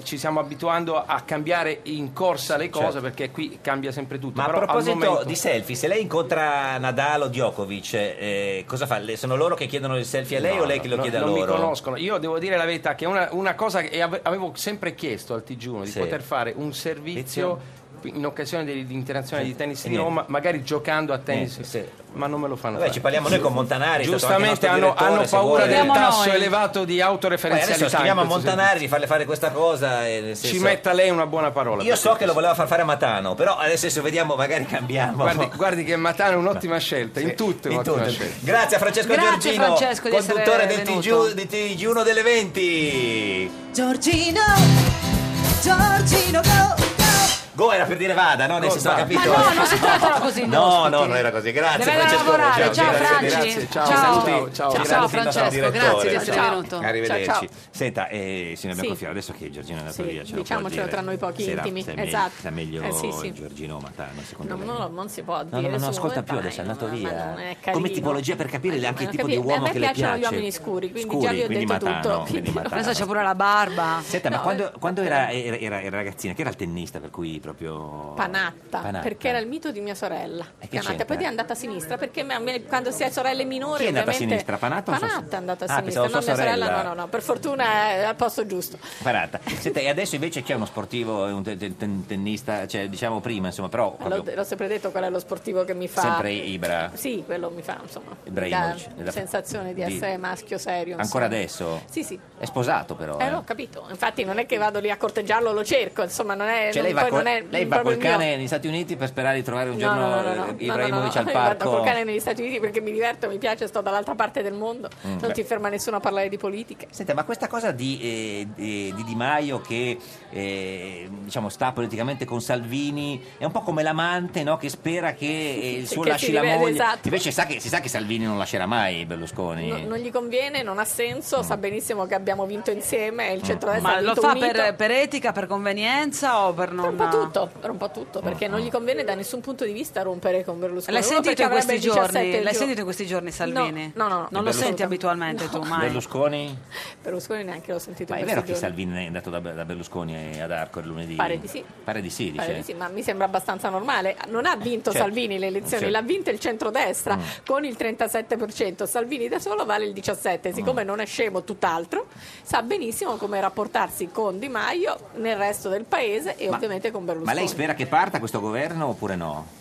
P: ci stiamo abituando a cambiare in corsa le cose
B: Certo.
P: perché qui cambia sempre tutto.
B: Ma a
P: Però al
B: proposito
P: momento-
B: di selfie, se lei incontra Nadal o Djokovic, eh, cosa fa? Le- Sono loro che chiedono il selfie a lei
P: No,
B: o lei che lo
P: no,
B: chiede a
P: non
B: loro?
P: mi conoscono. Io devo dire la verità che una, una cosa che ave- avevo sempre chiesto al TG1 di
B: Sì.
P: poter fare un servizio in occasione del- dell'internazionale di tennis di Roma, magari giocando a tennis, ma non me lo fanno.
B: Vabbè,
P: fare.
B: ci parliamo noi con Montanari, è stato
P: Giustamente
B: anche il nostro
P: hanno, hanno
B: direttore, se
P: paura
B: vuole.
P: del
B: Parliamo
P: tasso
B: noi.
P: elevato di
B: Beh, adesso
P: autoreferenzialità.
B: scriviamo a
P: in questo
B: Montanari di farle fare questa cosa. eh, nel
P: senso. Ci
B: senso-
P: metta lei una buona parola. certo
B: Io so che lo voleva far fare a Matano, però adesso se vediamo magari cambiamo.
P: Guardi, guardi che Matano è un'ottima scelta, in tutto è
B: In
P: un'ottima
B: tutto.
P: scelta.
B: Grazie a Francesco
K: Grazie,
B: Giorgino,
K: Francesco, di
B: conduttore del
K: essere
B: TG, di TG1 delle 20.
K: Giorgino, Giorgino, go!
B: Go era per dire vada, no? Nel senso, ha capito?
K: Ma no, non si
A: trattano così, gli
B: No,
A: ospiti.
B: no, non era così. Grazie,
A: Deve andare a
B: Francesco.
A: lavorare.
B: Giorgino,
A: Ciao,
B: grazie,
A: Franci.
B: grazie, Ciao,
A: Ciao.
B: saluti.
A: Ciao,
B: Grazie
A: ciao,
B: al nostro
A: Francesco,
B: direttore.
A: grazie di essere
B: Ciao.
A: venuto.
B: Arrivederci.
O: Ciao, ciao.
B: Senta, eh, signor
O: Sì.
B: Biancofiore, adesso che Giorgino è andato
O: Sì,
B: via, ce lo può
O: diciamocelo
B: dire.
O: tra noi pochi
B: Se era-
O: intimi,
B: se è me-
O: esatto.
B: se è meglio
O: Eh, sì, sì.
B: Giorgino Matano, secondo
O: No,
B: me.
O: no, non si può
B: No,
O: dire.
B: no, no, non
O: su,
B: ascolta
O: eh,
B: più
O: dai,
B: adesso, è andato
O: ma-
B: via.
O: ma non è
B: Come
O: carino.
B: tipologia per capire anche il
O: non
B: tipo
O: capi-
B: di
O: a
B: uomo
O: me
B: che le piace.
O: piacciono gli uomini scuri, quindi già vi ho
B: quindi
O: detto
B: Matano,
O: tutto.
B: quindi Matano.
A: Adesso c'è pure la barba.
B: Senta, ma
O: No,
B: quando,
O: eh,
B: quando era, era, era- era ragazzina, che era il tennista per cui proprio...
O: Panatta,
B: Panatta.
O: perché era il mito di mia sorella.
B: che
O: Panatta.
B: c'entra?
O: Poi è andata a sinistra perché me- me- quando si è sorelle minori.
B: Chi è andata a
O: ovviamente-
B: sinistra, Panatta o sua-
O: Panatta è andata a
B: Ah,
O: sinistra,
B: pensavo sua
O: no, mia sorella,
B: sorella.
O: no, no, no. Per fortuna è al posto giusto.
B: Parata. Senta, e adesso invece chi è uno sportivo, un te- te- ten- tennista, cioè diciamo prima, insomma, però
O: L'ho,
B: proprio
O: l'ho sempre detto qual è lo sportivo che mi fa.
B: sempre Ibra,
O: Sì, quello mi fa, insomma.
B: Ibrahimovic,
O: mi dà
B: nella-
O: La sensazione di
B: di-
O: essere maschio serio.
B: ancora
O: insomma.
B: adesso?
O: Sì, sì.
B: È sposato però,
O: Eh,
B: eh.
O: l'ho capito. Infatti, non è che vado lì a corteggiarlo, lo cerco. Insomma, non è.
B: Cioè
O: eh, non-
B: lei va,
O: poi
B: col,
O: non è
B: lei va
O: proprio
B: col
O: il mio-
B: cane negli Stati Uniti per sperare di trovare un
O: No,
B: giorno
O: no, no, no, no.
B: eh,
O: No, no, no,
B: Ibrahimovic
O: no.
B: al
O: Io Vado
B: parco.
O: col cane negli Stati Uniti perché mi diverto, mi piace, sto dall'altra parte del mondo.
B: Mm,
O: non
B: beh.
O: ti ferma nessuno a parlare di politica.
B: Senta, ma questa cosa di eh, di, di Di Maio che eh, diciamo, sta politicamente con Salvini è un po' come l'amante no? che spera che eh, il suo
O: Che
B: lasci
O: si
B: la
O: rivede,
B: moglie.
O: esatto.
B: Invece sa che, si sa che Salvini non lascerà mai Berlusconi.
O: No- non gli conviene, non ha senso, sa benissimo che abbiamo vinto insieme, il centrodestra
A: Mm. Ma
O: ha
A: lo
O: vinto
A: fa
O: unito.
A: per, per etica, per convenienza o per
O: Per
A: non...
O: un po' tutto, per un po' tutto, perché non gli conviene da nessun punto di vista rompere con Berlusconi.
A: Mm. L'hai
O: Uno perché
A: sentito in questi
O: avrebbe
A: giorni?
O: 17
A: L'hai
O: gio-
A: sentito in questi giorni Salvini?
O: No, no, no.
A: Non Eh, lo
B: Berlusconi?
A: senti abitualmente tu mai?
B: Berlusconi?
O: Berlusconi neanche l'ho sentito
B: Ma è
O: in
B: vero
O: questi
B: che
O: giorni.
B: Salvini è andato da, da Berlusconi ad Arco il lunedì?
O: Pare di sì.
B: Pare di sì, dice.
O: Pare di sì, ma mi sembra abbastanza normale. Non ha vinto
B: Certo.
O: Salvini le elezioni,
B: Certo.
O: l'ha vinta il centrodestra
B: Mm.
O: con il 37%. Salvini da solo vale il 17%.
B: Mm.
O: Siccome non è scemo, tutt'altro, sa benissimo come rapportarsi con Di Maio nel resto del paese e
B: Ma-
O: ovviamente con
B: Ma
O: Berlusconi.
B: lei spera che parta questo governo oppure no?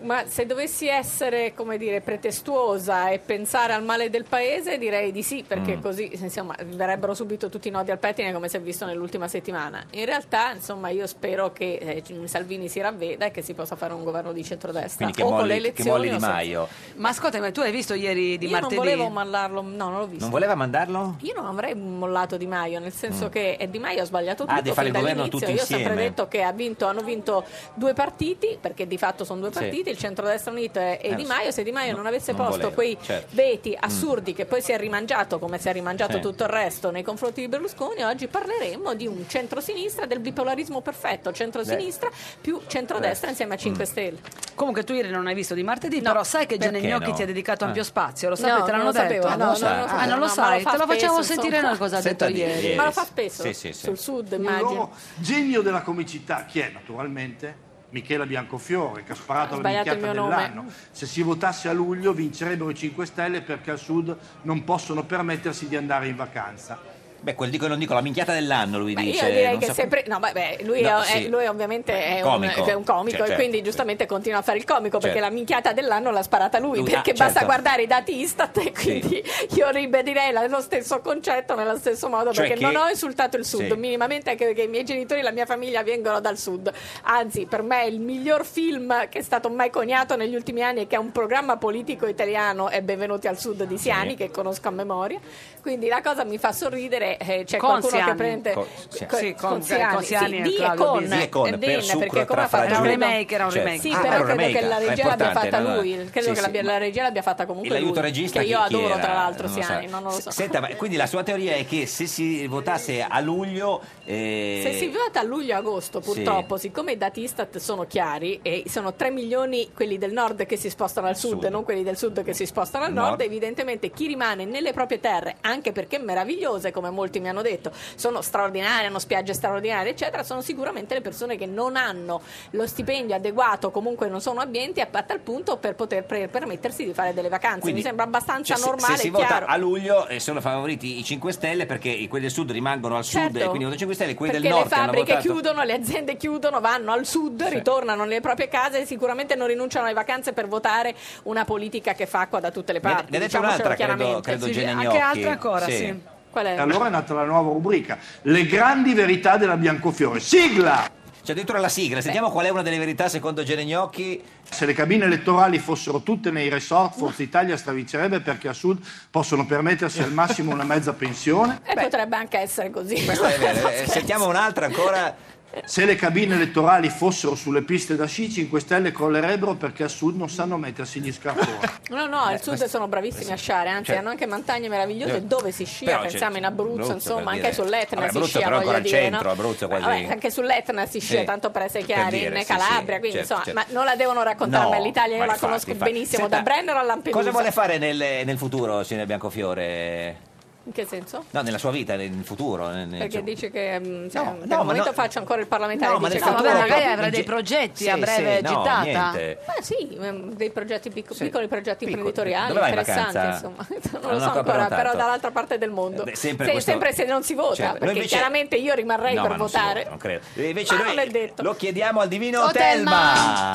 O: Ma se dovessi essere, come dire, pretestuosa e pensare al male del paese, direi di sì, perché
B: Mm.
O: così insomma, verrebbero subito tutti i nodi al pettine come si è visto nell'ultima settimana. In realtà, insomma, io spero che eh, Salvini si ravveda e che si possa fare un governo di centrodestra
B: Quindi che
O: o con le
B: molli, che
O: elezioni
B: molli
O: o
B: Di
O: senza.
B: Maio.
A: Ma ascolta, ma tu hai visto ieri di
O: Io
A: martedì?
O: non volevo mollarlo, no, non l'ho visto.
B: Non voleva mandarlo?
O: Io non avrei mollato Di Maio, nel senso che eh, Di Maio ha sbagliato tutto
B: Mm. Ah, devi fare
O: fin
B: il governo
O: dall'inizio.
B: tutti
O: Io ho sempre
B: insieme.
O: detto che ha vinto, hanno vinto due partiti, perché di fatto sono due
B: Sì.
O: partiti, Uniti, il centrodestra unito e, e
B: Eh,
O: Di
B: lo
O: Maio, se Di Maio non avesse
B: non
O: posto
B: voleva,
O: quei
B: certo.
O: veti assurdi che poi si è rimangiato come si è rimangiato
B: Sì.
O: tutto il resto nei confronti di Berlusconi, oggi parleremmo di un centrosinistra del bipolarismo perfetto, centrosinistra più centrodestra insieme a
B: Mm.
O: 5 Stelle.
A: Comunque tu ieri non hai visto di martedì, però sai che Gianni
O: Perché
A: Gnocchi
O: no?
A: ti ha dedicato
O: Ah.
B: Eh.
A: ampio spazio, lo
O: No,
A: sapete,
O: non
A: te l'hanno
O: lo
A: detto.
O: sapevo, no, non lo
A: Ah,
O: sapevo.
A: non lo
O: No, ma
A: sai,
O: lo fa
A: te lo facciamo
O: spesso,
A: sentire
O: insomma.
A: noi cosa ha detto
O: Senta
A: ieri.
O: ieri. Ma lo fa spesso? Sì, sì, sì. Sul sud, immagino.
T: Un uomo genio della comicità, chi è naturalmente? Michela Biancofiore, che ha
O: Ho
T: sparato la
O: sbagliato
T: minchiata
O: il mio nome.
T: dell'anno. Se si votasse a luglio vincerebbero i 5 Stelle perché al sud non possono permettersi di andare in vacanza.
B: Beh, quel dico e non dico, la minchiata dell'anno lui
O: Beh,
B: dice.
O: io direi
B: non
O: che
B: so-
O: sempre. No, beh, beh, lui,
B: No,
O: è-
B: sì.
O: è- lui ovviamente è
B: Comico.
O: un, è un comico
B: Cioè,
O: e
B: certo,
O: quindi giustamente continua a fare il comico perché
B: Certo.
O: la minchiata dell'anno l'ha sparata lui.
B: Lui-
O: perché
B: ah,
O: basta
B: certo.
O: guardare i dati Istat
B: Sì.
O: e quindi io ribadirei la- lo stesso concetto nello stesso modo
B: Cioè
O: perché
B: che-
O: non ho insultato il sud
B: Sì.
O: minimamente, anche perché i miei genitori e la mia famiglia vengono dal sud. Anzi, per me il miglior film che è stato mai coniato negli ultimi anni e che è un programma politico italiano è Benvenuti al Sud di Siani,
B: Sì.
O: che conosco a memoria. Quindi la cosa mi fa sorridere. eh, c'è
A: Con
O: qualcuno che
A: Siani.
O: prende
B: Co- sì.
A: Sì, con-
O: Consiani,
A: con Siani
O: sì,
A: e
O: di e
A: Claudio
O: con,
A: Bisio.
B: Di e con,
O: eh,
B: per
O: Din,
B: sucro
O: perché
B: tra
O: come ha fatto
B: fragiudo.
O: credo-
A: Era un remake, era un
O: Cioè,
A: remake.
O: Sì,
B: Ah, era
O: però
B: un
O: credo che
B: remake,
O: la
B: era
O: regia l'abbia
B: importante,
O: fatta
B: no, no.
O: lui, credo
B: Sì,
O: che
B: sì,
O: l'abbia-
B: ma-
O: la regia l'abbia fatta comunque
B: E l'aiuto
O: lui,
B: regista
O: che
B: chi-
O: io
B: chi
O: adoro
B: era?
O: tra l'altro
B: Non lo
O: Siani,
B: so.
O: non lo
B: Se-
O: so.
B: Senta, ma quindi la sua teoria è che se si votasse a luglio... eh,
O: Se si vota a luglio-agosto,
B: Sì.
O: purtroppo, siccome i dati Istat sono chiari e sono 3 milioni quelli del nord che si spostano al sud,
B: Sud.
O: non quelli del sud che si spostano al
B: Nord.
O: nord, evidentemente chi rimane nelle proprie terre, anche perché meravigliose, come molti mi hanno detto, sono straordinarie, hanno spiagge straordinarie, eccetera, sono sicuramente le persone che non hanno lo stipendio adeguato, comunque non sono ambienti a tal punto per poter pre- permettersi di fare delle vacanze.
B: Quindi,
O: Mi sembra abbastanza
B: cioè, se-
O: normale
B: se si
O: e chiaro.
B: vota a luglio eh, sono favoriti i 5 Stelle perché i- quelli del sud rimangono al sud
O: Certo.
B: e quindi votano i 5 Stelle, quelli
O: Perché
B: del nord
O: le
B: che hanno
O: fabbriche
B: votato-
O: chiudono, le aziende chiudono, vanno al sud, ritornano nelle proprie case e sicuramente non rinunciano alle vacanze per votare una politica che fa qua da tutte le
T: Ne-
O: parti.
T: ne ha detto
O: Diciamocelo
T: un'altra, credo-
O: chiaramente.
T: credo Sì, Genia anche Gnocchi. altre ancora, Sì. sì.
O: Qual è?
T: E allora è nata la nuova rubrica, le grandi verità della Biancofiore. Sigla!
B: C'è addirittura la sigla, sentiamo qual è una delle verità secondo Genegnocchi.
T: Se le cabine elettorali fossero tutte nei resort, Forza Italia stravincerebbe perché a sud possono permettersi al massimo una mezza pensione.
O: E Eh, potrebbe anche essere così.
B: eh,
T: Sentiamo un'altra ancora. Se le cabine elettorali fossero sulle piste da sci, 5 Stelle crollerebbero perché a sud non sanno mettersi gli scarponi.
O: No, no,
T: Eh,
O: al sud sono bravissimi a sciare, anzi
T: Cioè-
O: hanno anche montagne meravigliose
T: Eh.
O: dove si scia,
B: Però c'è-
O: pensiamo in
B: Abruzzo,
O: Abruzzo,
B: per
O: insomma,
B: dire.
O: anche sull'Etna
B: Vabbè,
O: si
B: Abruzzo
O: scia,
B: però
O: voglio
B: ancora al
O: dire,
B: centro,
O: no?
B: Abruzzo quasi-
O: Vabbè, anche sull'Etna si scia,
B: Eh,
O: tanto per essere
B: per
O: chiari,
B: dire,
O: in
B: sì,
O: Calabria,
B: sì,
O: quindi
B: certo,
O: insomma,
B: certo.
O: ma non la devono raccontare,
B: No,
O: l'Italia
B: ma
O: io la
B: infatti,
O: conosco
B: infatti.
O: benissimo,
B: Senta,
O: da Brennero a Lampedusa.
B: Cosa vuole fare nel, nel futuro, signor Biancofiore?
O: In che senso?
B: No, nella sua vita, nel futuro. nel- nel-
O: Perché dice che mh,
B: Eh,
O: cioè, per
B: no, ma
O: il momento
B: no.
O: faccio ancora il parlamentare.
B: No, ma
O: dice
B: nel
O: che-
B: futuro Vabbè, magari
A: proprio- avrà dei progetti a breve
B: sì, no, gittata. niente.
O: Ma sì, mh, dei progetti picco- piccoli progetti
B: piccoli.
O: imprenditoriali
B: Dove vai in
O: interessanti,
B: vacanza?
O: insomma.
B: Non
O: Non lo
B: ho
O: so
B: ancora
O: ancora, però
B: notato.
O: dall'altra parte del mondo.
B: Eh, beh, sempre
O: se,
B: questo-
O: sempre se non si vota,
B: Certo, noi
O: perché
B: invece-
O: chiaramente io rimarrei
B: No,
O: per
B: ma non si
O: votare.
B: vota, non credo. E invece
O: Ma
B: noi
O: Ah, non è detto.
B: lo chiediamo al divino
O: Oh,
B: Telma.
O: Telma.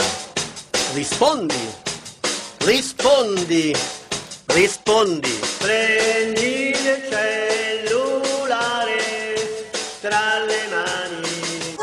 U: Rispondi, rispondi, rispondi. Prendi il cellulare tra le mani.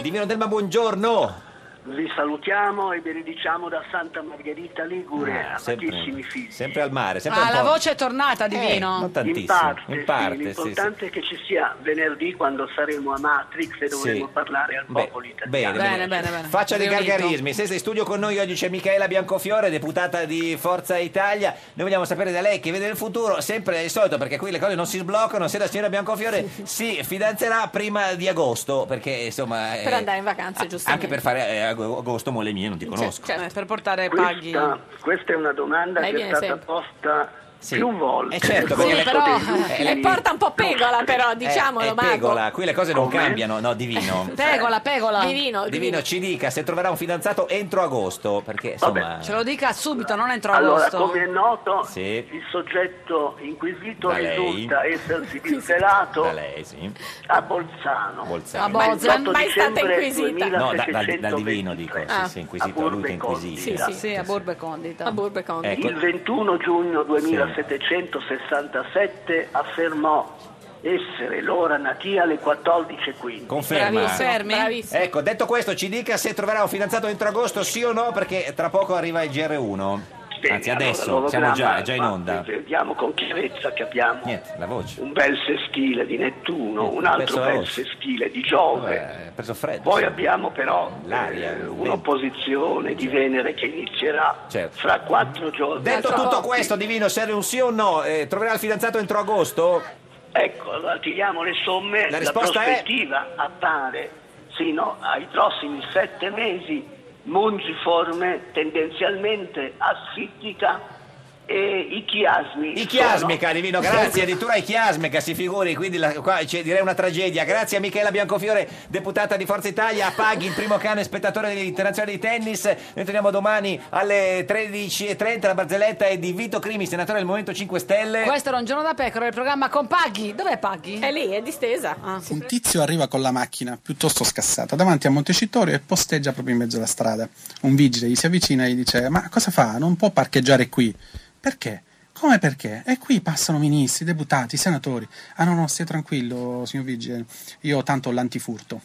B: Divino Telma, buongiorno.
U: Vi salutiamo e benediciamo da Santa Margherita Ligure,
B: Ah,
U: amatissimi
B: sempre,
U: figli.
B: sempre al mare, sempre
A: Ah,
B: un
A: la
B: po'.
A: voce è tornata, Divino.
B: non tantissimo,
U: In parte,
B: in
U: Eh sì,
B: parte, sì,
U: l'importante è che ci sia venerdì quando saremo a Matrix e dovremo
B: Sì.
U: parlare al
B: Beh,
U: popolo italiano.
B: Bene, bene.
U: Bene, bene, bene.
B: Faccia dei
U: Riunito.
B: gargarismi. Senza in studio con noi oggi c'è Michaela Biancofiore, deputata di Forza Italia. Noi vogliamo sapere da lei che vede il futuro, sempre il solito, perché qui le cose non si sbloccano. Se la signora Biancofiore si fidanzerà prima di agosto, perché insomma. eh,
O: Per andare in vacanza, giustamente.
B: anche per fare eh, ag- agosto, mole mie, non ti conosco.
A: Eh, per portare paghi.
U: Questa, questa è una domanda
A: Lei
U: che è
A: viene
U: stata posta più volte.
B: Eh, certo,
U: Con
B: perché le-
O: Però
B: Eh,
O: le
B: lei-
O: porta un po' pegola, però,
B: Eh,
O: diciamolo,
B: eh,
O: Marco.
B: Pegola, qui le cose non cambiano, no, divino.
A: Pegola, pegola.
O: Divino,
B: Divino ci dica se troverà un fidanzato entro agosto, perché insomma.
A: Ce lo dica subito, non entro
U: Allora,
A: agosto.
U: come è noto,
B: Sì.
U: il soggetto inquisito
B: Da lei.
U: risulta essersi rivelato
B: Da lei, sì.
U: a Bolzano.
B: Bolzano.
U: Il 28
A: Mai stata
U: dicembre
A: inquisita.
B: No, da- da-
U: 2723.
B: dal divino dico, sì,
A: Ah.
B: sì, inquisito, lui che inquisita.
A: Sì, sì, sì, a Borbe Condita. A
O: Borbe Condita.
B: Ecco.
U: Il 21 giugno 2767 affermò essere l'ora natia alle 14.15.
B: Conferma.
U: Eh,
B: Ecco, detto questo, ci dica se troverà un fidanzato entro agosto, sì o no, perché tra poco arriva il GR1.
U: sistemi.
B: Anzi, adesso,
U: Allora, Ah, loro
B: siamo già-
U: gramma,
B: è già in
U: ma
B: onda.
U: Vediamo con chiarezza che abbiamo
B: Niente, la voce.
U: un bel sestile di Nettuno,
B: Niente,
U: un
B: ha
U: altro
B: perso la
U: bel
B: voce.
U: sestile di Giove.
B: Ha preso freddo.
U: Poi
B: insomma.
U: abbiamo però
B: L'aria,
U: eh,
B: il vento.
U: un'opposizione di Venere che inizierà
B: Certo.
U: fra quattro giorni.
B: Detto tutto questo, Divino, serve un sì o no? Eh, troverà il fidanzato entro agosto?
U: Ecco, allora tiriamo le somme,
B: La
U: la,
B: risposta è-
U: prospettiva appare sino ai prossimi sette mesi mungiforme, tendenzialmente asfittica e i chiasmi.
B: I chiasmica,
U: sono-
B: Divino, grazie, addirittura i chiasmica, si figuri, quindi la- qua c'è, direi una tragedia. Grazie a Michela Biancofiore, deputata di Forza Italia, a Paghi, il primo cane spettatore dell'internazionale di tennis. Noi torniamo domani alle 13.30, la barzelletta è di Vito Crimi, senatore del Movimento 5 Stelle.
A: Questo era un giorno da pecora, il programma con Paghi. Dov'è Paghi? Ah. È lì, è distesa.
V: Un tizio arriva con la macchina, piuttosto scassata, davanti a Montecitorio e posteggia proprio in mezzo alla strada. Un vigile gli si avvicina e gli dice: Ma cosa fa? Non può parcheggiare qui. Perché? Come perché? E qui passano ministri, deputati, senatori. Ah no, no, stia tranquillo, signor vigile, io tanto ho l'antifurto.